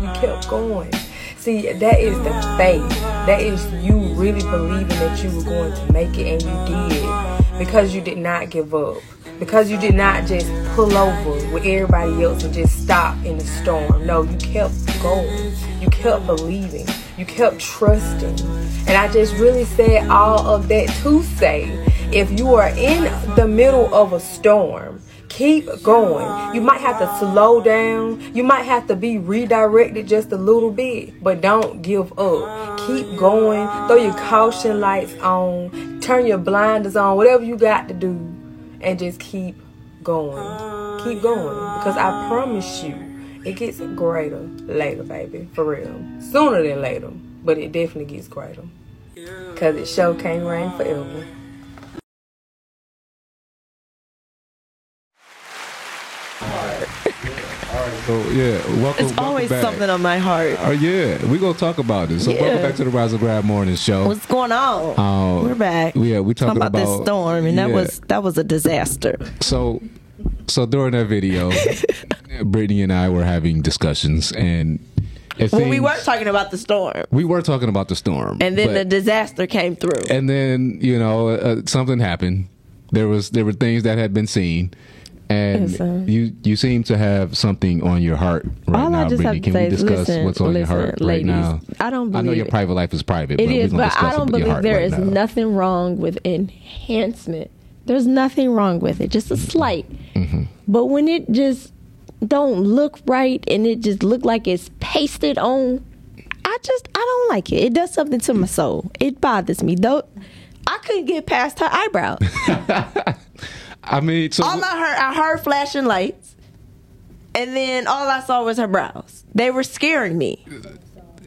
Speaker 10: You kept going. See, that is the faith. That is you really believing that you were going to make it, and you did because you did not give up. Because you did not just pull over with everybody else and just stop in the storm. No, you kept going. You kept believing. You kept trusting. And I just really said all of that to say if you are in the middle of a storm, keep going. You might have to slow down. You might have to be redirected just a little bit, but don't give up. Keep going. Throw your caution lights on. Turn your blinders on. Whatever you got to do, and just keep going. Keep going because I promise you, it gets greater later, baby. For real, sooner than later, but it definitely gets greater. Cause it show can't rain forever.
Speaker 6: So yeah,
Speaker 7: It's
Speaker 6: welcome. welcome
Speaker 7: always
Speaker 6: back.
Speaker 7: something on my heart.
Speaker 6: Oh yeah, we gonna talk about this. So welcome
Speaker 7: Yeah.
Speaker 6: back to the Rise and Grab Morning Show.
Speaker 5: What's going on?
Speaker 6: Uh,
Speaker 7: We're back.
Speaker 6: Yeah, we
Speaker 7: Talking
Speaker 6: talking
Speaker 7: about, this storm, and that
Speaker 6: yeah.
Speaker 7: was that was a disaster.
Speaker 6: so. So during that video, Brittany and I were having discussions, and it
Speaker 7: Well, we
Speaker 6: seems-
Speaker 7: were talking about the storm,
Speaker 6: we were talking about the storm,
Speaker 7: and then
Speaker 6: but-
Speaker 7: the disaster came through.
Speaker 6: and then you know uh, something happened. There was there were things that had been seen, and
Speaker 7: Yes, sir.
Speaker 6: you you seem to have something on your heart right
Speaker 7: uh, All
Speaker 6: now,
Speaker 7: I just
Speaker 6: Brittany.
Speaker 7: have to
Speaker 6: Can
Speaker 7: say
Speaker 6: we
Speaker 7: is,
Speaker 6: discuss
Speaker 7: listen,
Speaker 6: what's on your
Speaker 7: ladies,
Speaker 6: heart right
Speaker 7: ladies,
Speaker 6: now?
Speaker 7: I don't
Speaker 6: I know
Speaker 7: believe
Speaker 6: your
Speaker 7: it.
Speaker 6: private life is private.
Speaker 7: It
Speaker 6: but
Speaker 7: is,
Speaker 6: we're gonna
Speaker 7: but
Speaker 6: discuss
Speaker 7: I don't
Speaker 6: what's on your
Speaker 7: believe
Speaker 6: heart
Speaker 7: there
Speaker 6: right
Speaker 7: is
Speaker 6: now.
Speaker 7: nothing wrong with enhancement. There's nothing wrong with it, just a
Speaker 6: Mm-hmm.
Speaker 7: slight. But when it just don't look right and it just look like it's pasted on, I just I don't like it. It does something to my soul. It bothers me though. I couldn't get past her eyebrows.
Speaker 6: I mean, so
Speaker 5: All I heard, I heard flashing lights, and then all I saw was her brows. They were scaring me.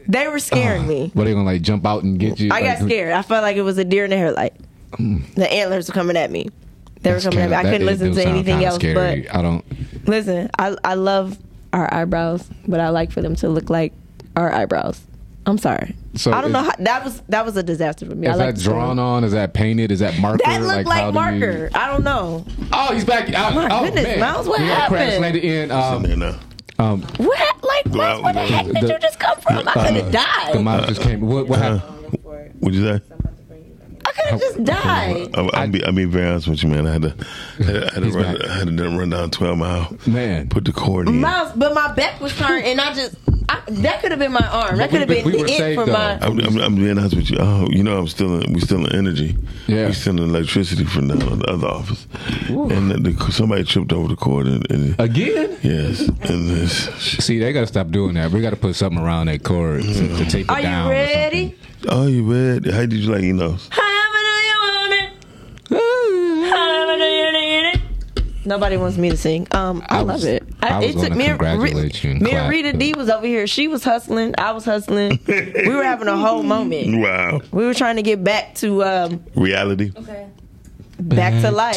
Speaker 5: They were scaring me.
Speaker 6: what are they gonna like jump out and get you?
Speaker 5: I got
Speaker 6: Like, Mm.
Speaker 5: scared. I felt like it was a deer in the headlight. The antlers were coming at me. They were
Speaker 6: that's
Speaker 5: coming at me. I
Speaker 6: kinda-
Speaker 5: couldn't
Speaker 6: that- it
Speaker 5: listen
Speaker 6: do
Speaker 5: to
Speaker 6: sound
Speaker 5: anything
Speaker 6: kinda
Speaker 5: else.
Speaker 6: scary. I don't.
Speaker 5: But listen, I I love our eyebrows,
Speaker 7: but I like for them to look like our eyebrows. I'm sorry.
Speaker 6: So
Speaker 5: I don't
Speaker 6: is,
Speaker 5: know. How, that was that was a disaster for me. I
Speaker 6: Is
Speaker 5: like
Speaker 6: that drawn on? Is that painted? Is that marker?
Speaker 5: That looked
Speaker 6: how
Speaker 5: like,
Speaker 6: do you-
Speaker 5: marker. I don't know.
Speaker 6: Oh, he's back. Oh,
Speaker 5: My
Speaker 6: oh,
Speaker 5: goodness,
Speaker 6: man.
Speaker 5: Miles, what
Speaker 6: we had Crash
Speaker 5: happened?
Speaker 6: landed in. Um,
Speaker 4: Sitting there now.
Speaker 6: um,
Speaker 5: What? Like,
Speaker 4: Well,
Speaker 5: what, what the heck did
Speaker 6: the-
Speaker 5: you just come from? I could
Speaker 6: uh,
Speaker 5: have
Speaker 6: The
Speaker 5: died.
Speaker 6: mob just came. What, what happened?
Speaker 4: Uh-huh. What'd you say?
Speaker 5: I could have just died.
Speaker 4: I'm, I'm, be, I'm be very honest with you, man. I had to, I had to, I had to,
Speaker 6: He's
Speaker 4: run,
Speaker 6: back.
Speaker 4: I had to run down 12 mile.
Speaker 6: Man.
Speaker 4: Put the cord in.
Speaker 5: Miles, but my back was turned, and I just I, that could have been my arm. That
Speaker 6: But
Speaker 5: could
Speaker 6: we-
Speaker 5: have been
Speaker 6: we were
Speaker 5: the end
Speaker 6: saved,
Speaker 5: for
Speaker 6: though.
Speaker 5: my.
Speaker 4: I'm, I'm, I'm being honest with you. Oh, you know, I'm still in, we still in energy.
Speaker 6: Yeah.
Speaker 4: We still in electricity from down in the other office. And the, the, somebody tripped over the cord. And, and
Speaker 6: Again?
Speaker 4: yes, and this.
Speaker 6: See, they got to stop doing that. We got to put something around that cord to, to tape it
Speaker 5: Are
Speaker 6: down.
Speaker 5: you
Speaker 6: or
Speaker 5: ready?
Speaker 4: Oh, you read? How did you like your nose?
Speaker 5: However do you want it? However do you need it? Nobody wants me to sing. Um, I,
Speaker 6: I
Speaker 5: love
Speaker 6: was-
Speaker 5: it.
Speaker 6: I was
Speaker 5: it took
Speaker 6: gonna
Speaker 5: me and Re-
Speaker 6: congratulate you and
Speaker 5: Me and
Speaker 6: clap,
Speaker 5: Rita
Speaker 6: but-
Speaker 5: D was over here. She was hustling. I was hustling. we were having a whole moment.
Speaker 4: Wow.
Speaker 5: We were trying to get back to um,
Speaker 4: Reality.
Speaker 5: back to life.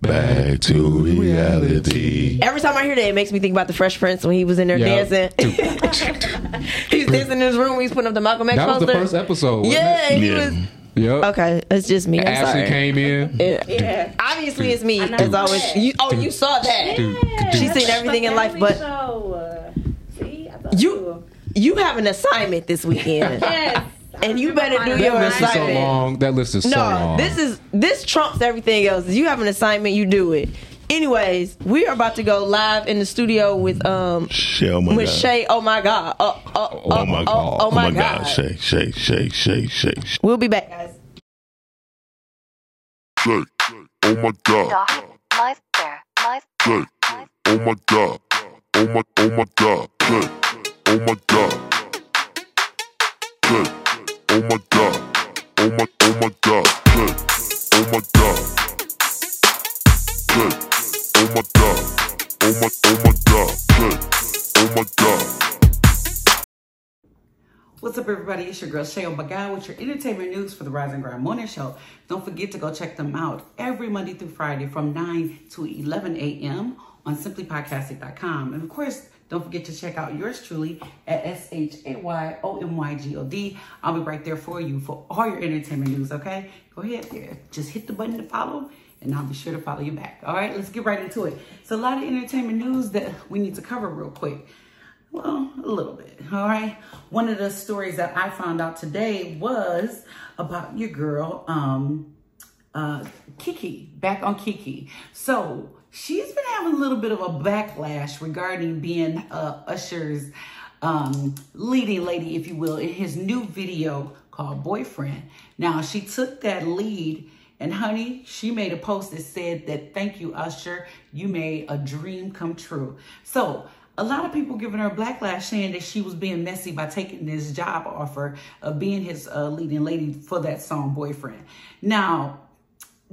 Speaker 4: Back to reality.
Speaker 5: Every time I hear that, it makes me think about the Fresh Prince when he was in there
Speaker 6: Yeah.
Speaker 5: dancing. he's dancing in his room. He's putting up the Malcolm X
Speaker 6: That was
Speaker 5: poster.
Speaker 6: the first episode. wasn't
Speaker 5: yeah,
Speaker 6: It?
Speaker 5: and he
Speaker 4: Yeah.
Speaker 5: was.
Speaker 6: Yep.
Speaker 5: Okay, it's just me. I'm
Speaker 6: Ashley
Speaker 5: sorry.
Speaker 6: came in.
Speaker 5: Yeah. Obviously, it's me. As always. You, oh, you saw that.
Speaker 6: Dude, dude.
Speaker 5: She's seen everything in life, but you you have an assignment this weekend,
Speaker 11: Yes.
Speaker 5: and you better do your
Speaker 6: that list is so
Speaker 5: assignment.
Speaker 6: long. That list is so
Speaker 5: No,
Speaker 6: long.
Speaker 5: this is this trumps everything else. You have an assignment, you do it. Anyways, we are about to go live in the studio with um
Speaker 4: Shell, my
Speaker 5: with
Speaker 4: God.
Speaker 5: Shay. Oh my God! Oh, oh, oh,
Speaker 4: Oh, my God.
Speaker 5: Oh, my God!
Speaker 4: Shake, shake, shake, shake, shake. shake.
Speaker 5: We'll be back, guys.
Speaker 12: Shake. Oh my god. Shake. Oh my god. Oh my oh my god. Shake. Oh my god. Shake. Oh my god. Oh my oh my god. Shake. Oh my god. Shake. Oh my god. Oh my oh my god. Shake.
Speaker 11: up, everybody? It's your girl Shea Bagay with your entertainment news for the Rise and Grind Morning Show. Don't forget to go check them out every Monday through Friday from 9 to 11 a.m. on simplypodcasting.com. And of course, don't forget to check out yours truly at S H A Y O M Y G O D. I'll be right there for you for all your entertainment news, okay? Go ahead, yeah, just hit the button to follow, and I'll be sure to follow you back. All right, let's get right into it. So, a lot of entertainment news that we need to cover real quick. Well, a little bit. All right. One of the stories that I found out today was about your girl, um, uh, Kiki, back on Kiki. So she's been having a little bit of a backlash regarding being uh, Usher's um, leading lady, if you will, in his new video called Boyfriend. Now, she took that lead. And honey, she made a post that said that thank you, Usher. You made a dream come true. So a lot of people giving her backlash saying that she was being messy by taking this job offer of being his uh, leading lady for that song boyfriend now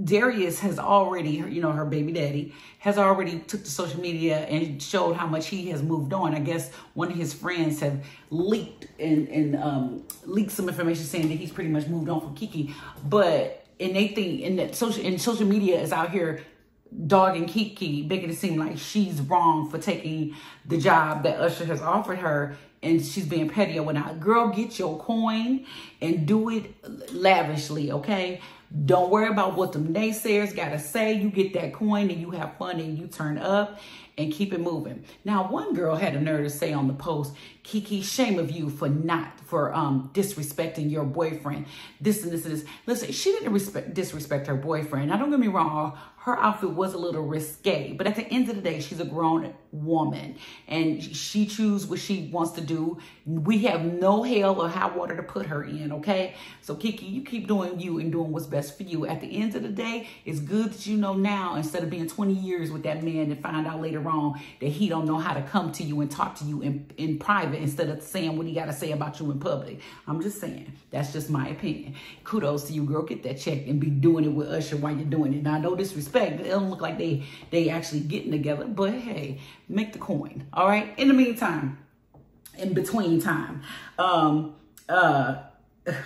Speaker 11: darius has already you know her baby daddy has already took to social media and showed how much he has moved on i guess one of his friends have leaked and, and um, leaked some information saying that he's pretty much moved on from kiki but and they think and that social and social media is out here Dog and Kiki making it seem like she's wrong for taking the job that Usher has offered her and she's being petty or whatnot. Girl, get your coin and do it lavishly, okay? Don't worry about what the naysayers gotta say. You get that coin and you have fun and you turn up and keep it moving. Now, one girl had a nerve to say on the post, Kiki, shame of you for not for um disrespecting your boyfriend. This and this and this. Listen, she didn't respect disrespect her boyfriend. Now don't get me wrong, her outfit was a little risque, but at the end of the day, she's a grown woman and she chooses what she wants to do. We have no hell or high water to put her in, okay? So Kiki, you keep doing you and doing what's best for you. At the end of the day, it's good that you know now instead of being 20 years with that man and find out later on that he don't know how to come to you and talk to you in, in private instead of saying what he got to say about you in public. I'm just saying. That's just my opinion. Kudos to you, girl. Get that check and be doing it with Usher while you're doing it. Now, no disrespect. It don't look like they they actually getting together, but hey, make the coin. All right. In the meantime, in between time, um, uh,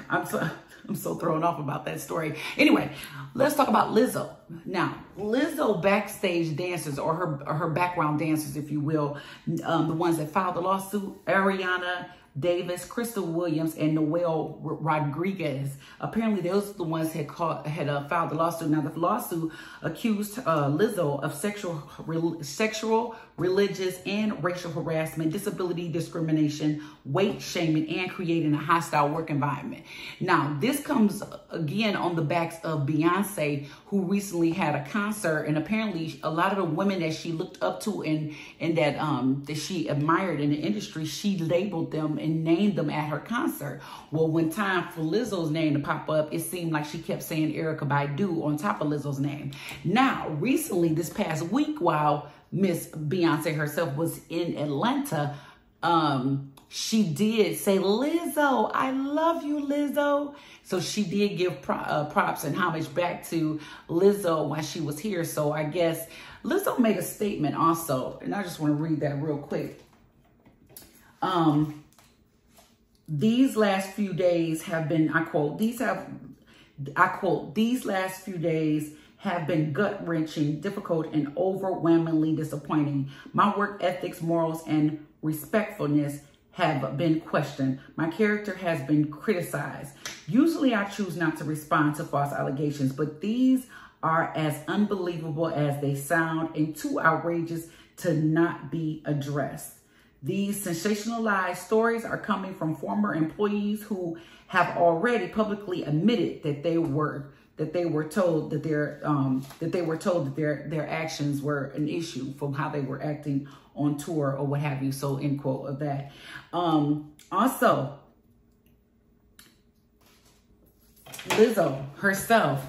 Speaker 11: I'm so, I'm so thrown off about that story. Anyway, let's talk about Lizzo. Now, Lizzo backstage dancers or her or her background dancers, if you will, um, the ones that filed the lawsuit, Ariana Davis, Crystal Williams, and Noel R- Rodriguez. Apparently, those are the ones had caught, had uh, filed the lawsuit. Now, the lawsuit accused uh, Lizzo of sexual, re- sexual, religious, and racial harassment, disability discrimination, weight shaming, and creating a hostile work environment. Now, this comes again on the backs of Beyonce, who recently had a concert, and apparently, a lot of the women that she looked up to and and that um that she admired in the industry, she labeled them and named them at her concert. Well, when time for Lizzo's name to pop up, it seemed like she kept saying Erica Baidu on top of Lizzo's name. Now, recently, this past week, while Miss Beyonce herself was in Atlanta, um, she did say, Lizzo, I love you, Lizzo. So she did give pro- uh, props and homage back to Lizzo while she was here. So I guess Lizzo made a statement also, and I just want to read that real quick. Um, these last few days have been i quote these have i quote these last few days have been gut wrenching difficult and overwhelmingly disappointing my work ethics morals and respectfulness have been questioned my character has been criticized usually i choose not to respond to false allegations but these are as unbelievable as they sound and too outrageous to not be addressed these sensationalized stories are coming from former employees who have already publicly admitted that they were that they were told that their um, that they were told that their their actions were an issue from how they were acting on tour or what have you. So end quote of that. Um, also, Lizzo herself,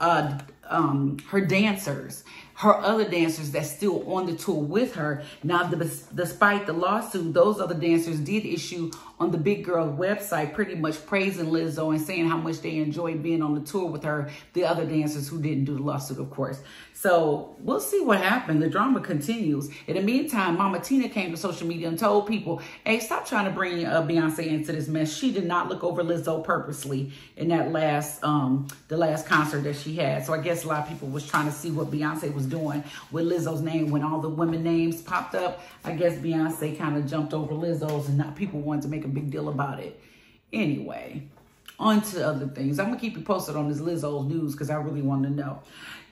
Speaker 11: uh, um, her dancers her other dancers that's still on the tour with her. Now, the, despite the lawsuit, those other dancers did issue on the Big Girl website pretty much praising Lizzo and saying how much they enjoyed being on the tour with her, the other dancers who didn't do the lawsuit, of course. So we'll see what happens. The drama continues. In the meantime, Mama Tina came to social media and told people, hey, stop trying to bring uh, Beyonce into this mess. She did not look over Lizzo purposely in that last, um, the last concert that she had. So I guess a lot of people was trying to see what Beyonce was doing with Lizzo's name. When all the women names popped up, I guess Beyonce kind of jumped over Lizzo's and not people wanted to make a big deal about it. Anyway, on to other things. I'm gonna keep you posted on this Lizzo's news because I really want to know.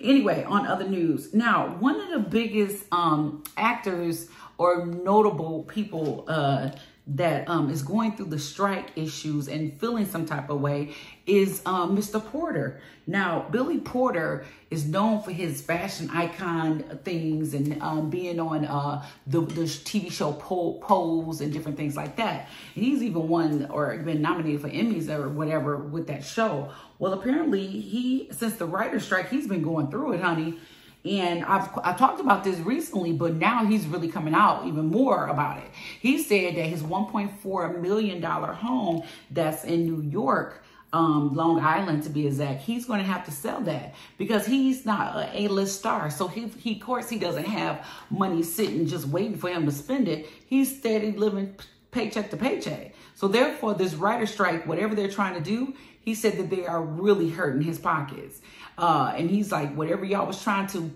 Speaker 11: Anyway, on other news. Now, one of the biggest um actors or notable people uh that um is going through the strike issues and feeling some type of way is um Mr. Porter. Now, Billy Porter is known for his fashion icon things and um, being on uh, the, the TV show Pol- Pose and different things like that. And he's even won or been nominated for Emmys or whatever with that show. Well, apparently he, since the writer's strike, he's been going through it, honey. And I've I talked about this recently, but now he's really coming out even more about it. He said that his 1.4 million dollar home that's in New York um, Long Island to be exact, he's going to have to sell that because he's not a A-list star. So he, he, of course, he doesn't have money sitting just waiting for him to spend it. He's steady living p- paycheck to paycheck. So therefore, this writer strike, whatever they're trying to do, he said that they are really hurting his pockets. Uh, and he's like, whatever y'all was trying to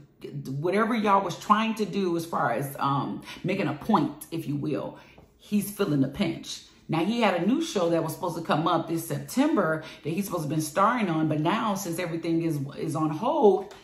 Speaker 11: whatever y'all was trying to do as far as um, making a point if you will he's feeling the pinch now he had a new show that was supposed to come up this September that he's supposed to been starring on, but now since everything is is on hold,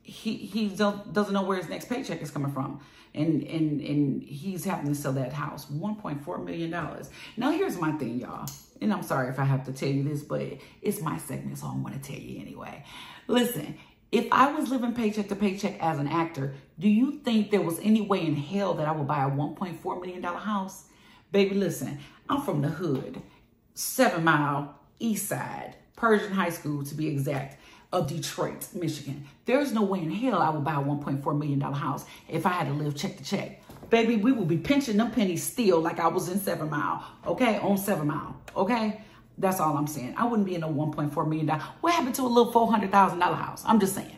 Speaker 11: he he don't, doesn't know where his next paycheck is coming from, and and and he's having to sell that house, one point four million dollars. Now here's my thing, y'all, and I'm sorry if I have to tell you this, but it's my segment, so I'm going to tell you anyway. Listen, if I was living paycheck to paycheck as an actor, do you think there was any way in hell that I would buy a one point four million dollar house? Baby, listen, I'm from the hood, Seven Mile, East Side, Persian High School to be exact, of Detroit, Michigan. There's no way in hell I would buy a $1.4 million house if I had to live check to check. Baby, we would be pinching them pennies still like I was in Seven Mile, okay? On Seven Mile, okay? That's all I'm saying. I wouldn't be in a $1.4 million. What happened to a little $400,000 house? I'm just saying.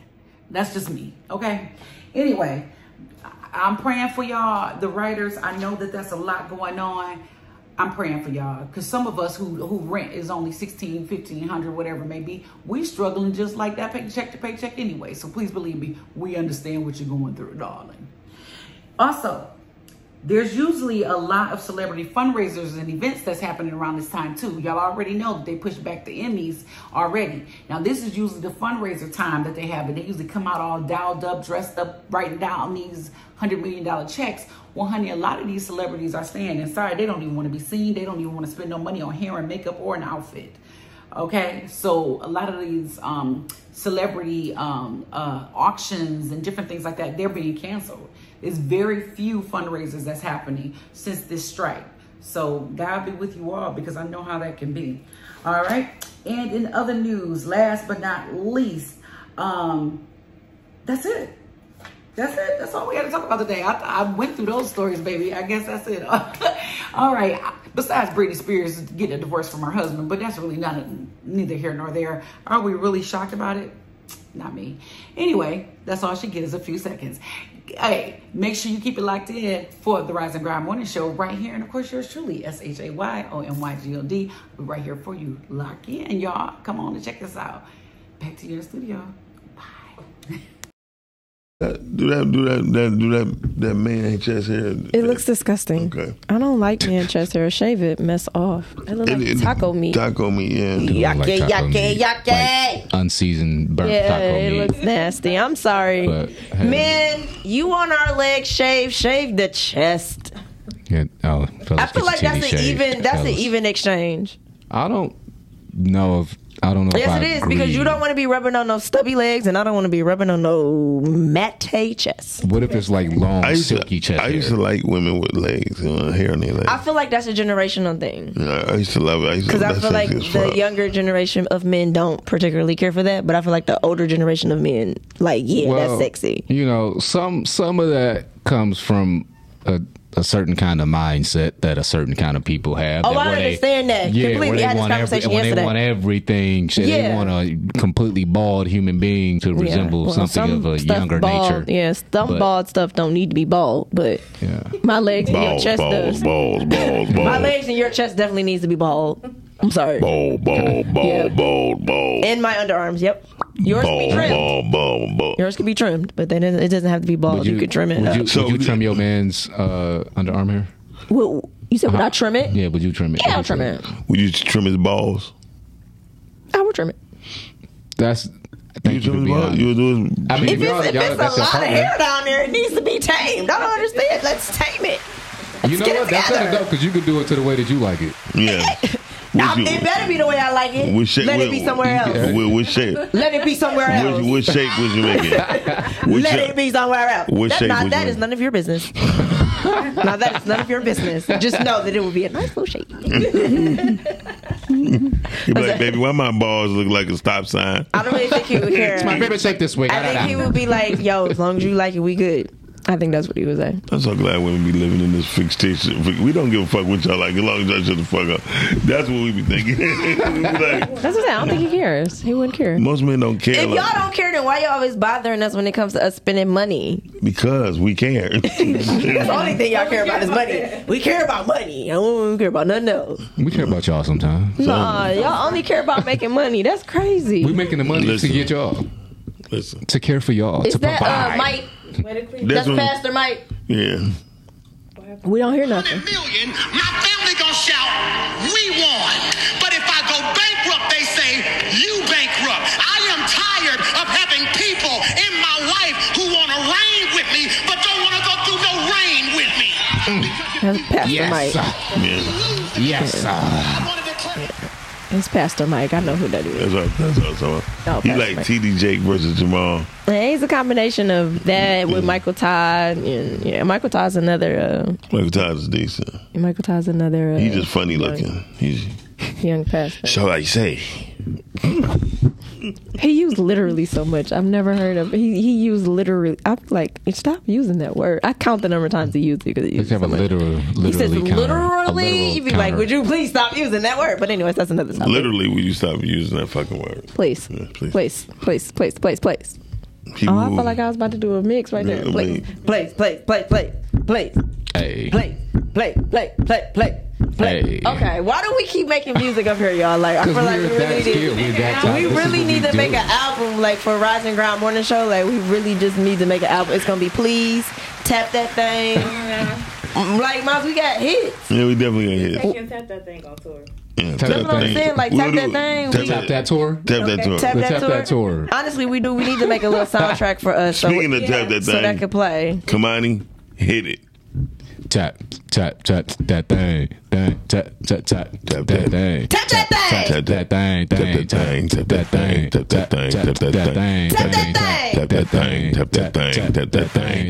Speaker 11: That's just me, okay? Anyway, I'm praying for y'all, the writers. I know that that's a lot going on. I'm praying for y'all because some of us who who rent is only 16, 1500, whatever it may be. We struggling just like that paycheck to paycheck anyway. So please believe me, we understand what you're going through, darling. Also, there's usually a lot of celebrity fundraisers and events that's happening around this time too. Y'all already know that they push back the Emmys already. Now this is usually the fundraiser time that they have, and they usually come out all dialed up, dressed up, writing down these hundred million dollar checks. Well, honey, a lot of these celebrities are staying inside. They don't even want to be seen. They don't even want to spend no money on hair and makeup or an outfit. Okay, so a lot of these um, celebrity um, uh, auctions and different things like that, they're being canceled. It's very few fundraisers that's happening since this strike. So God be with you all because I know how that can be. All right. And in other news, last but not least, um, that's it. That's it. That's all we had to talk about today. I, I went through those stories, baby. I guess that's it. all right. Besides Britney Spears getting a divorce from her husband, but that's really not a, neither here nor there. Are we really shocked about it? Not me. Anyway, that's all she get is a few seconds hey, make sure you keep it locked in for the Rise and Grind Morning Show right here. And of course, yours truly, S H A Y O N Y G O D. We're right here for you. Lock in, y'all. Come on and check us out. Back to your studio. Bye.
Speaker 4: That- Do that, do that, that, do that, that man chest hair.
Speaker 7: It looks disgusting.
Speaker 4: Okay.
Speaker 7: I don't like Manchester. Shave it. Mess off. It looks like
Speaker 4: It- it-
Speaker 7: taco meat.
Speaker 4: Taco meat, yeah.
Speaker 6: It look
Speaker 5: Yake,
Speaker 6: like taco
Speaker 5: yake,
Speaker 6: meat,
Speaker 5: yake.
Speaker 6: like unseasoned burnt
Speaker 7: yeah,
Speaker 6: taco
Speaker 7: it
Speaker 6: meat.
Speaker 7: looks nasty. I'm sorry.
Speaker 6: but hey,
Speaker 5: Man, you want our legs shaved? Shave the chest.
Speaker 6: yeah, oh, fellas,
Speaker 5: I feel
Speaker 6: get your
Speaker 5: like that's an
Speaker 6: titties shaved,
Speaker 5: even that's an
Speaker 6: fellas.
Speaker 5: even exchange.
Speaker 6: I don't know if I don't know. if
Speaker 5: Yes,
Speaker 6: I
Speaker 5: it is
Speaker 6: agree.
Speaker 5: because you don't want to be rubbing on no stubby legs, and I don't want to be rubbing on no matte chest.
Speaker 6: What if it's like long,
Speaker 4: I used,
Speaker 6: silky
Speaker 4: to,
Speaker 6: chest
Speaker 4: I used to
Speaker 6: hair?
Speaker 4: like women with legs and hair on their legs.
Speaker 5: I feel like that's a generational thing.
Speaker 4: I, I used to love it. I used to
Speaker 5: Because I
Speaker 4: that's
Speaker 5: feel like
Speaker 4: sexy as
Speaker 5: the
Speaker 4: fuck.
Speaker 5: younger generation of men don't particularly care for that, but I feel like the older generation of men, like, yeah,
Speaker 6: Well,
Speaker 5: that's sexy.
Speaker 6: You know, some some of that comes from a a certain kind of mindset that a certain kind of people have.
Speaker 5: Oh,
Speaker 6: that
Speaker 5: I
Speaker 6: where they-
Speaker 5: understand that.
Speaker 6: Yeah,
Speaker 5: Completely.
Speaker 6: where they
Speaker 5: I had this
Speaker 6: want every-
Speaker 5: conversation
Speaker 6: when
Speaker 5: yesterday.
Speaker 6: they want everything, shit,
Speaker 5: Yeah.
Speaker 6: they want a completely bald human being to resemble
Speaker 7: Well,
Speaker 6: something
Speaker 7: some
Speaker 6: of a
Speaker 7: stuff
Speaker 6: younger
Speaker 7: bald,
Speaker 6: nature.
Speaker 7: Yeah, some
Speaker 6: But-
Speaker 7: bald stuff don't need to be bald, but
Speaker 6: Yeah.
Speaker 7: my legs and your
Speaker 4: Balls,
Speaker 7: chest
Speaker 4: balls,
Speaker 7: does.
Speaker 4: balls, balls,
Speaker 5: My
Speaker 4: balls.
Speaker 5: legs and your chest definitely needs to be bald. I'm sorry.
Speaker 4: Ball, ball,
Speaker 5: Yeah.
Speaker 4: ball, ball, ball.
Speaker 5: And my underarms. Yep. Yours can be
Speaker 4: Ball,
Speaker 5: trimmed.
Speaker 4: ball, ball, ball.
Speaker 7: Yours could be trimmed, but then it it doesn't have to be bald.
Speaker 6: Would
Speaker 7: You, could trim it.
Speaker 6: Would
Speaker 7: up.
Speaker 6: you,
Speaker 4: So-
Speaker 6: would you trim your man's uh, underarm hair? Uh-huh.
Speaker 7: Would- you said would I trim it?
Speaker 6: Yeah, would you trim it?
Speaker 7: Yeah, I'll
Speaker 6: Would you
Speaker 7: trim it.
Speaker 4: Would you trim his balls?
Speaker 7: I would trim it.
Speaker 6: That's.
Speaker 4: You
Speaker 6: Thank you,
Speaker 4: trim
Speaker 6: for
Speaker 4: his
Speaker 6: being
Speaker 4: balls?
Speaker 6: honest.
Speaker 4: You do it.
Speaker 6: I mean,
Speaker 5: If
Speaker 6: y'all-
Speaker 5: it's, if
Speaker 6: y'all-
Speaker 5: it's a lot
Speaker 6: that's your
Speaker 5: of
Speaker 6: partner.
Speaker 5: hair down there, it needs to be tamed. I don't understand. Let's tame it.
Speaker 6: You know
Speaker 5: get it
Speaker 6: what? That's kind of
Speaker 5: together.
Speaker 6: dope because you can do it to the way that you like it.
Speaker 4: Yeah.
Speaker 5: I-
Speaker 4: Would you-
Speaker 5: it better be the way I like it.
Speaker 4: Which shape-
Speaker 5: Let it be
Speaker 4: which-
Speaker 5: somewhere else.
Speaker 4: What, what shape?
Speaker 5: Let it be somewhere
Speaker 4: What,
Speaker 5: else.
Speaker 4: what shape was you making? What
Speaker 5: Let
Speaker 4: shape?
Speaker 5: it be somewhere else.
Speaker 4: Which
Speaker 5: That,
Speaker 4: shape
Speaker 5: now
Speaker 4: would
Speaker 5: that
Speaker 4: you-
Speaker 5: is none of your business. now that is none of your business. Just know that it would be a nice little shape.
Speaker 4: You be like, baby, why my balls look like a stop sign?
Speaker 5: I don't really think he would care.
Speaker 6: It's my favorite shape this week.
Speaker 5: I think he would be like, "Yo, as long as you like it, we good."
Speaker 7: I think that's what he was saying.
Speaker 4: I'm so glad women be living in this fixation. We don't give a fuck what y'all like as long as y'all shut the fuck up. That's what we be thinking. We be
Speaker 7: That's
Speaker 4: like,
Speaker 7: what I'm saying. I don't think he cares. He wouldn't care.
Speaker 4: most men don't care
Speaker 5: If
Speaker 4: like,
Speaker 5: y'all don't care, then why y'all always bothering us when it comes to us spending money?
Speaker 4: because we care.
Speaker 5: The only thing y'all care about is money. We care about money. I don't care about nothing else.
Speaker 6: We care about y'all sometimes.
Speaker 7: Nah, y'all only care about making money. That's crazy.
Speaker 6: We making the money
Speaker 4: Listen.
Speaker 6: to get y'all,
Speaker 4: Listen,
Speaker 6: to care for y'all,
Speaker 5: Is
Speaker 6: Oh, to
Speaker 5: that
Speaker 6: provide.
Speaker 5: uh, Mike?
Speaker 4: that's
Speaker 5: That's
Speaker 4: when,
Speaker 5: Pastor Mike.
Speaker 4: yeah.
Speaker 7: We don't hear nothing.
Speaker 13: million, my family gonna shout, we won. But if I go bankrupt, they say, you bankrupt. I am tired of having people in my life who wanna reign with me, but don't wanna go through no rain with me.
Speaker 7: That's Pastor
Speaker 6: yes,
Speaker 7: Mike.
Speaker 6: sir.
Speaker 4: yeah.
Speaker 6: yes. sir.
Speaker 13: I wanna declare.
Speaker 7: It's Pastor Mike. I know who that is.
Speaker 4: That's what, that's what I'm talking
Speaker 7: No,
Speaker 4: about. You
Speaker 7: Pastor
Speaker 4: like
Speaker 7: Mike.
Speaker 4: TD Jake versus Jamal.
Speaker 7: Hey, It's a combination of that
Speaker 6: Mm-hmm.
Speaker 7: with Michael Todd, and yeah, Michael Todd's another.
Speaker 4: Michael Todd is decent.
Speaker 7: Uh, Michael Todd's another. Uh,
Speaker 4: He's just funny looking. He's
Speaker 7: young pastor.
Speaker 4: so I say.
Speaker 7: He used literally so much. I've never heard of. He he used literally. I'm like, stop using that word. I count the number of times he used it because he
Speaker 6: Let's
Speaker 7: used it
Speaker 6: have
Speaker 7: so
Speaker 6: a
Speaker 7: much.
Speaker 6: literal,
Speaker 5: He says
Speaker 6: literally, counter, a
Speaker 5: literally.
Speaker 6: literal
Speaker 5: You'd be like,
Speaker 6: counter.
Speaker 5: "Would you please stop using that word?" But anyways, that's another topic.
Speaker 4: Literally, will you stop using that fucking word?
Speaker 7: Place,
Speaker 4: Yeah, please.
Speaker 7: place, place, place, place, place.
Speaker 4: He
Speaker 7: Oh, I
Speaker 4: will-
Speaker 7: felt like I was about to do a mix right there.
Speaker 4: Yeah,
Speaker 7: Place.
Speaker 5: Play, play, play, play, play,
Speaker 6: Hey,
Speaker 5: play, play, play, play, play, play.
Speaker 6: Hey.
Speaker 5: Okay, why do we keep making music up here, y'all? Like, I feel
Speaker 6: because
Speaker 5: like we
Speaker 6: we're
Speaker 5: really
Speaker 6: that skilled.
Speaker 5: need.
Speaker 6: We're that
Speaker 5: We
Speaker 6: talented. This is
Speaker 5: really
Speaker 6: what
Speaker 5: need to
Speaker 6: do.
Speaker 5: make an album, like for Rising Ground Morning Show. Like, we really just need to make an album. It's gonna be please tap that thing. like, Miles, we got hits.
Speaker 4: Uh-huh. Yeah, we definitely gonna hit. it.
Speaker 10: tap that thing on tour.
Speaker 4: Yeah,
Speaker 6: That's what I'm
Speaker 4: thing.
Speaker 5: saying, like,
Speaker 4: We'll
Speaker 5: tap
Speaker 4: do
Speaker 5: that
Speaker 4: it.
Speaker 5: thing.
Speaker 4: Tap
Speaker 5: We-
Speaker 6: Tap that tour.
Speaker 4: Tap that to
Speaker 5: Tap
Speaker 4: him.
Speaker 6: We'll
Speaker 5: that
Speaker 6: tap
Speaker 5: tour.
Speaker 6: that tour.
Speaker 5: Honestly, we do. We need to make a little soundtrack for us. Uh, So,
Speaker 4: Speaking of tap that
Speaker 5: so that
Speaker 4: thing,
Speaker 5: could play.
Speaker 4: Kamani, hit it.
Speaker 6: Tap, tap, tap that thing, thing, tap, tap, tap, tap
Speaker 4: Tap
Speaker 6: that
Speaker 4: that.
Speaker 6: thing.
Speaker 5: Tap that thing.
Speaker 6: Tap that thing,
Speaker 4: Tap that
Speaker 6: thing,
Speaker 4: thing,
Speaker 6: tap that thing, tap that thing,
Speaker 5: Tap
Speaker 6: tap that thing,
Speaker 5: that thing.
Speaker 4: Tap that thing. Tap that thing. Tap that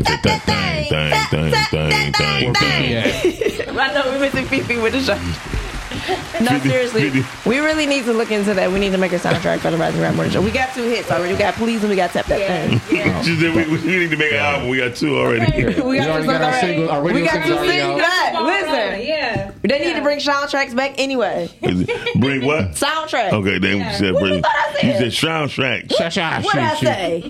Speaker 5: Tap that thing. Tap that thing. Tap that thing. Tap that thing.
Speaker 6: Yeah.
Speaker 5: I know we missing Fifi with the show. No, seriously,
Speaker 4: Fifi.
Speaker 5: we really need to look into that. We need to make a soundtrack for the Rising Ground Morning Show. We got two hits already. We got Please and we got Tap That Thing.
Speaker 4: She said we, we need to make an album. We got two already.
Speaker 5: We
Speaker 6: We already
Speaker 5: two
Speaker 6: got our
Speaker 5: songs
Speaker 6: single- our
Speaker 5: We
Speaker 6: radio
Speaker 5: got two
Speaker 6: singles already
Speaker 5: singles. Right. Listen,
Speaker 10: Yeah.
Speaker 5: they need to bring soundtracks back anyway.
Speaker 4: Bring what?
Speaker 5: Soundtrack.
Speaker 4: Okay, they said
Speaker 5: What you
Speaker 4: bring.
Speaker 5: thought I
Speaker 4: You
Speaker 5: said?
Speaker 4: said sound track.
Speaker 6: Sha, sha,
Speaker 5: What I
Speaker 6: shoot, shoot.
Speaker 5: say?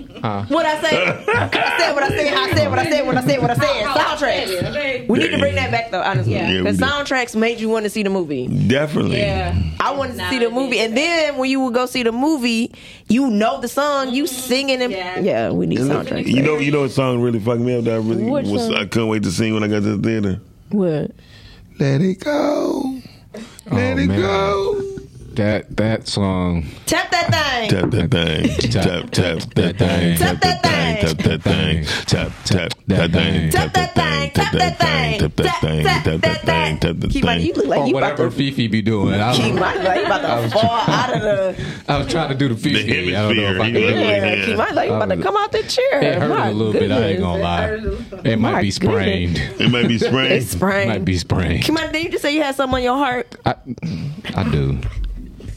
Speaker 5: What I say? I said what I said. I said what I said. What I said. What I said. Soundtracks. We need to bring that back though, honestly.
Speaker 4: Yeah. Yeah, we
Speaker 5: Because
Speaker 4: do.
Speaker 5: soundtracks made you want to see the movie.
Speaker 4: Definitely.
Speaker 5: I wanted to see the movie, and then when you would go see the movie, you know the song, you singing and yeah, we need soundtracks.
Speaker 4: You know, you know, what song really fucked me up. That I really
Speaker 7: What
Speaker 4: was.
Speaker 7: song?
Speaker 4: I couldn't wait to sing when I got to the theater.
Speaker 7: What?
Speaker 4: Let it go. Let it
Speaker 6: man.
Speaker 4: go.
Speaker 6: That that song.
Speaker 5: Tap that thing.
Speaker 4: Tap that thing. Tap
Speaker 6: Tap,
Speaker 4: tap
Speaker 6: tap that
Speaker 4: that
Speaker 6: thing.
Speaker 4: thing. Tap that thing. Tap that thing. Tap tap that thing.
Speaker 5: Tap that thing. Tap that thing.
Speaker 4: Tap that thing. Tap that thing. Tap that
Speaker 5: Keep on, you
Speaker 4: thing.
Speaker 5: look like
Speaker 6: Or
Speaker 5: you about
Speaker 6: whatever
Speaker 5: to.
Speaker 6: Fifi be doing. I
Speaker 5: Keep
Speaker 6: was,
Speaker 5: on, like you about to fall out of the.
Speaker 6: I was trying to do the Fifi. I don't know if I
Speaker 4: hemisphere.
Speaker 6: could do it.
Speaker 4: Yeah.
Speaker 5: Yeah, keep on, like you about to come out the chair.
Speaker 6: It hurt
Speaker 5: My
Speaker 6: a little bit. I ain't gonna lie. It might
Speaker 7: My
Speaker 6: be sprained.
Speaker 4: It might be
Speaker 5: goodness.
Speaker 4: sprained.
Speaker 5: Sprained.
Speaker 6: Might be sprained.
Speaker 5: Come on, did you just say you had something on your heart?
Speaker 6: I, I do.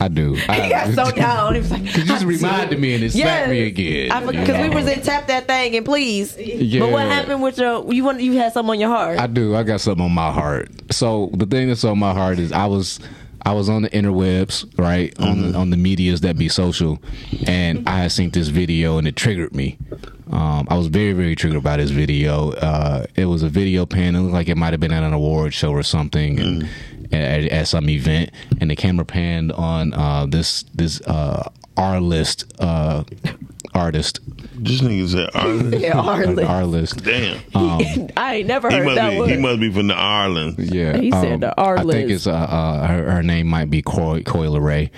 Speaker 6: I do. I,
Speaker 5: He got so down. He was like,
Speaker 6: you just reminded me and it slapped me again. you
Speaker 5: Because we
Speaker 6: know.
Speaker 5: was in tap that thing and please.
Speaker 6: Yeah.
Speaker 5: But what happened with your? You want you had something on your heart?
Speaker 6: I do. I got something on my heart. So the thing that's on my heart is I was I was on the interwebs, right? On
Speaker 4: Mm-hmm.
Speaker 6: the on the medias that be social and I had seen this video and it triggered me. Um, I was very, very triggered by this video. Uh, it was a video pan. It looked like it might have been at an award show or something, and,
Speaker 4: Mm.
Speaker 6: at, at some event. And the camera panned on uh, this this uh, R list uh, artist.
Speaker 4: This nigga said R list.
Speaker 5: Yeah, R-list.
Speaker 6: R list.
Speaker 4: Damn.
Speaker 6: Um,
Speaker 5: I ain't never
Speaker 4: he
Speaker 5: heard
Speaker 4: must
Speaker 5: that
Speaker 4: be
Speaker 5: word.
Speaker 4: he must be from the Ireland.
Speaker 6: Yeah, um,
Speaker 5: He said the R
Speaker 6: I think
Speaker 5: list.
Speaker 6: it's uh, uh her, her name might be Coy, Coil Ray,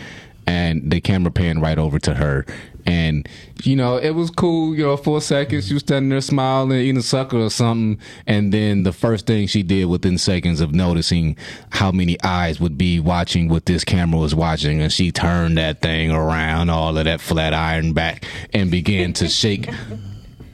Speaker 6: and the camera panned right over to her, and you know it was cool. You know, four seconds she was standing there smiling, eating a sucker or something, and then the first thing she did within seconds of noticing how many eyes would be watching what this camera was watching, and she turned that thing around, all of that flat iron back, and began to shake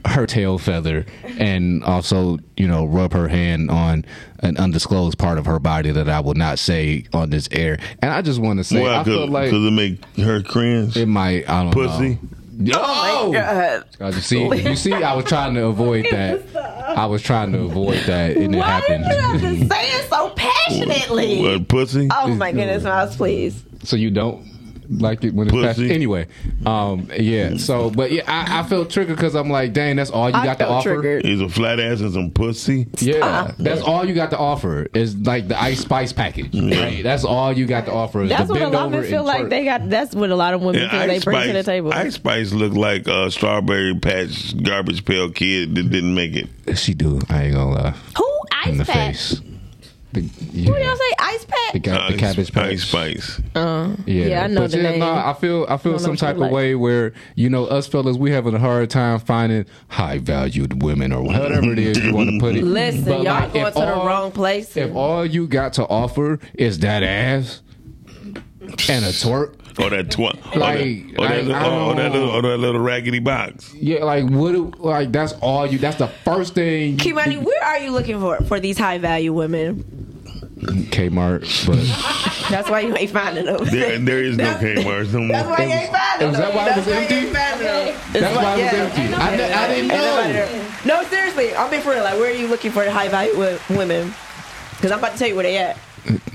Speaker 6: her tail feather and also, you know, rub her hand on an undisclosed part of her body that I will not say on this air. And I just want to say,
Speaker 4: Why?
Speaker 6: I feel like
Speaker 4: Because it make her cringe.
Speaker 6: it might, I don't
Speaker 4: Pussy.
Speaker 6: know. Oh, God, you see, you see, I was trying to avoid that. I was trying to avoid that, and it
Speaker 5: Why
Speaker 6: happened.
Speaker 5: did you have to say it so passionately?
Speaker 4: What, pussy?
Speaker 5: Oh my goodness, Miles, please.
Speaker 6: so you don't like it when it's
Speaker 4: Pussy.
Speaker 6: past. Anyway, um, yeah. So, but yeah, I, I felt triggered because I'm like, dang, that's all you
Speaker 5: I
Speaker 6: got to
Speaker 5: felt
Speaker 6: offer.
Speaker 5: triggered.
Speaker 4: He's a flat ass and some pussy.
Speaker 6: Yeah, that's all you got to offer is like the ice spice package. Right? That's all you got to offer. Is
Speaker 7: That's
Speaker 6: the
Speaker 7: what a
Speaker 6: bend
Speaker 7: lot of
Speaker 6: over
Speaker 7: men feel
Speaker 6: and
Speaker 7: like
Speaker 6: twerk.
Speaker 7: they got. That's what a lot of women
Speaker 4: And
Speaker 7: feel they bring to the table.
Speaker 4: Ice Spice looked like a strawberry patch garbage pail kid that didn't make it.
Speaker 6: She do. I ain't gonna lie.
Speaker 5: Who
Speaker 6: In the
Speaker 5: ice pack?
Speaker 6: face. The,
Speaker 7: Who
Speaker 6: yeah,
Speaker 7: y'all say ice pack?
Speaker 6: the, ca- the
Speaker 4: Ice-
Speaker 6: cabbage patch.
Speaker 4: Ice Spice.
Speaker 7: Uh, yeah. I know
Speaker 6: but
Speaker 7: the
Speaker 6: yeah,
Speaker 7: name.
Speaker 6: nah, I feel I
Speaker 7: Don't
Speaker 6: feel
Speaker 7: know
Speaker 6: some
Speaker 7: what you
Speaker 6: type of
Speaker 7: like.
Speaker 6: way where you know us fellas we having a hard time finding high valued women or whatever it is you want to put it.
Speaker 5: Listen,
Speaker 6: But,
Speaker 5: y'all
Speaker 6: like,
Speaker 5: going
Speaker 6: if
Speaker 5: to the
Speaker 6: all-
Speaker 5: wrong place.
Speaker 6: If all you got to offer is that ass and a twerk,
Speaker 4: Or that
Speaker 6: Like,
Speaker 4: twat. or, that, or, that,
Speaker 6: like, I
Speaker 4: little- or that
Speaker 6: don't-
Speaker 4: little, or that little raggedy box.
Speaker 6: yeah, like what? Like that's all you. That's the first thing.
Speaker 5: Kimani, where are you looking for for these high value women?
Speaker 6: Kmart, but
Speaker 5: That's why you ain't finding them.
Speaker 4: There, there is no Kmart no
Speaker 5: That's why
Speaker 4: more.
Speaker 5: you ain't finding them.
Speaker 6: Is that why it was
Speaker 5: That's you
Speaker 6: empty?
Speaker 5: ain't finding them.
Speaker 6: that's why it was empty. I, di- I didn't know.
Speaker 5: No, seriously, I'm being for real. Like, where are you looking for the high value wo- women? Because I'm about to tell you where they at.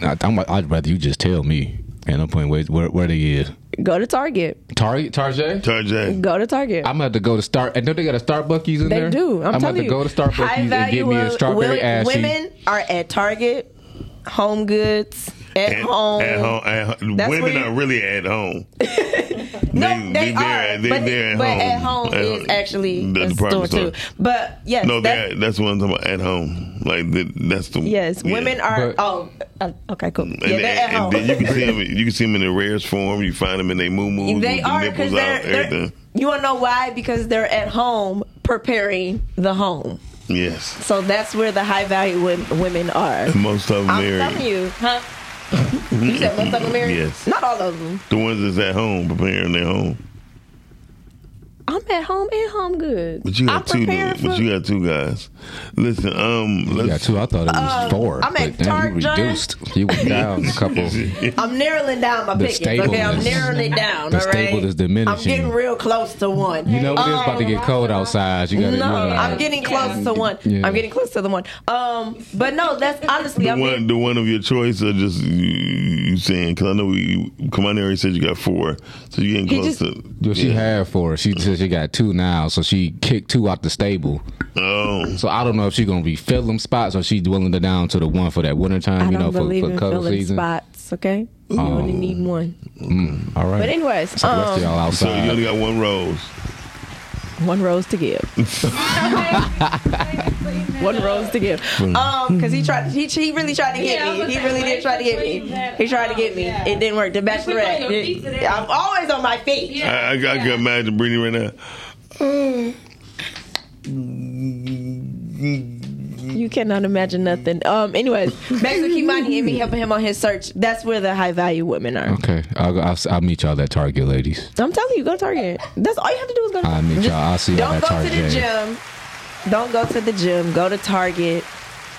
Speaker 6: Nah, I'm, I'd rather you just tell me. And I'm putting ways where where they is.
Speaker 7: Go to Target.
Speaker 6: Target, Tarjay.
Speaker 4: Tarjay.
Speaker 7: Go to Target.
Speaker 6: I'm gonna have to go to Star. And don't they got a Starbuckies in
Speaker 7: They
Speaker 6: there?
Speaker 7: do. I'm
Speaker 6: I'm
Speaker 7: telling
Speaker 6: gonna have to
Speaker 7: you. uh,
Speaker 6: go to Starbucks
Speaker 5: High
Speaker 6: and get
Speaker 5: value
Speaker 6: me a
Speaker 5: wo-
Speaker 6: strawberry
Speaker 5: wo-
Speaker 6: ashy.
Speaker 5: uh, women are at Target, Home Goods, at,
Speaker 4: At,
Speaker 5: home.
Speaker 4: at home, at home.
Speaker 5: That's
Speaker 4: women
Speaker 5: where you-
Speaker 4: are really at home.
Speaker 5: No, they,
Speaker 4: they're
Speaker 5: are.
Speaker 4: at- they-
Speaker 5: but,
Speaker 4: they're at
Speaker 5: but
Speaker 4: home.
Speaker 5: at home
Speaker 4: At
Speaker 5: is
Speaker 4: home.
Speaker 5: actually
Speaker 4: The
Speaker 5: a store,
Speaker 4: department store.
Speaker 5: too. But yes,
Speaker 4: No,
Speaker 5: that,
Speaker 4: that, that's what I'm talking about. At home, like the, that's the
Speaker 5: yes,
Speaker 4: yeah.
Speaker 5: women are.
Speaker 6: But-
Speaker 5: oh, uh, okay, cool.
Speaker 4: And,
Speaker 5: Yeah, they're at
Speaker 4: and- and
Speaker 5: home.
Speaker 4: then you can see them. You can see them in their rarest form. You find them in their moo moo.
Speaker 5: They
Speaker 4: with
Speaker 5: are
Speaker 4: the
Speaker 5: because
Speaker 4: nipples
Speaker 5: they're,
Speaker 4: out.
Speaker 5: they're
Speaker 4: everything.
Speaker 5: you want to know why? Because they're at home preparing the home.
Speaker 4: Yes,
Speaker 5: So that's where the high value wom- women are.
Speaker 4: And most of them
Speaker 5: I'm
Speaker 4: married.
Speaker 5: telling you, huh? You said most of them married.
Speaker 4: Yes.
Speaker 5: Not all of them.
Speaker 4: The ones that's at home preparing their home.
Speaker 7: I'm at home and home good.
Speaker 4: But you
Speaker 5: I'm
Speaker 4: got two.
Speaker 5: preparing
Speaker 4: But
Speaker 5: for-
Speaker 4: you got two guys. Listen, um,
Speaker 6: You got
Speaker 4: let's.
Speaker 6: two. I thought it was four.
Speaker 5: I'm at
Speaker 6: but damn, you
Speaker 5: Target.
Speaker 6: reduced. You were down a um, couple.
Speaker 5: I'm narrowing down my
Speaker 6: The
Speaker 5: pickings. Okay, I'm
Speaker 6: stable is-
Speaker 5: narrowing it down.
Speaker 6: the
Speaker 5: all right?
Speaker 6: stable is diminishing.
Speaker 5: I'm getting real close to one.
Speaker 6: You know it is about to
Speaker 7: Oh.
Speaker 6: get cold outside. You got to.
Speaker 5: No, I'm getting close to one.
Speaker 6: Yeah.
Speaker 5: I'm getting close to the one. Um, but no, that's honestly,
Speaker 4: The
Speaker 5: I mean,
Speaker 4: one, the one of your choice, or just you, you saying? Because I know we, come on there. already said you got four, so you getting
Speaker 7: just-
Speaker 4: close to.
Speaker 6: Well, she
Speaker 4: yeah.
Speaker 6: had four. She said she got two now, so she kicked two out the stable.
Speaker 4: Oh,
Speaker 6: So I don't know if she's gonna be filling spots or she's willing to down to the one for that winter time.
Speaker 7: I
Speaker 6: you
Speaker 7: don't
Speaker 6: know,
Speaker 7: believe
Speaker 6: for, for
Speaker 7: in
Speaker 6: cuddle
Speaker 7: filling
Speaker 6: season.
Speaker 7: spots. Okay, you only need one.
Speaker 6: Mm, all right.
Speaker 7: But anyways,
Speaker 6: the rest of
Speaker 7: um,
Speaker 6: y'all
Speaker 4: so you
Speaker 6: outside.
Speaker 4: only got one rose.
Speaker 7: one rose to give. one rose to give.
Speaker 5: Um, because he tried, he, he really tried to get me. He really did try to get me. He tried to get me. It didn't work. The Bachelorette. It- I'm always on my feet.
Speaker 4: I, I, I can imagine Brittany right now.
Speaker 7: You cannot imagine nothing. Um, anyways,
Speaker 5: Back to Kimani and me helping him on his search. That's where the high value women are.
Speaker 6: okay, I'll, go- I'll, I'll meet y'all at Target, ladies.
Speaker 7: I'm telling you, go to Target. That's all you have to do is go to
Speaker 6: I'll
Speaker 7: Target.
Speaker 6: meet y'all. I'll see y'all
Speaker 5: Don't
Speaker 6: at
Speaker 5: go to
Speaker 6: Target.
Speaker 5: the gym. Don't go to the gym. Go to Target,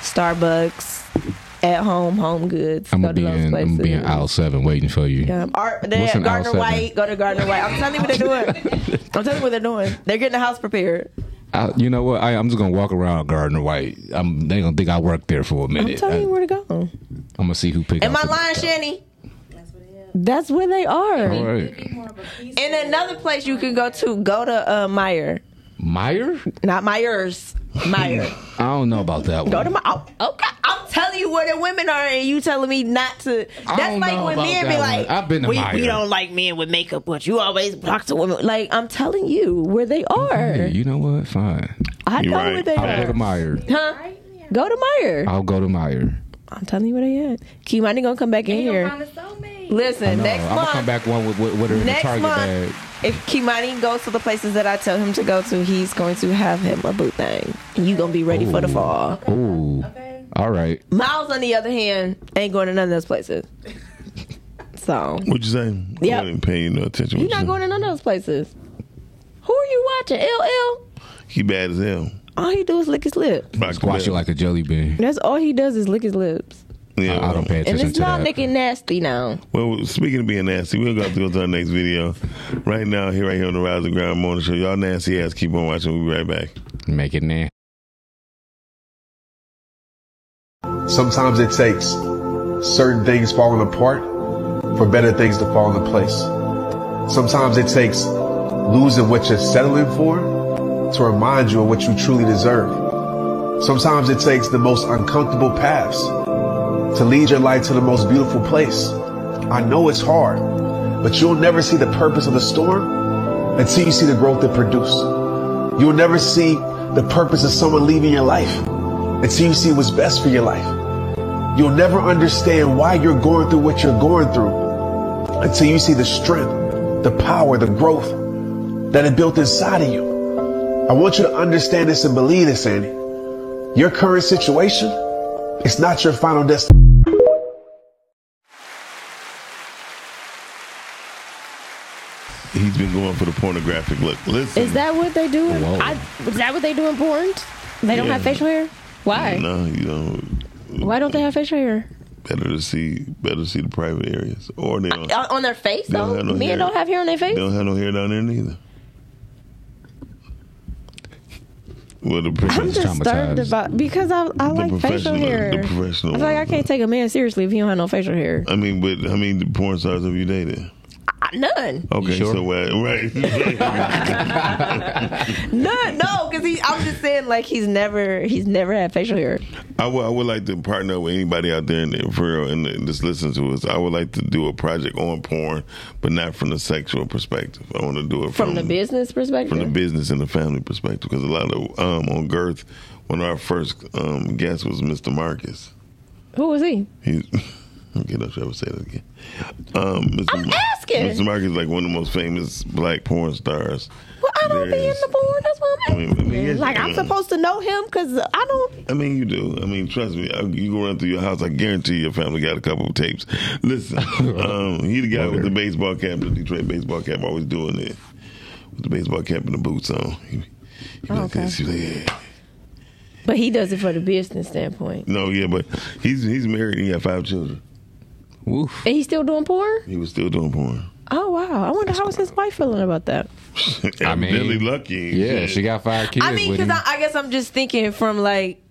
Speaker 5: Starbucks,
Speaker 7: at home, home goods.
Speaker 6: I'm
Speaker 7: go
Speaker 6: gonna
Speaker 7: to
Speaker 6: be
Speaker 7: those
Speaker 6: in. I'm
Speaker 7: places.
Speaker 6: gonna be in aisle seven waiting for you.
Speaker 7: Yeah, Art, they
Speaker 6: What's
Speaker 7: have
Speaker 6: an
Speaker 7: Gardner
Speaker 6: outside
Speaker 7: White. Go to Gardner White. I'm telling you what they're doing. I'm telling you what they're doing. They're getting the house prepared.
Speaker 6: I, you know what? I, I'm just gonna walk around Gardner White. I'm, they gonna think I worked there for a
Speaker 7: I'm
Speaker 6: minute. I,
Speaker 7: telling you
Speaker 6: am
Speaker 7: where to go.
Speaker 6: gonna see who picked.
Speaker 5: Am I
Speaker 6: up.
Speaker 5: lying, Shanny?
Speaker 7: That's where they are.
Speaker 6: All right,
Speaker 5: And another place you can go to, go to uh, Meyer.
Speaker 6: Meyer. Hmm.
Speaker 5: Not Myers. Meyer.
Speaker 6: I don't know about that one.
Speaker 5: Go to my. Oh, okay. I'm telling you where the women are, and you telling me not to.
Speaker 6: I
Speaker 5: That's
Speaker 6: don't
Speaker 5: like
Speaker 6: know
Speaker 5: when
Speaker 6: about
Speaker 5: men be
Speaker 6: that
Speaker 5: like,
Speaker 6: one. I've been to
Speaker 5: we,
Speaker 6: Meyer.
Speaker 5: we don't like men with makeup, but you always talk to women. Like I'm telling you where they are.
Speaker 6: Hey, you know what? Fine.
Speaker 7: I know where they
Speaker 6: I'll go
Speaker 7: are.
Speaker 6: to Meyer.
Speaker 7: Huh? Go to Meyer.
Speaker 6: I'll go to Meyer.
Speaker 7: I'm telling you where they at. Key Money gonna come back in here.
Speaker 6: I
Speaker 5: Listen,
Speaker 6: know.
Speaker 5: next
Speaker 6: I'm gonna come
Speaker 5: month,
Speaker 6: back one with with, with her in the
Speaker 5: Next
Speaker 6: Target
Speaker 5: month.
Speaker 6: bag.
Speaker 5: if Kimani goes to the places that I tell him to go to, he's going to have him a boot thing. And you gonna be ready for the fall.
Speaker 6: Ooh. All right.
Speaker 5: Miles, on the other hand, ain't going to none of those places. So
Speaker 4: What you saying?
Speaker 5: Yeah.
Speaker 4: I didn't pay you no attention.
Speaker 5: you're
Speaker 4: What
Speaker 5: not
Speaker 4: you
Speaker 5: going to none of those places. Who are you watching? LL.
Speaker 4: saying? He bad as hell.
Speaker 7: All he do is lick his lip.
Speaker 6: Squash it like a jelly bean.
Speaker 7: That's all he does is lick his lips.
Speaker 4: Yeah.
Speaker 6: I don't pay
Speaker 7: And
Speaker 6: attention
Speaker 7: it's
Speaker 6: to
Speaker 7: not
Speaker 6: that.
Speaker 7: making nasty now.
Speaker 4: Well, speaking of being nasty, we're gonna have to go to our next video. Right now, here, right here on the Rise of Ground Morning Show. Y'all nasty ass, keep on watching. We'll be right back.
Speaker 6: Make it nasty.
Speaker 14: Sometimes it takes certain things falling apart for better things to fall into place. Sometimes it takes losing what you're settling for to remind you of what you truly deserve. Sometimes it takes the most uncomfortable paths to lead your life to the most beautiful place. I know it's hard, but you'll never see the purpose of the storm until you see the growth it produced. You'll never see the purpose of someone leaving your life until you see what's best for your life. You'll never understand why you're going through what you're going through until you see the strength, the power, the growth that it built inside of you. I want you to understand this and believe this, Andy. Your current situation, it's not your final destination.
Speaker 4: He's been going for the pornographic look. Listen,
Speaker 7: Is that what they do? in-
Speaker 4: Whoa.
Speaker 7: I, is that what they do in porn? They don't
Speaker 4: Yeah.
Speaker 7: have facial hair. Why?
Speaker 4: No, you know,
Speaker 6: Mm.
Speaker 7: Why don't they have facial hair?
Speaker 4: better to see, better to see the private areas, or they don't.
Speaker 5: On on their face,
Speaker 4: They don't
Speaker 5: though.
Speaker 4: have no
Speaker 7: Oh, Men
Speaker 4: hair.
Speaker 7: don't have hair on their
Speaker 4: They
Speaker 7: face.
Speaker 4: don't have no hair down there neither. Well, the professional,
Speaker 7: I'm disturbed about because I, I like facial
Speaker 4: professional-
Speaker 7: hair.
Speaker 4: the professional
Speaker 7: I feel like I
Speaker 4: ones,
Speaker 7: can't take a man seriously if he don't have no facial hair.
Speaker 4: I mean, but how many porn stars have you dated?
Speaker 5: I- None.
Speaker 4: Okay, so what? Right.
Speaker 5: None. No, because he. I'm just saying, like he's never. He's never had facial hair.
Speaker 4: I would, I would like to partner up with anybody out there in the, for real and just listen to us. I would like to do a project on porn, but not from the sexual perspective. I want to do it
Speaker 7: From the business perspective,
Speaker 4: from the business and the family perspective because a lot of um, on Girth, one of our first um, guests was Mr. Marcus.
Speaker 7: who was he?
Speaker 4: He's okay. Don't you ever say that again. Um, Mr. I'm
Speaker 7: asking.
Speaker 4: Mr. Marcus is like one of the most famous black porn stars.
Speaker 5: Well, I don't be in
Speaker 4: There's-
Speaker 5: the porn. That's what
Speaker 4: I
Speaker 5: I'm
Speaker 4: mean, I mean, yes,
Speaker 5: asking. Like I'm
Speaker 4: um,
Speaker 5: supposed to know him because I don't.
Speaker 4: I mean, you do. I mean, trust me. I, you go run through your house. I guarantee your family got a couple of tapes. Listen, um, he the guy with the baseball cap, the Detroit baseball cap, always doing it with the baseball cap and the boots on. He, he
Speaker 7: Oh,
Speaker 4: like
Speaker 7: okay.
Speaker 4: this, he like, yeah.
Speaker 7: But he does it for the business standpoint.
Speaker 4: No, yeah, but he's he's married. and He got five children.
Speaker 6: Woof.
Speaker 7: And he's still doing porn?
Speaker 4: He was still doing porn.
Speaker 7: Oh wow. I wonder how is his wife feeling about that.
Speaker 4: I
Speaker 6: mean,
Speaker 4: Billy Lucky.
Speaker 6: Yeah, she got five kids.
Speaker 5: I mean,
Speaker 6: with
Speaker 5: because
Speaker 6: him.
Speaker 5: I, I guess I'm just thinking from like.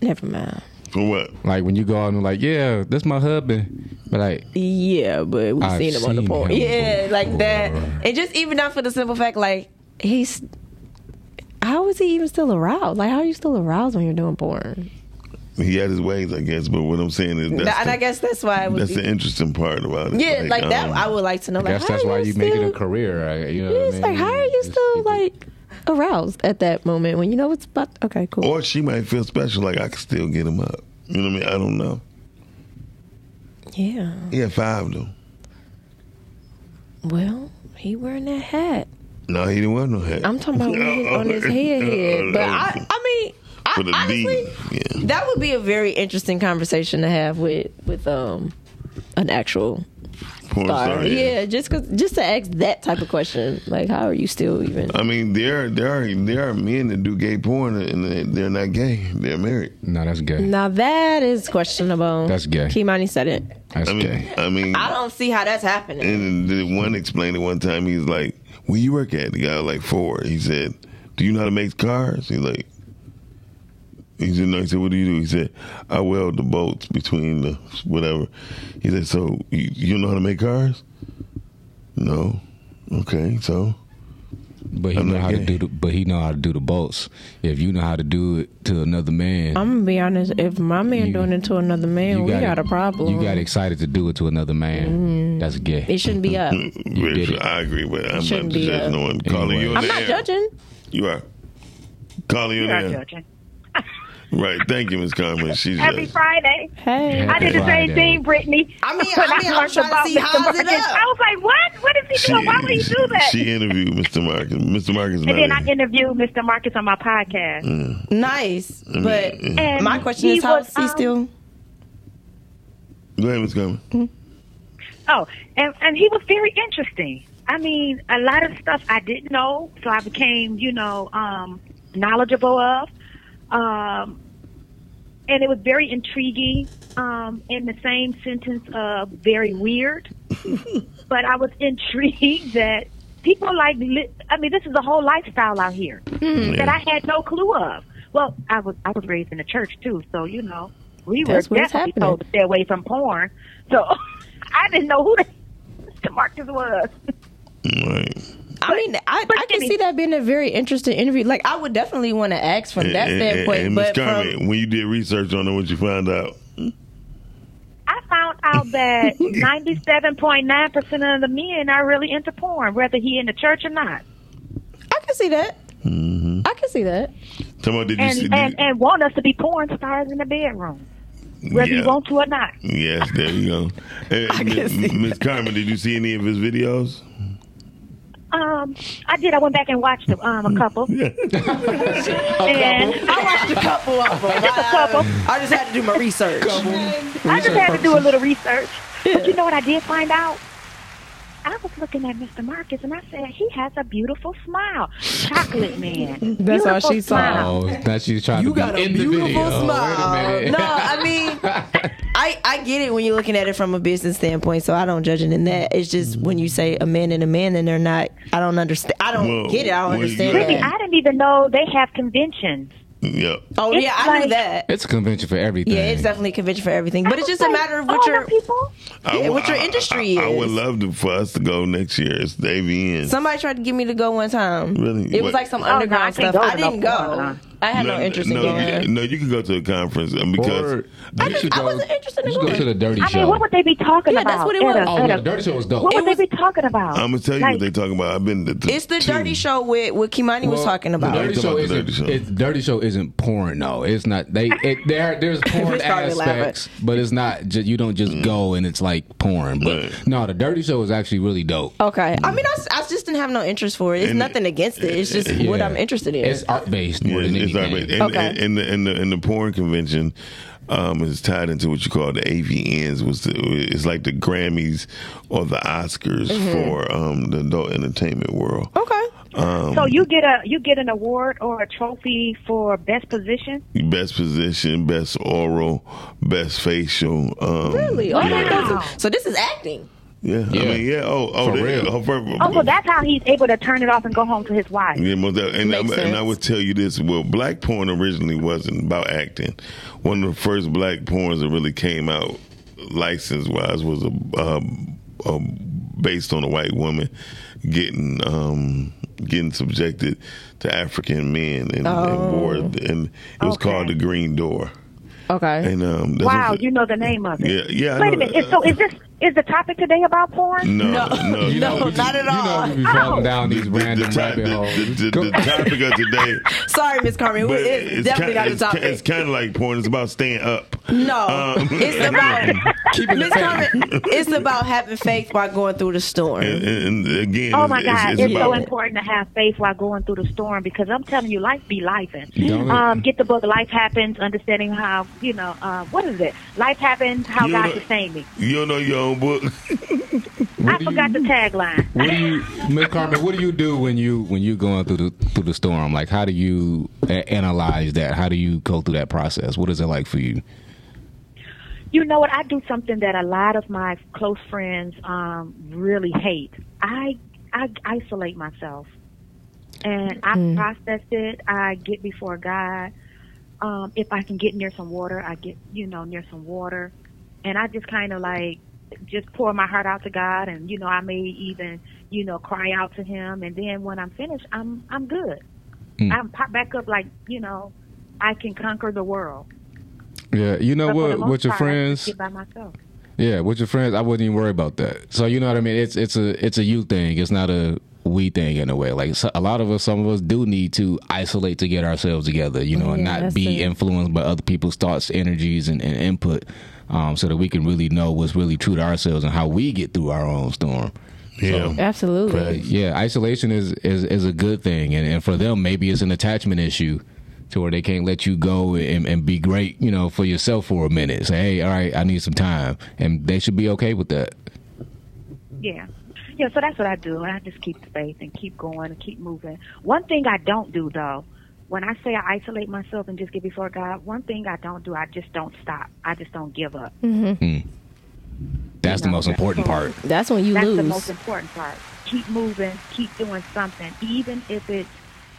Speaker 5: Never mind.
Speaker 4: for what?
Speaker 6: like when you go out and like, yeah, that's my husband. But like,
Speaker 7: Yeah, but we've
Speaker 6: I've
Speaker 7: seen him on the
Speaker 6: seen
Speaker 7: porn.
Speaker 6: him.
Speaker 5: Yeah, like that, and just even not for the simple fact, like he's.
Speaker 7: How is he even still aroused? Like how are you still aroused when you're doing porn?
Speaker 4: He had his ways, I guess. But what I'm saying is, that's
Speaker 5: and
Speaker 4: the,
Speaker 5: I guess that's why it
Speaker 4: that's
Speaker 5: was.
Speaker 4: the interesting part about it.
Speaker 5: Yeah, like that.
Speaker 4: um,
Speaker 5: I would like to know.
Speaker 6: I
Speaker 5: Like,
Speaker 6: guess
Speaker 5: how
Speaker 6: that's
Speaker 5: are
Speaker 6: why
Speaker 5: you
Speaker 6: you
Speaker 5: still,
Speaker 6: make it a career. Right? You know what I
Speaker 7: It's
Speaker 6: mean?
Speaker 7: like how are you still like aroused at that moment when you know it's about okay, cool.
Speaker 4: Or she might feel special, like I can still get him up. You know what I mean? I don't know.
Speaker 7: yeah.
Speaker 4: Yeah, five though.
Speaker 7: Well, he wearing that hat.
Speaker 4: No, he didn't wear no hat.
Speaker 7: I'm talking about what he- on his head head.
Speaker 5: But I, I mean,
Speaker 4: for the
Speaker 5: I, honestly,
Speaker 4: D. Yeah.
Speaker 5: that would be a very interesting conversation to have with with um an actual
Speaker 4: porn star, yeah.
Speaker 7: Yeah, just 'cause- just to ask that type of question, like, how are you still even?
Speaker 4: I mean, there there are there are men that do gay porn and they- they're not gay. They're married.
Speaker 6: No, that's gay.
Speaker 7: Now that is questionable.
Speaker 4: That's gay.
Speaker 7: Kimani said it.
Speaker 4: That's I mean, gay. I mean,
Speaker 5: I don't see how that's happening.
Speaker 4: And the one explained it one time. He's like, "Where you work at?" The guy was like four. He said, "Do you know how to make cars?" He's like, "He said, no." He said, "What do you do?" He said, "I weld the bolts between the whatever." He said, "So you, you know how to make cars?" No. Okay, so.
Speaker 6: But he know how to do the but he know how to do the bolts. If you know how to do it to another man,
Speaker 7: I'm gonna be honest. If my man doing it to another man,
Speaker 6: you
Speaker 7: we
Speaker 6: gotta-
Speaker 7: got a problem.
Speaker 6: you got excited to do it to another man.
Speaker 7: Mhm.
Speaker 6: That's gay.
Speaker 7: It shouldn't be up.
Speaker 6: You
Speaker 4: Very
Speaker 6: did
Speaker 4: true.
Speaker 6: it.
Speaker 4: I agree, but I'm
Speaker 7: shouldn't
Speaker 4: not
Speaker 7: be
Speaker 4: judging
Speaker 7: a-
Speaker 4: no one. Calling you in
Speaker 7: I'm
Speaker 4: the
Speaker 7: not
Speaker 4: air.
Speaker 7: judging.
Speaker 4: You are. Calling you in the air. Right. Thank you, Ms. Carmen. She's
Speaker 15: Happy
Speaker 4: just.
Speaker 15: Friday.
Speaker 7: Hey.
Speaker 15: I did the
Speaker 4: Happy Friday.
Speaker 15: same thing, Brittany.
Speaker 5: I mean,
Speaker 15: when
Speaker 5: I mean, I'm
Speaker 15: learned
Speaker 5: trying to
Speaker 15: about
Speaker 5: see
Speaker 15: Mr.
Speaker 5: how's it
Speaker 15: Marcus.
Speaker 5: up.
Speaker 15: I was like, what? What is he doing? Why would he do that?
Speaker 4: She interviewed Mr. Marcus. Mr. Marcus.
Speaker 15: and then I
Speaker 4: Melly.
Speaker 15: interviewed Mr. Marcus on my podcast.
Speaker 4: Mm.
Speaker 5: Nice, but
Speaker 15: And
Speaker 5: my question
Speaker 15: he
Speaker 5: is, how
Speaker 15: was,
Speaker 5: is he
Speaker 15: um,
Speaker 5: still?
Speaker 4: Go ahead, Ms. Carmen.
Speaker 15: Oh, and, and he was very interesting. I mean, a lot of stuff I didn't know, so I became, you know, um, knowledgeable of. Um, and it was very intriguing um, in the same sentence of very weird. but I was intrigued that people like, li- I mean, this is a whole lifestyle out here
Speaker 7: Hmm.
Speaker 15: that I had no clue of. Well, I was I was raised in the church too, so you know, we
Speaker 7: That's
Speaker 15: were
Speaker 7: what's
Speaker 15: definitely
Speaker 7: happening.
Speaker 15: told to stay away from porn. So I didn't know who the Mr. Marcus was.
Speaker 7: I mean, I, I can see that being a very interesting interview. Like, I would definitely want to ask from that
Speaker 4: And- and-
Speaker 7: standpoint,
Speaker 4: and Ms.
Speaker 7: but
Speaker 4: Carmen,
Speaker 7: from
Speaker 4: when you did research on it, what you found out?
Speaker 15: I found out that ninety seven point nine percent of the men are really into porn, whether he in the church or not.
Speaker 7: I can see that.
Speaker 4: Mm-hmm.
Speaker 7: I can see that.
Speaker 4: Tell me, did you
Speaker 15: and
Speaker 4: see?
Speaker 15: and, and want us to be porn stars in the bedroom,
Speaker 4: did-
Speaker 15: whether
Speaker 4: yeah.
Speaker 15: you want to or not.
Speaker 4: Yes, there you go. Uh, Ms. Carmen, did you see any of his videos?
Speaker 15: Um, I did. I went back and watched um a couple. and
Speaker 5: I watched a couple of them.
Speaker 15: Just a couple.
Speaker 5: I just had to do my research.
Speaker 15: I just had to do a little research. But you know what I did find out? I was looking at Mr. Marcus and I said, he has a beautiful smile. Chocolate man.
Speaker 7: That's all
Speaker 15: Beautiful
Speaker 7: she saw.
Speaker 15: smile.
Speaker 6: Oh, now she's trying to be in the
Speaker 5: beautiful
Speaker 6: video.
Speaker 5: smile.
Speaker 6: Wait a
Speaker 5: No,
Speaker 6: minute.
Speaker 5: Uh, I mean, I I get it when you're looking at it from a business standpoint, so I don't judge it in that. It's just when you say a man and a man, and they're not. I don't understand. I don't
Speaker 4: Well,
Speaker 5: get it. I don't
Speaker 4: well, you-
Speaker 5: understand
Speaker 15: Brittany,
Speaker 5: that.
Speaker 15: I didn't even know they have conventions.
Speaker 4: Yeah.
Speaker 5: Oh
Speaker 15: It's
Speaker 5: yeah, I
Speaker 15: like-
Speaker 5: knew that.
Speaker 6: It's a convention for everything.
Speaker 5: Yeah, it's definitely a convention for everything, but it's just a matter of what your
Speaker 4: I
Speaker 5: yeah,
Speaker 4: would-
Speaker 5: what your
Speaker 4: I-
Speaker 5: industry
Speaker 4: I, I would
Speaker 5: is.
Speaker 4: love to, for us to go next year. It's the AVN.
Speaker 5: Somebody tried to get me to go one time.
Speaker 4: Really?
Speaker 5: It was
Speaker 4: What-
Speaker 5: like some
Speaker 15: Oh, no, I
Speaker 5: underground
Speaker 15: can't
Speaker 5: stuff.
Speaker 15: go to
Speaker 5: I didn't
Speaker 15: no
Speaker 5: go.
Speaker 15: porn.
Speaker 5: I had no, interest in
Speaker 4: no,
Speaker 5: going.
Speaker 4: you- No, you can go to a conference um, because
Speaker 6: I, should go,
Speaker 5: wasn't interested in
Speaker 6: you should go
Speaker 5: going.
Speaker 6: to the dirty
Speaker 15: I mean,
Speaker 6: show.
Speaker 15: what would they be talking
Speaker 5: Yeah,
Speaker 15: about?
Speaker 5: that's what it
Speaker 15: at a-
Speaker 5: was.
Speaker 6: oh,
Speaker 15: at
Speaker 6: yeah,
Speaker 15: a-
Speaker 6: the dirty show was dope.
Speaker 15: what would they be talking about?
Speaker 4: I'm gonna tell you
Speaker 15: Like,
Speaker 4: what they talking about. I've been to
Speaker 5: It's the dirty show with what Kimani was talking about.
Speaker 6: The dirty show isn't. Dirty show. It's, dirty show isn't porn though. It's not. They it, there. There's porn
Speaker 5: It's probably
Speaker 6: aspects, but it's not. Just, you don't just go and it's like porn. But no, the dirty show is actually really dope.
Speaker 7: Okay.
Speaker 6: Mm-hmm.
Speaker 5: I mean, I, s- I just didn't have no interest for it. It's
Speaker 4: And-
Speaker 5: nothing against it. It's just what
Speaker 6: Yeah.
Speaker 5: I'm interested in.
Speaker 6: It's art based more than
Speaker 4: It's
Speaker 6: anything.
Speaker 4: not bad. And,
Speaker 5: Okay.
Speaker 4: and, and the, and the and the porn convention um, is tied into what you call the AVNs. Was the, it's like the Grammys or the Oscars
Speaker 15: Mhm.
Speaker 5: Mm-hmm.
Speaker 4: for um, the adult entertainment world.
Speaker 5: Okay.
Speaker 4: Um,
Speaker 15: so you get a you get an award or a trophy for best position.
Speaker 4: best position, best oral, best facial. Um,
Speaker 5: really. Oh,
Speaker 4: Yeah.
Speaker 5: Okay. that's- So this is acting.
Speaker 4: Yeah. I mean, yeah. Oh, oh,
Speaker 6: For
Speaker 4: they-
Speaker 6: real.
Speaker 4: oh, for-
Speaker 15: Oh, so that's how he's able to turn it off and go home to his wife.
Speaker 4: Yeah, most def- and,
Speaker 15: Makes
Speaker 4: I, and I
Speaker 15: sense.
Speaker 4: would tell you this: well, black porn originally wasn't about acting. One of the first black porns that really came out, license wise, was a, um, um, based on a white woman getting um, getting subjected to African men and,
Speaker 15: Oh.
Speaker 4: and war, and it was called the Green Door.
Speaker 7: Okay.
Speaker 4: And um, that's
Speaker 15: Wow,
Speaker 4: what-
Speaker 15: you know the name of it.
Speaker 4: Yeah, yeah, I
Speaker 15: Wait
Speaker 4: know
Speaker 15: a minute. Is- So is this is the topic today about porn?
Speaker 4: No, No, no,
Speaker 6: You know, we just- You know, we be falling down these random rabbit holes.
Speaker 4: the, the topic of today.
Speaker 5: Sorry, Miss Carmen.
Speaker 4: But
Speaker 5: it's, definitely
Speaker 4: kinda,
Speaker 5: not the topic.
Speaker 4: It's, kind of like porn. It's about staying up.
Speaker 5: No, it's about-
Speaker 4: keeping
Speaker 5: Miss Carmen, it's about having faith while going through the storm.
Speaker 4: And, and- and again,
Speaker 15: Oh my God! It's, so
Speaker 4: about-
Speaker 15: important to have faith while going through the storm because I'm telling you, life be life.
Speaker 4: Don't it?
Speaker 15: Um, get the book "Life Happens," understanding how you know uh, what is it? Life happens, how
Speaker 4: You
Speaker 15: God
Speaker 4: know-
Speaker 15: sustained me.
Speaker 4: You don't know your own book.
Speaker 15: I forgot the tagline.
Speaker 6: What do you, Miss Carmen? What do you do when you when you going through the through the storm? Like, how do you a- analyze that? How do you go through that process? What is it like for you?
Speaker 15: You know what? I do something that a lot of my close friends um, really hate. I I isolate myself, and I
Speaker 5: Mm.
Speaker 15: process it. I get before God. Um, if I can get near some water, I get you know near some water, and I just kind of like just pour my heart out to God, and you know I may even you know cry out to Him, and then when I'm finished, I'm I'm good.
Speaker 6: Mm.
Speaker 15: I pop back up like you know I can conquer the world.
Speaker 6: Yeah, you know
Speaker 15: But for the
Speaker 6: what?
Speaker 15: most
Speaker 6: With your
Speaker 15: part, I
Speaker 6: friends,
Speaker 15: get by myself.
Speaker 6: Yeah, with your friends, I wouldn't even worry about that. So you know what I mean? It's it's a it's a you thing. It's not a we thing in a way. Like so, a lot of us, some of us do need to isolate to get ourselves together. You know, and
Speaker 16: Yeah,
Speaker 6: not
Speaker 16: that's
Speaker 6: be
Speaker 16: it.
Speaker 6: influenced by other people's thoughts, energies, and, and input, um, so that we can really know what's really true to ourselves and how we get through our own storm. Yeah,
Speaker 5: Absolutely.
Speaker 6: yeah, isolation is, is, is a good thing, and, and for them, maybe it's an attachment issue to where they can't let you go and, and be great, you know, for yourself for a minute. Say, hey, all right, I need some time, and they should be okay with that.
Speaker 15: Yeah. Yeah, so that's what I do. And I just keep the faith and keep going and keep moving. One thing I don't do though, when I say I isolate myself and just get before God, one thing I don't do, I just don't stop. I just don't give up.
Speaker 5: Mm-hmm.
Speaker 6: Mm. That's the most important part.
Speaker 5: That's when you
Speaker 15: that's
Speaker 5: lose.
Speaker 15: the most important part. Keep moving, keep doing something, even if it's,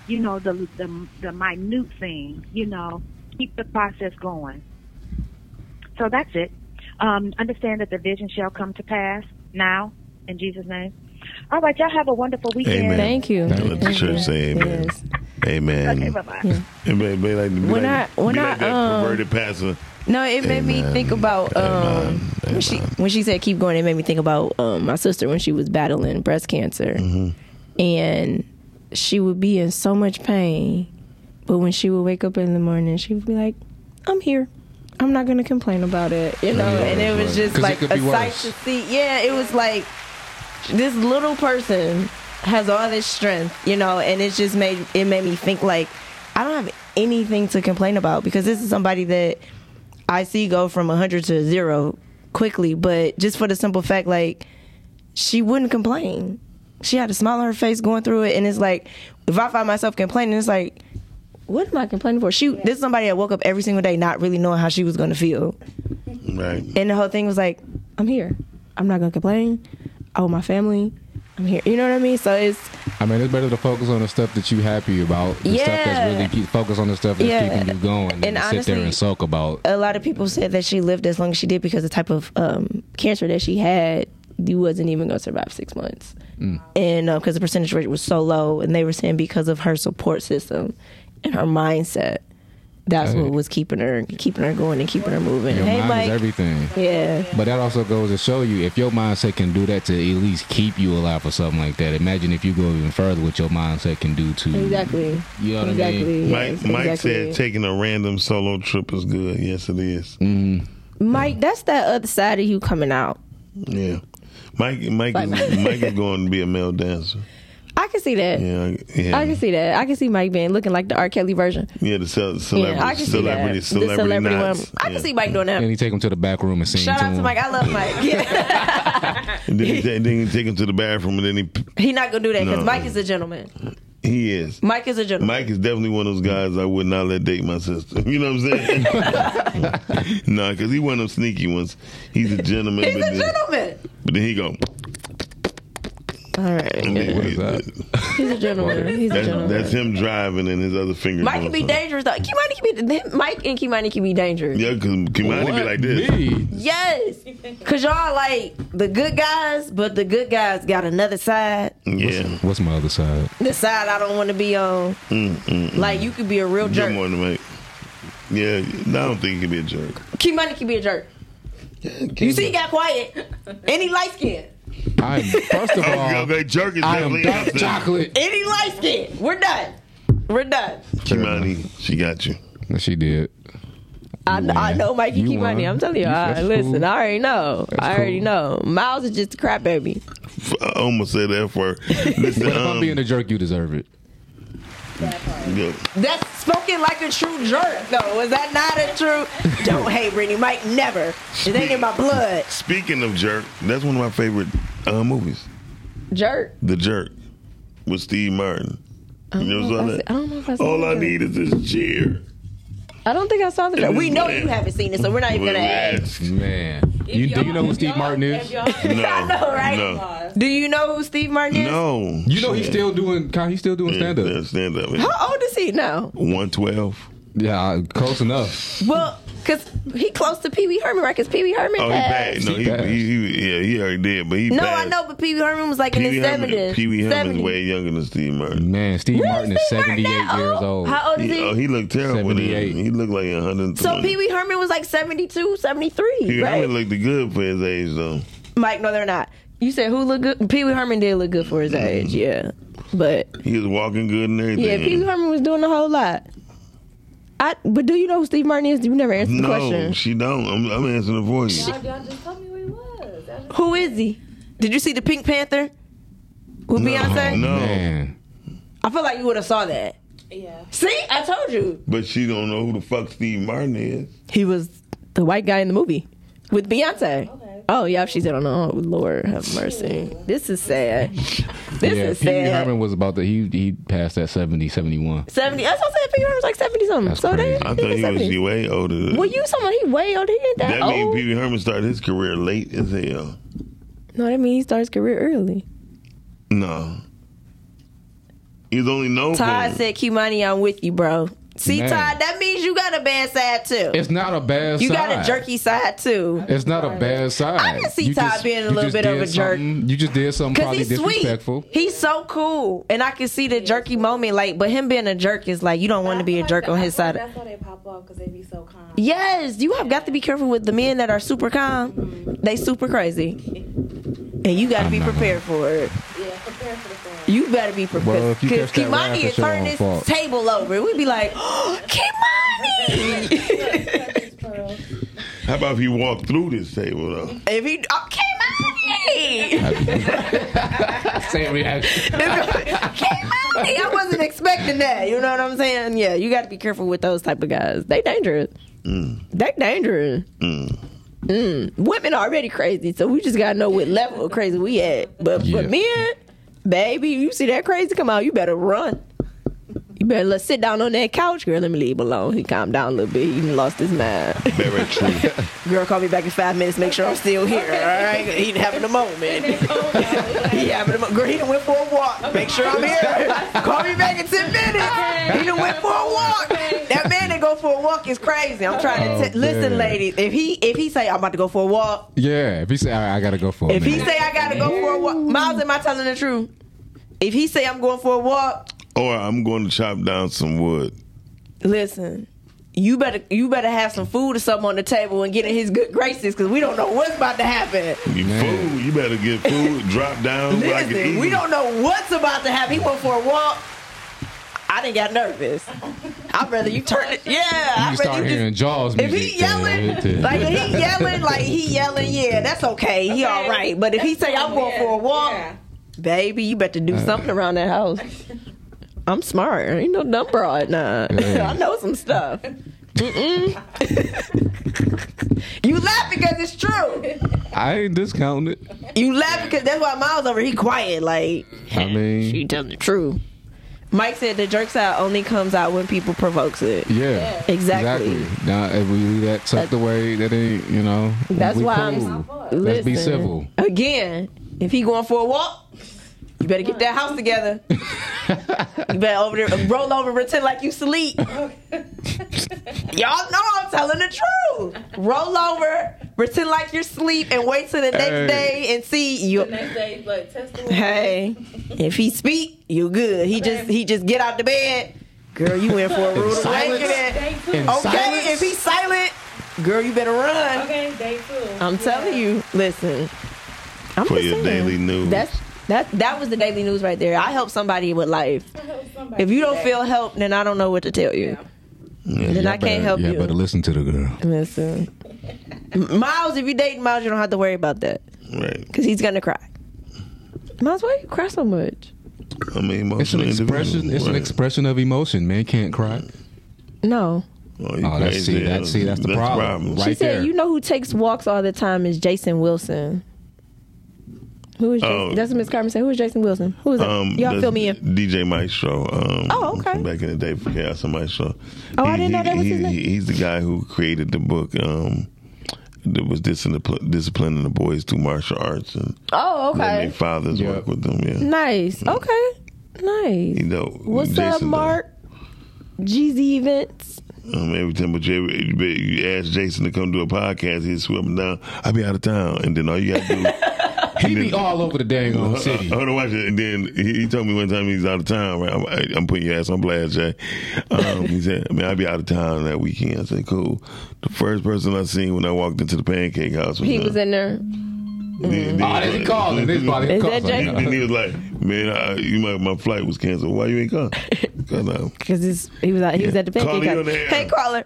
Speaker 15: you know, the the, the minute thing. You know, keep the process going. So that's it. Um, understand that the vision shall come to pass now in Jesus' name. All right, y'all have a wonderful weekend.
Speaker 4: Amen. That's
Speaker 5: Thank
Speaker 4: what the church
Speaker 5: you.
Speaker 4: say amen.
Speaker 5: Yes.
Speaker 4: Amen.
Speaker 5: Okay, bye-bye. Yeah.
Speaker 4: It may- may like, be
Speaker 5: When
Speaker 4: like,
Speaker 5: I- when
Speaker 4: be
Speaker 5: I,
Speaker 4: like that
Speaker 5: um,
Speaker 4: perverted pastor.
Speaker 5: No, it made me think about um, when she when she said keep going. It made me think about um, my sister when she was battling breast cancer, and she would be in so much pain. But when she would wake up in the morning, she would be like, "I'm here. I'm not going to complain about it," you know.
Speaker 10: Yeah,
Speaker 5: and it was
Speaker 10: right.
Speaker 5: just
Speaker 10: 'Cause it
Speaker 5: like
Speaker 10: could
Speaker 5: a
Speaker 10: be worse.
Speaker 5: sight to see. Yeah, it was like this little person has all this strength, you know, and it just made it made me think like I don't have anything to complain about because this is somebody that I see go from 100 to 0 quickly, but just for the simple fact like she wouldn't complain. She had a smile on her face going through it and it's like if I find myself complaining, it's like what am I complaining for? She this is somebody that woke up every single day not really knowing how she was going to feel.
Speaker 4: Right.
Speaker 5: And the whole thing was like, I'm here. I'm not gonna complain. I owe my family. I'm here. You know what I mean? So it's
Speaker 6: I mean, it's better to focus on the stuff that you happy about. The stuff
Speaker 5: Yeah.
Speaker 6: that's really keep, focus on the stuff that's
Speaker 5: Yeah.
Speaker 6: keeping you going,
Speaker 5: And
Speaker 6: and, sit there
Speaker 5: honestly-
Speaker 6: and sulk about.
Speaker 5: a lot of people said that she lived as long as she did because the type of um, cancer that she had, you wasn't even gonna survive six months,
Speaker 6: Mm.
Speaker 5: and because the percentage rate was so low, and they were saying because of her support system and her mindset, that's
Speaker 6: Hey.
Speaker 5: what was keeping her keeping her going and keeping her moving.
Speaker 6: Your
Speaker 5: hey,
Speaker 6: mind
Speaker 5: Mike.
Speaker 6: is everything.
Speaker 5: yeah.
Speaker 6: But that also goes to show you if your mindset can do that to at least keep you alive or something like that. Imagine if you go even further, what your mindset can do to
Speaker 5: Exactly.
Speaker 6: You know what I
Speaker 5: exactly.
Speaker 6: mean?
Speaker 4: Mike,
Speaker 5: yes,
Speaker 4: Mike
Speaker 5: exactly.
Speaker 4: said taking a random solo trip is good. Yes, it is.
Speaker 6: Mm-hmm.
Speaker 5: Mike, that's that other side of you coming out.
Speaker 4: Yeah. Mike, Mike,
Speaker 5: Like-
Speaker 4: is, Mike is going to be a male dancer.
Speaker 5: I can see that.
Speaker 4: Yeah, yeah.
Speaker 5: I can see that. I can see Mike being looking like the R. Kelly version.
Speaker 4: yeah, the ce- celebrity,
Speaker 5: yeah, I can see
Speaker 4: celebrity,
Speaker 5: that.
Speaker 4: celebrity,
Speaker 5: the celebrity
Speaker 4: knots.
Speaker 5: one. I can
Speaker 4: Yeah.
Speaker 5: see Mike doing that.
Speaker 6: And you take him to the back room and sing
Speaker 5: Shout
Speaker 6: to
Speaker 5: out to
Speaker 6: him.
Speaker 5: Mike. I love Mike. Yeah.
Speaker 4: And then, he, ta- then he take him to the bathroom, and then he
Speaker 5: he not gonna do that because
Speaker 4: No.
Speaker 5: Mike is a gentleman.
Speaker 4: he is.
Speaker 5: Mike is a gentleman.
Speaker 4: Mike is definitely one of those guys I would not let date my sister. You know what I'm saying? nah, because he one of them sneaky ones. He's a gentleman.
Speaker 5: He's
Speaker 4: but
Speaker 5: a
Speaker 4: then-
Speaker 5: gentleman.
Speaker 4: But then he go.
Speaker 5: All right. He's a gentleman. He's a
Speaker 4: That's,
Speaker 5: gentleman.
Speaker 4: that's him driving and his other finger.
Speaker 5: Mike
Speaker 4: doing
Speaker 5: can be
Speaker 4: something.
Speaker 5: dangerous though. Kimani can be him- Mike and Kimani can be dangerous.
Speaker 4: Yeah, because Kimani be like this.
Speaker 5: Yes, cause y'all like the good guys, but the good guys got another side.
Speaker 4: Yeah.
Speaker 6: What's, what's my other side?
Speaker 5: The side I don't want to be on.
Speaker 4: Mm, mm, mm.
Speaker 5: Like you could be a real
Speaker 4: Good
Speaker 5: jerk.
Speaker 4: morning, Mike. Yeah, no, I don't think he can be a jerk.
Speaker 5: Kimani can be a jerk. You see, he got quiet. And he light skinned.
Speaker 6: I first of all,
Speaker 4: jerk is
Speaker 6: I am
Speaker 4: definitely out
Speaker 6: dark
Speaker 4: there.
Speaker 6: chocolate.
Speaker 5: And he light skinned. We're done. We're done.
Speaker 4: Kimani, she got you.
Speaker 6: She did.
Speaker 5: I,
Speaker 6: You
Speaker 5: I
Speaker 6: won.
Speaker 5: know Mikey
Speaker 6: You
Speaker 5: keep
Speaker 6: won.
Speaker 5: money. I'm telling you.
Speaker 6: You-
Speaker 5: I,
Speaker 6: that's
Speaker 5: listen,
Speaker 6: cool.
Speaker 5: I already know.
Speaker 6: That's
Speaker 5: I already
Speaker 6: cool.
Speaker 5: know. Miles is just a crap baby.
Speaker 4: F- I almost said that for.
Speaker 6: But
Speaker 4: Listen,
Speaker 6: if I'm
Speaker 4: um,
Speaker 6: being a jerk, you deserve it.
Speaker 4: yeah.
Speaker 5: That's spoken like a true jerk, though. Is that not a true? Don't hate Brittany Mike. Never. It ain't in my blood.
Speaker 4: Speaking of jerk, that's one of my favorite Uh, movies.
Speaker 5: Jerk.
Speaker 4: The Jerk with Steve Martin. You know
Speaker 5: I
Speaker 4: what I'm
Speaker 5: see-
Speaker 4: saying?
Speaker 5: I don't know if I saw
Speaker 4: All I
Speaker 5: that.
Speaker 4: need is this cheer.
Speaker 5: I don't think I saw the
Speaker 4: It
Speaker 5: jerk.
Speaker 4: is
Speaker 5: We know
Speaker 4: bland.
Speaker 5: you haven't seen it, so we're not even gonna ask.
Speaker 6: Man, you, do you know who Steve Martin is?
Speaker 5: No,
Speaker 4: I
Speaker 5: know, right?
Speaker 4: no.
Speaker 5: Do you know who Steve Martin is?
Speaker 4: No.
Speaker 6: You know he's still doing. He's still doing stand up.
Speaker 4: Stand up.
Speaker 5: How old is he now?
Speaker 4: 112.
Speaker 6: Yeah, close enough.
Speaker 5: Well, because he close to Pee Wee Herman, right? Because Pee Wee Herman
Speaker 4: Oh, he
Speaker 5: passed.
Speaker 4: passed. No, he, he, he, yeah, he already did, but he
Speaker 5: no,
Speaker 4: passed.
Speaker 5: I know, but Pee Wee Herman was like in
Speaker 4: Pee
Speaker 5: his
Speaker 4: Wee Herman,
Speaker 5: seventies.
Speaker 4: Pee Wee Herman's way younger than Steve Martin.
Speaker 6: Man, Steve Martin is seventy eight years old.
Speaker 5: How old is
Speaker 4: He,
Speaker 5: he?
Speaker 4: oh, he looked terrible. Then. He looked like a hundred.
Speaker 5: So Pee Wee Herman was like 72, 73,
Speaker 4: Pee Wee
Speaker 5: right?
Speaker 4: Herman looked good for his age, though.
Speaker 5: Mike, no, they're not. You said who looked good? Pee Wee Herman did look good for his age, yeah. But
Speaker 4: Mm-hmm. He was walking good and everything.
Speaker 5: yeah, Pee Wee Herman was doing a whole lot. I but do you know who Steve Martin is? You never answered the
Speaker 4: No,
Speaker 5: question.
Speaker 4: she don't. I'm, I'm answering it for you.
Speaker 5: Who is he? Did you see the Pink Panther with Beyonce?
Speaker 4: No,
Speaker 5: I feel like you would have saw that. Yeah. See, I told you
Speaker 4: but she don't know who the fuck Steve Martin is.
Speaker 5: he was the white guy in the movie with Beyonce. Oh yeah, she's I don't know. Oh, Lord have mercy. This is sad. This
Speaker 6: yeah,
Speaker 5: is
Speaker 6: Pee Wee
Speaker 5: sad.
Speaker 6: Herman was about to. He he passed at 70, 71.
Speaker 5: Seventy. That's what I said. Pee Wee Herman's like seventy something.
Speaker 6: That's
Speaker 5: So they.
Speaker 4: I thought he was way older. than-
Speaker 5: Well, you someone he way older. He ain't that,
Speaker 4: that
Speaker 5: old.
Speaker 4: means Pee Wee Herman started his career late as hell.
Speaker 5: no, that means he started his career early.
Speaker 4: No, he was only known
Speaker 5: Todd
Speaker 4: for.
Speaker 5: said, "Q money, I'm with you, bro." See,
Speaker 6: Man.
Speaker 5: Todd, that means you got a bad side too.
Speaker 6: It's not a bad.
Speaker 5: you
Speaker 6: side.
Speaker 5: got a jerky side too.
Speaker 6: It's not a bad side.
Speaker 5: I can see
Speaker 6: You
Speaker 5: Todd
Speaker 6: just-
Speaker 5: being a
Speaker 6: you
Speaker 5: little
Speaker 6: just
Speaker 5: bit of
Speaker 6: did
Speaker 5: a jerk.
Speaker 6: something- You just did something
Speaker 5: Cause
Speaker 6: probably
Speaker 5: he's
Speaker 6: disrespectful.
Speaker 5: sweet. He's so cool, and I can see the jerky moment. Like, but him being a jerk is like you don't want to be a jerk on his side.
Speaker 10: That's why they pop off because they be so calm.
Speaker 5: Yes, you have got to be careful with the men that are super calm. They super crazy, and you got to be prepared for it.
Speaker 10: Yeah, prepare for the storm.
Speaker 5: You better be
Speaker 6: Well,
Speaker 5: prepared
Speaker 6: if you
Speaker 5: because
Speaker 6: catch that ride,
Speaker 5: Kimani
Speaker 6: it's
Speaker 5: is
Speaker 6: your
Speaker 5: turning
Speaker 6: own
Speaker 5: this
Speaker 6: fault.
Speaker 5: table over. We'd be like, Kimani.
Speaker 4: How about if you walk through this table though?
Speaker 5: If he oh, Kimani.
Speaker 6: Same reaction.
Speaker 5: Kimani, I wasn't expecting that. You know what I'm saying? Yeah, you got to be careful with those type of guys. They dangerous. They dangerous. Mm. Women already crazy, so we just gotta know what level of crazy we at. But
Speaker 6: Yeah.
Speaker 5: for men, baby, you see that crazy come out, you better run. You better let's sit down on that couch, girl. Let me leave him alone. He calmed down a little bit. He done lost his mind.
Speaker 4: Very true.
Speaker 5: Girl, call me back in five minutes. Make sure I'm still here. All right, he having a moment. he having a moment. Girl, he done went for a walk. Make sure I'm here. call me back in ten minutes. He done went for a walk. That man that go for a walk is crazy. I'm trying to
Speaker 6: Oh,
Speaker 5: t- listen,
Speaker 6: man.
Speaker 5: ladies. If he if he say I'm about to go for a walk,
Speaker 6: Yeah, if he say I, I gotta go for a
Speaker 5: if he
Speaker 6: minute.
Speaker 5: say I gotta go for a walk, Miles, am I telling the truth? If he say I'm going for a walk,
Speaker 4: Or I'm going to chop down some wood.
Speaker 5: listen. You better you better have some food or something on the table and get in his good graces because we don't know what's about to happen.
Speaker 4: You fool! You better get food. drop down. where I can
Speaker 5: Listen,
Speaker 4: eat
Speaker 5: we
Speaker 4: it.
Speaker 5: don't know what's about to happen. He went for a walk. I didn't got nervous. I'd rather you turn it. Yeah,
Speaker 6: You
Speaker 5: I'd rather
Speaker 6: start
Speaker 5: you
Speaker 6: hearing Jaws
Speaker 5: If
Speaker 6: music.
Speaker 5: he yelling, like if he yelling, like he yelling, yeah, that's okay. He all right. But if he say I'm going for a walk, baby, you better do something around that house. I'm smart. I ain't no dumb broad, nah.
Speaker 6: Yeah.
Speaker 5: I know some stuff. Mm-mm. you laugh because it's true.
Speaker 6: I ain't discounting it.
Speaker 5: You laugh because that's why Miles over. He quiet like.
Speaker 6: I mean,
Speaker 5: she telling the truth. Mike said the jerk side only comes out when people provokes it.
Speaker 6: Yeah,
Speaker 5: Exactly.
Speaker 6: Now if we leave that tucked away, that ain't you know.
Speaker 5: That's
Speaker 6: we
Speaker 5: why
Speaker 6: cool.
Speaker 5: I'm.
Speaker 6: Let's be
Speaker 5: Listen.
Speaker 6: civil.
Speaker 5: Again, if he going for a walk, you better get that house together. you better over there roll over, pretend like you sleep. Y'all know I'm telling the truth. Roll over, pretend like you're asleep, and wait till the next
Speaker 10: Hey.
Speaker 5: day and see you.
Speaker 10: The next day, but test the
Speaker 5: Hey, if he speak, you good. He just he just get out the bed. Girl, you in for a
Speaker 10: In
Speaker 5: rude
Speaker 10: silence?
Speaker 5: awakening. Okay,
Speaker 10: In silence?
Speaker 5: if he silent, girl, you better run. Um,
Speaker 10: Okay, day two.
Speaker 5: I'm telling you. Listen, I'm
Speaker 4: for
Speaker 5: just
Speaker 4: your
Speaker 5: saying.
Speaker 4: daily news.
Speaker 5: That's that that was the daily news right there. I help somebody with life. If you don't feel help, then I don't know what to tell you. then I can't help
Speaker 6: yeah,
Speaker 5: you.
Speaker 6: better listen to the girl.
Speaker 5: Listen, M- Miles, if you dating Miles, you don't have to worry about that
Speaker 4: right.
Speaker 5: because he's gonna cry. Miles, why you cry so much?
Speaker 4: I mean,
Speaker 6: It's an
Speaker 4: emotional
Speaker 6: expression.
Speaker 4: individual,
Speaker 6: It's an
Speaker 4: right?
Speaker 6: expression of emotion. Man can't cry.
Speaker 5: No.
Speaker 4: Oh, you
Speaker 6: Oh, that's,
Speaker 4: crazy,
Speaker 6: see,
Speaker 4: huh?
Speaker 6: that's see, that's the problem,
Speaker 5: she
Speaker 6: right
Speaker 5: said,
Speaker 6: there.
Speaker 5: "You know who takes walks all the time is Jason Wilson."
Speaker 7: Who is Jason?
Speaker 4: Oh.
Speaker 7: That's what Miss Carmen said. Who is Jason Wilson? Who is that? Y'all
Speaker 4: Um, the
Speaker 7: fill me in.
Speaker 4: DJ Maestro. Um,
Speaker 7: Oh, okay.
Speaker 4: from Back in the day for Chaos and Maestro.
Speaker 7: Oh, I didn't know that was his
Speaker 4: name. He's the guy who created the book. Um, that was discipl- disciplining the boys through martial arts and
Speaker 7: Oh,
Speaker 4: letting
Speaker 7: okay.
Speaker 4: their fathers work with them. Yeah,
Speaker 7: Nice. Okay. Nice.
Speaker 4: you know.
Speaker 7: What's up,
Speaker 4: Jason,
Speaker 7: Mark? Jeezy events.
Speaker 4: Um, every time but you, but you ask Jason to come do a podcast, he'd swear him down. I'll be out of town, and then all you got to do. he be
Speaker 6: all over the dang
Speaker 4: old
Speaker 6: city.
Speaker 4: Hold on, watch it. And then he, he told me one time he's out of town. Right, I'm, I, I'm putting your ass on blast, Jay. Um, he said, "I mean, I'll be out of town that weekend." I said, "Cool." The first person I seen when I walked into the pancake house was
Speaker 7: He
Speaker 4: him.
Speaker 7: was in there. Mm.
Speaker 4: Then-
Speaker 6: Oh,
Speaker 4: then-
Speaker 6: they calling. They probably
Speaker 7: Is that calling. Jason?
Speaker 4: Then he was like, "Man, I, you, my, my flight was canceled. Why you ain't um, come?" Because I
Speaker 7: Because he was out. He was
Speaker 4: Yeah.
Speaker 7: at the pancake.
Speaker 4: Carly
Speaker 7: house.
Speaker 4: on the air.
Speaker 7: Hey, caller.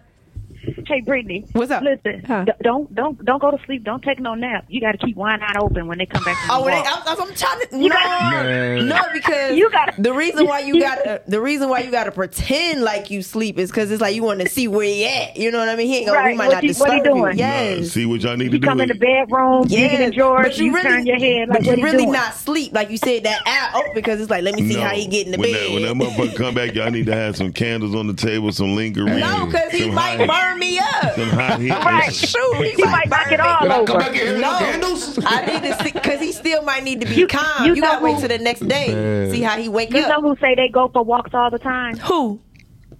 Speaker 15: Hey, Brittany.
Speaker 7: What's up?
Speaker 15: Listen, d- don't don't don't go to sleep. Don't take no nap. You got to keep one eye open when they come back. From
Speaker 5: Oh,
Speaker 15: the
Speaker 5: they,
Speaker 15: walk.
Speaker 5: I'm, I'm I'm trying to
Speaker 15: You
Speaker 5: no,
Speaker 15: gotta-
Speaker 5: no, because
Speaker 15: You gotta-
Speaker 5: the reason why you gotta the reason why you gotta pretend like you sleep is because it's like you want to see where he at. You know what I mean? He ain't gonna,
Speaker 15: Right,
Speaker 5: we might
Speaker 15: what
Speaker 5: not
Speaker 15: he-
Speaker 5: disturb
Speaker 15: what he
Speaker 5: you.
Speaker 15: doing?
Speaker 5: Yes,
Speaker 4: Uh, see what y'all need to do.
Speaker 15: come in the bedroom,
Speaker 5: yes.
Speaker 15: digging and George,
Speaker 5: but you, really,
Speaker 15: turn your head like
Speaker 5: but
Speaker 15: what
Speaker 5: you
Speaker 15: he
Speaker 5: really
Speaker 15: doing.
Speaker 5: not sleep like you said that eye open because it's like let me see
Speaker 4: No.
Speaker 5: how he get in the
Speaker 4: when
Speaker 5: bed.
Speaker 4: That, when that motherfucker come back, y'all need to have some candles on the table, some lingerie.
Speaker 5: no, because he
Speaker 4: some
Speaker 5: might
Speaker 4: hot-
Speaker 5: burn me up.
Speaker 4: Some hot heat.
Speaker 5: Right. Shoot, he, might knock it
Speaker 4: all Can I come over. back in here with
Speaker 5: no,
Speaker 4: no
Speaker 5: I need to see because he still might need to be
Speaker 15: You-
Speaker 5: calm. You,
Speaker 15: you
Speaker 5: gotta
Speaker 15: know
Speaker 5: wait
Speaker 15: who-
Speaker 5: till the next day,
Speaker 15: Man.
Speaker 5: see how he wake
Speaker 15: you
Speaker 5: up.
Speaker 15: know who say they go for walks all the time?
Speaker 5: Who?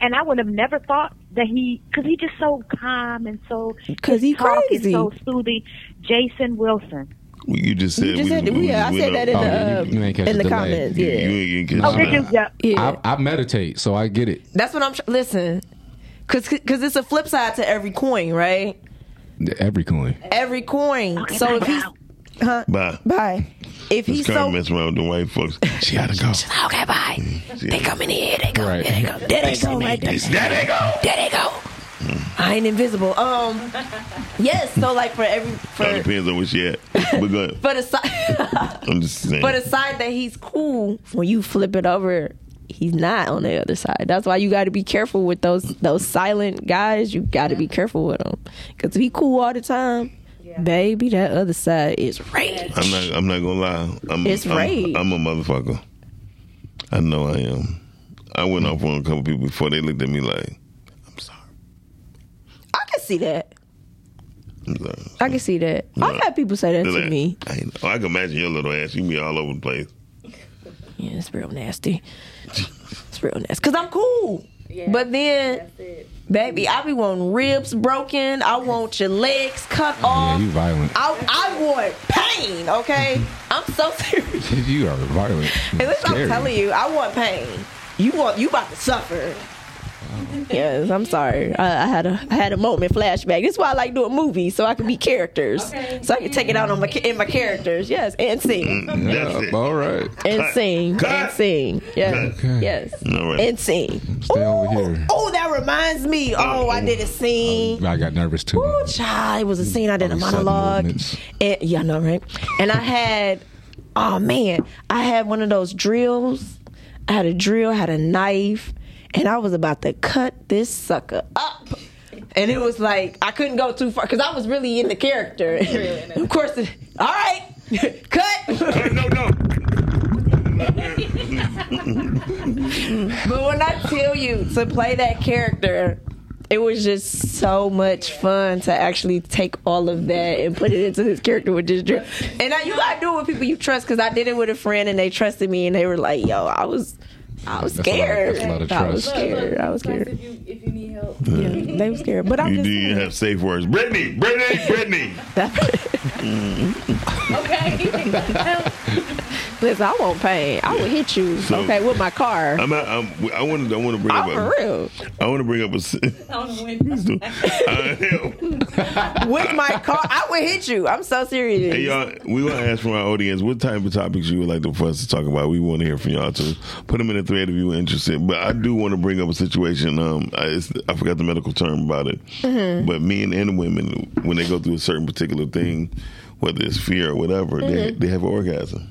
Speaker 15: And I would have never thought that he, because he just so calm and so.
Speaker 7: Because he
Speaker 15: Is
Speaker 7: crazy.
Speaker 15: so soothing. Jason Wilson.
Speaker 4: Well, you just said.
Speaker 7: You just said that.
Speaker 4: we,
Speaker 7: Yeah, I
Speaker 4: we
Speaker 7: said
Speaker 4: know.
Speaker 6: Oh,
Speaker 7: that in the, uh, in the
Speaker 6: delay.
Speaker 7: comments. Yeah.
Speaker 4: You, you ain't catch
Speaker 6: Oh,
Speaker 4: that.
Speaker 6: did you-
Speaker 15: yeah.
Speaker 6: I, I meditate, so I get it.
Speaker 5: That's what I'm. Tr- Listen, cause, cause it's a flip side to every coin, right?
Speaker 6: Every coin.
Speaker 5: Every coin. so if he's, huh?
Speaker 4: Bye.
Speaker 5: Bye. If
Speaker 4: This
Speaker 5: he's
Speaker 4: girl
Speaker 5: so
Speaker 4: mess around with the white folks. She gotta go.
Speaker 5: okay, bye.
Speaker 4: Mm,
Speaker 5: They come in here. They go.
Speaker 4: Right.
Speaker 5: There they go. There they go. Right there.
Speaker 4: There they go.
Speaker 5: There they go. I ain't invisible. Um. Yes. So like for every
Speaker 4: All
Speaker 5: for
Speaker 4: depends on where she at. But go ahead.
Speaker 5: for the side
Speaker 4: I'm just saying.
Speaker 5: for the side that he's cool.
Speaker 7: When you flip it over, he's not on the other side. That's why you got to be careful with those those silent guys. You got to be careful with them because if he cool all the time, baby, that other side is rage.
Speaker 4: I'm not. I'm not gonna lie. I'm,
Speaker 7: It's
Speaker 4: I'm,
Speaker 7: rage.
Speaker 4: I'm a motherfucker. I know I am. I went off on a couple people before they looked at me like,
Speaker 7: I can see that.
Speaker 4: I'm sorry.
Speaker 7: I can see that. I've had people say that
Speaker 4: They're
Speaker 7: to
Speaker 4: like,
Speaker 7: me.
Speaker 4: I, ain't- oh, I can imagine your little ass. You can be all over the place.
Speaker 7: Yeah, it's real nasty.
Speaker 5: It's real nasty. Cause I'm cool. but then, baby, I be wanting ribs broken. I want your legs cut
Speaker 6: Yeah,
Speaker 5: off.
Speaker 6: you violent.
Speaker 5: I, I want pain. Okay, I'm so serious.
Speaker 6: you are violent.
Speaker 5: At least I'm
Speaker 6: Scary.
Speaker 5: telling you, I want pain. You want you about to suffer.
Speaker 6: Oh.
Speaker 7: Yes, I'm sorry. I, I had a I had a moment flashback. That's why I like doing movies so I can be characters, so I can take it out on my in my characters. Yes, and sing
Speaker 6: Mm,
Speaker 4: That's it. All
Speaker 6: right.
Speaker 7: and
Speaker 4: Cut.
Speaker 7: sing
Speaker 4: Cut.
Speaker 7: and sing. Yes,
Speaker 4: Okay.
Speaker 7: yes,
Speaker 4: All right.
Speaker 7: and sing.
Speaker 6: Stay over here.
Speaker 5: Oh, that reminds me. Oh, I did a scene.
Speaker 6: I got nervous too.
Speaker 5: Ooh, child, it was a scene. I did a
Speaker 6: All these sudden
Speaker 5: monologue.
Speaker 6: movements.
Speaker 5: And, yeah, I know, right? And I had, oh man, I had one of those drills. I had a drill, had a knife, and I was about to cut this sucker up. And it was like I couldn't go too far because I was really in the character. of course, it, all right, cut.
Speaker 4: no, no.
Speaker 5: but when I tell you to play that character, it was just so much fun to actually take all of that and put it into this character with this drill. And now you gotta do it with people you trust because I did it with a friend and they trusted me and they were like, "Yo, I was, I was
Speaker 6: That's a lot-
Speaker 5: scared.
Speaker 6: that's a lot of
Speaker 5: I was
Speaker 6: trust.
Speaker 5: scared. I was scared.
Speaker 17: If you need help.
Speaker 5: Yeah, they were scared. But I'm
Speaker 4: you
Speaker 5: just
Speaker 4: didn't have safe words. Brittany, Brittany, Brittany.
Speaker 7: Okay. Listen, I won't pain. I will hit you.
Speaker 4: So-
Speaker 7: okay, with my car.
Speaker 4: I'm, not- I'm, I want to. I
Speaker 5: Oh,
Speaker 4: want to bring
Speaker 7: I'm
Speaker 4: up.
Speaker 7: for
Speaker 4: a-
Speaker 7: real.
Speaker 4: I want to bring up a. s-
Speaker 5: with my car. I would hit you. I'm so serious.
Speaker 4: Hey y'all, we want to ask from our audience what type of topics you would like for us to talk about. We want to hear from y'all too. Put them in the thread if you're interested. But I do want to bring up a situation. Um, I, it's, I forgot the medical term about it,
Speaker 7: Mm-hmm.
Speaker 12: Mhm.
Speaker 4: but men and women when they go through a certain particular thing, whether it's fear or whatever, they
Speaker 7: Mhm.
Speaker 4: they have an orgasm.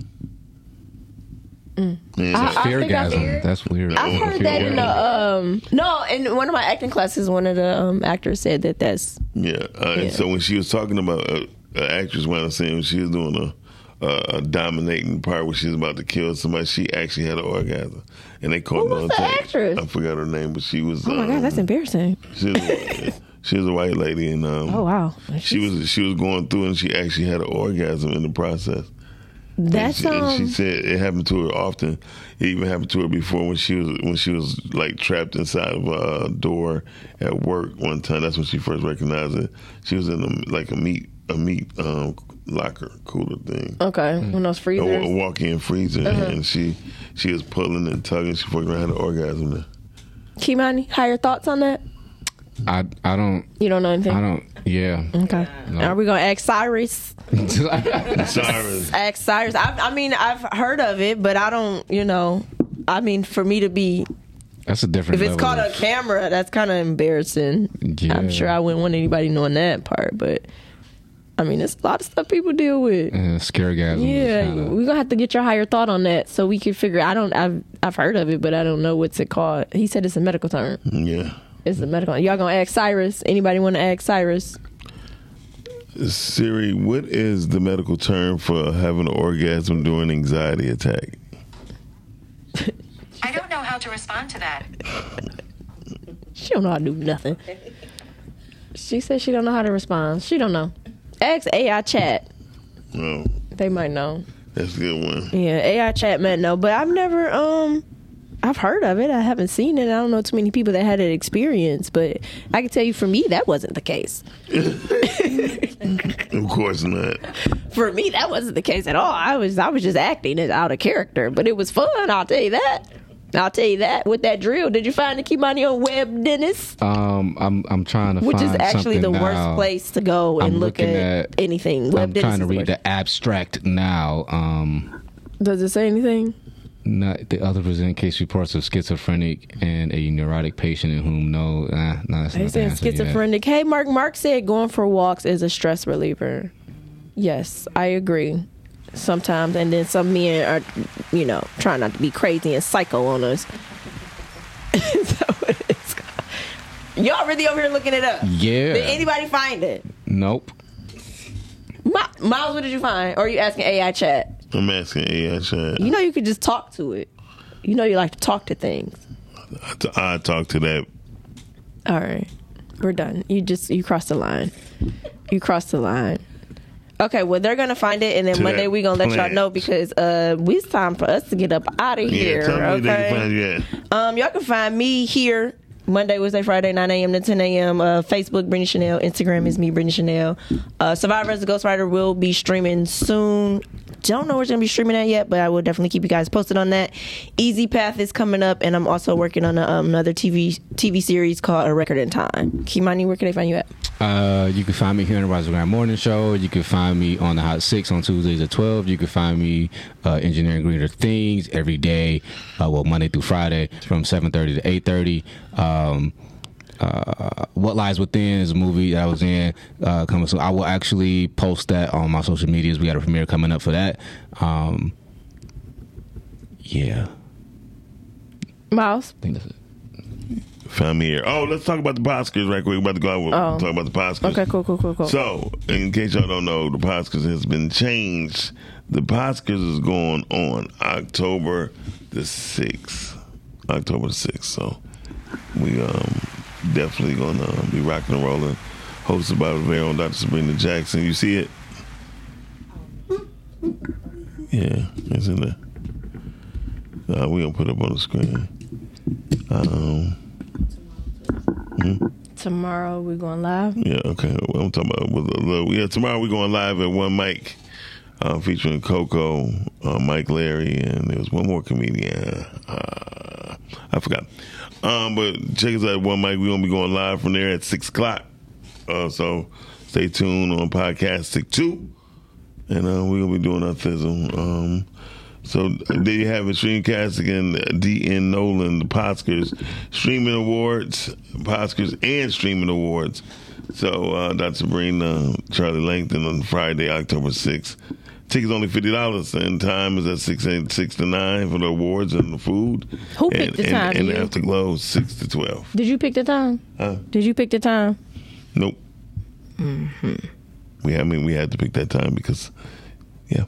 Speaker 4: Yeah,
Speaker 7: Mm. I- I think I've- Feargasm.
Speaker 6: That's weird.
Speaker 7: I've heard that in the um no, in one of my acting classes, one of the um actors said that that's
Speaker 4: Yeah. Uh,
Speaker 7: Yeah.
Speaker 4: And so when she was talking about uh, an actress, when I was saying she was doing a, uh, dominating part where she's about to kill somebody, she actually had an orgasm, and they caught me on
Speaker 5: the
Speaker 4: tape.
Speaker 5: actress?
Speaker 4: I forgot her name, but she was.
Speaker 5: Oh my god, that's
Speaker 4: um,
Speaker 5: embarrassing.
Speaker 4: She was, she was a white lady, and um,
Speaker 5: Oh wow,
Speaker 4: she was she was going through, and she actually had an orgasm in the process.
Speaker 5: that's
Speaker 4: she, and she
Speaker 5: um.
Speaker 4: said it happened to her often. It even happened to her before when she was when she was like trapped inside of a door at work one time. That's when she first recognized it. She was in a, like a meat a meat um, locker cooler thing.
Speaker 5: Okay,
Speaker 6: Hmm.
Speaker 5: when those
Speaker 4: A,
Speaker 6: Oh,
Speaker 5: freezers.
Speaker 4: walk in freezer,
Speaker 5: Uh-huh.
Speaker 4: and she she was pulling and tugging. She fucking had an orgasm. There.
Speaker 5: Kimani, how your thoughts on that?
Speaker 6: I I don't.
Speaker 5: You don't know anything.
Speaker 6: I don't. Yeah.
Speaker 5: Okay.
Speaker 6: No.
Speaker 5: Are we gonna ask Cyrus?
Speaker 4: Sorry.
Speaker 18: Ask Cyrus.
Speaker 5: I, I mean, I've heard of it, but I don't. You know, I mean, for me to be,
Speaker 6: That's a
Speaker 5: if
Speaker 6: different.
Speaker 5: it's
Speaker 6: level
Speaker 5: caught on
Speaker 6: of-
Speaker 5: camera, that's kind of embarrassing.
Speaker 6: Yeah.
Speaker 5: I'm sure I wouldn't want anybody knowing that part, but I mean, there's a lot of stuff people deal with.
Speaker 6: uh, scare guys.
Speaker 5: Yeah, we're gonna have to get your higher thought on that so we can figure. I don't. I've I've heard of it, but I don't know what's it called. He said it's a medical term.
Speaker 4: Yeah.
Speaker 5: It's a medical. Y'all gonna ask Cyrus? Anybody want to ask Cyrus?
Speaker 4: Siri, what is the medical term for having an orgasm during anxiety attack?
Speaker 15: I don't know how to respond to that.
Speaker 5: She don't know how to do nothing. She said she don't know how to respond. She don't know. Ask AI chat.
Speaker 4: No,
Speaker 5: They might know.
Speaker 4: that's a good one.
Speaker 5: Yeah, AI chat might know. But I've never um I've heard of it. I haven't seen it. I don't know too many people that had that experience, but I can tell you for me that wasn't the case.
Speaker 4: Of course not.
Speaker 5: For me that wasn't the case at all. I was I was just acting it out of character. But it was fun, I'll tell you that. I'll tell you that with that drill. Did you find the Kimani on Web Dennis?
Speaker 6: Um, I'm I'm trying to
Speaker 5: Which
Speaker 6: find
Speaker 5: is actually the
Speaker 6: something
Speaker 5: worst
Speaker 6: now.
Speaker 5: place to go and
Speaker 6: I'm
Speaker 5: look at,
Speaker 6: looking
Speaker 5: anything. Web
Speaker 6: I'm
Speaker 5: Dennis
Speaker 6: trying to
Speaker 5: is the
Speaker 6: read the abstract now. Um,
Speaker 5: Does it say anything?
Speaker 6: not the other present case reports of schizophrenic and a neurotic patient in whom no, nah, nah, that's
Speaker 5: They
Speaker 6: not the
Speaker 5: said
Speaker 6: answer yet.
Speaker 5: schizophrenic. Hey, Mark. Mark said going for walks is a stress reliever. Yes, I agree. Sometimes, and then some men are, you know, trying not to be crazy and psycho on us. Is that what it's called? Y'all really over here looking it up?
Speaker 6: Yeah.
Speaker 5: Did anybody find it?
Speaker 6: Nope.
Speaker 5: My, Miles, what did you find? Or are you asking AI chat?
Speaker 4: I'm asking AI chat.
Speaker 5: You know, you could just talk to it. You know, you like to talk to things.
Speaker 4: I, t- I talk to that.
Speaker 5: All right. We're done. You just you crossed the line. You crossed the line. Okay, well they're gonna find it and then
Speaker 4: To
Speaker 5: Monday
Speaker 4: that
Speaker 5: we gonna let
Speaker 4: plant.
Speaker 5: y'all know because uh we- it's time for us to get up out of here.
Speaker 4: Yeah, tell me where they can find
Speaker 5: okay.
Speaker 4: you at.
Speaker 5: Um y'all can find me here Monday, Wednesday, Friday, 9 a.m. to 10 a.m. Uh, Facebook, Brittany Chanel. Instagram is me, Brittany Chanel. Uh, Survivor as a Ghostwriter will be streaming soon. Don't know where it's going to be streaming at yet, but I will definitely keep you guys posted on that. Easy Path is coming up, and I'm also working on a, um, another TV TV series called A Record in Time. Kimani, where can they find you at?
Speaker 6: Uh, you can find me here on the Rise of Grand Morning Show. You can find me on the Hot Six on Tuesdays at twelve. You can find me uh, engineering greener things every day, uh, well Monday through Friday from seven thirty to eight thirty. Um, uh, what lies within is a movie that I was in uh, coming soon. I will actually post that on my social medias. We got a premiere coming up for that. Um, yeah,
Speaker 5: Miles.
Speaker 6: I think that's it.
Speaker 4: Find me here. Oh, let's talk about the Oscars right quick. We're about to go out with,
Speaker 5: Oh.
Speaker 4: talk about the Oscars.
Speaker 5: Okay, cool, cool, cool, cool.
Speaker 4: So, in case y'all don't know, the Oscars has been changed. The Oscars is going on October the sixth. October the sixth. So, we um definitely gonna uh, be rocking and rolling. Hosted by the very own Dr. Sabrina Jackson. You see it? Yeah, it's in there. Uh, we gonna put it up on the screen. Um, hmm?
Speaker 5: Tomorrow we're going live.
Speaker 4: Yeah, okay. Well, I'm talking about with a little, yeah. Tomorrow we're going live at one mic, uh, featuring Coco, uh, Mike Larry, and there was one more comedian. Uh, I forgot. Um, but check us out at one mic. We're gonna be going live from there at six o'clock. Uh, so stay tuned on Podcastic Two, and uh, we're gonna be doing our thism. Um, so there you have it, Streamcast again, DN Nolan, the Oscars, Streaming Awards, Oscars and Streaming Awards. So uh, Dr. Sabrina, Charlie Langton on Friday, October 6th. Tickets only fifty dollars, and time is at six eight, six to nine for the awards and the food.
Speaker 5: Who picked
Speaker 4: and,
Speaker 5: the
Speaker 4: and,
Speaker 5: time,
Speaker 4: And
Speaker 5: you?
Speaker 4: afterglow six to twelve.
Speaker 5: Did you pick the time?
Speaker 4: Huh?
Speaker 5: Did you pick the time?
Speaker 4: Nope. We I mean we had to pick that time because yeah,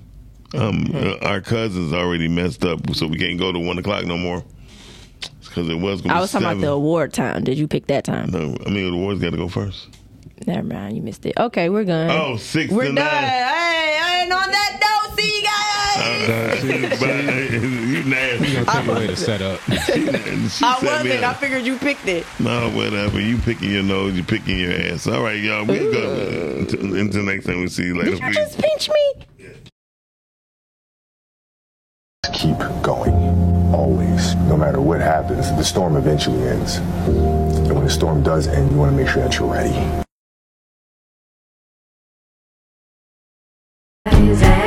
Speaker 4: Um, uh, our cousins already messed up, so we can't go to one o'clock no more. Because it was. Gonna
Speaker 5: I
Speaker 4: be
Speaker 5: was talking about the
Speaker 4: seven.
Speaker 5: award time. Did you pick that time?
Speaker 4: No, um, I mean the awards got to go first.
Speaker 5: Never mind, you missed it. Okay, we're done.
Speaker 4: Oh, six
Speaker 5: We're
Speaker 4: to
Speaker 5: done.
Speaker 4: nine.
Speaker 10: Hey, and on that note, see you guys.
Speaker 4: Uh, but- you nasty.
Speaker 6: You're gonna take away the setup.
Speaker 4: She
Speaker 10: I
Speaker 4: set me
Speaker 10: wasn't. I
Speaker 4: up.
Speaker 10: figured you picked it.
Speaker 4: No, whatever. You picking your nose, you picking your ass. All right, y'all. We go until, until next time. We see you
Speaker 5: Mm.
Speaker 4: later.
Speaker 5: Did you
Speaker 4: Peace.
Speaker 5: just pinch me?
Speaker 8: keep going. Always. No matter what happens, the storm eventually ends. And when the storm does end, you want to make sure that you're ready.
Speaker 3: His ass.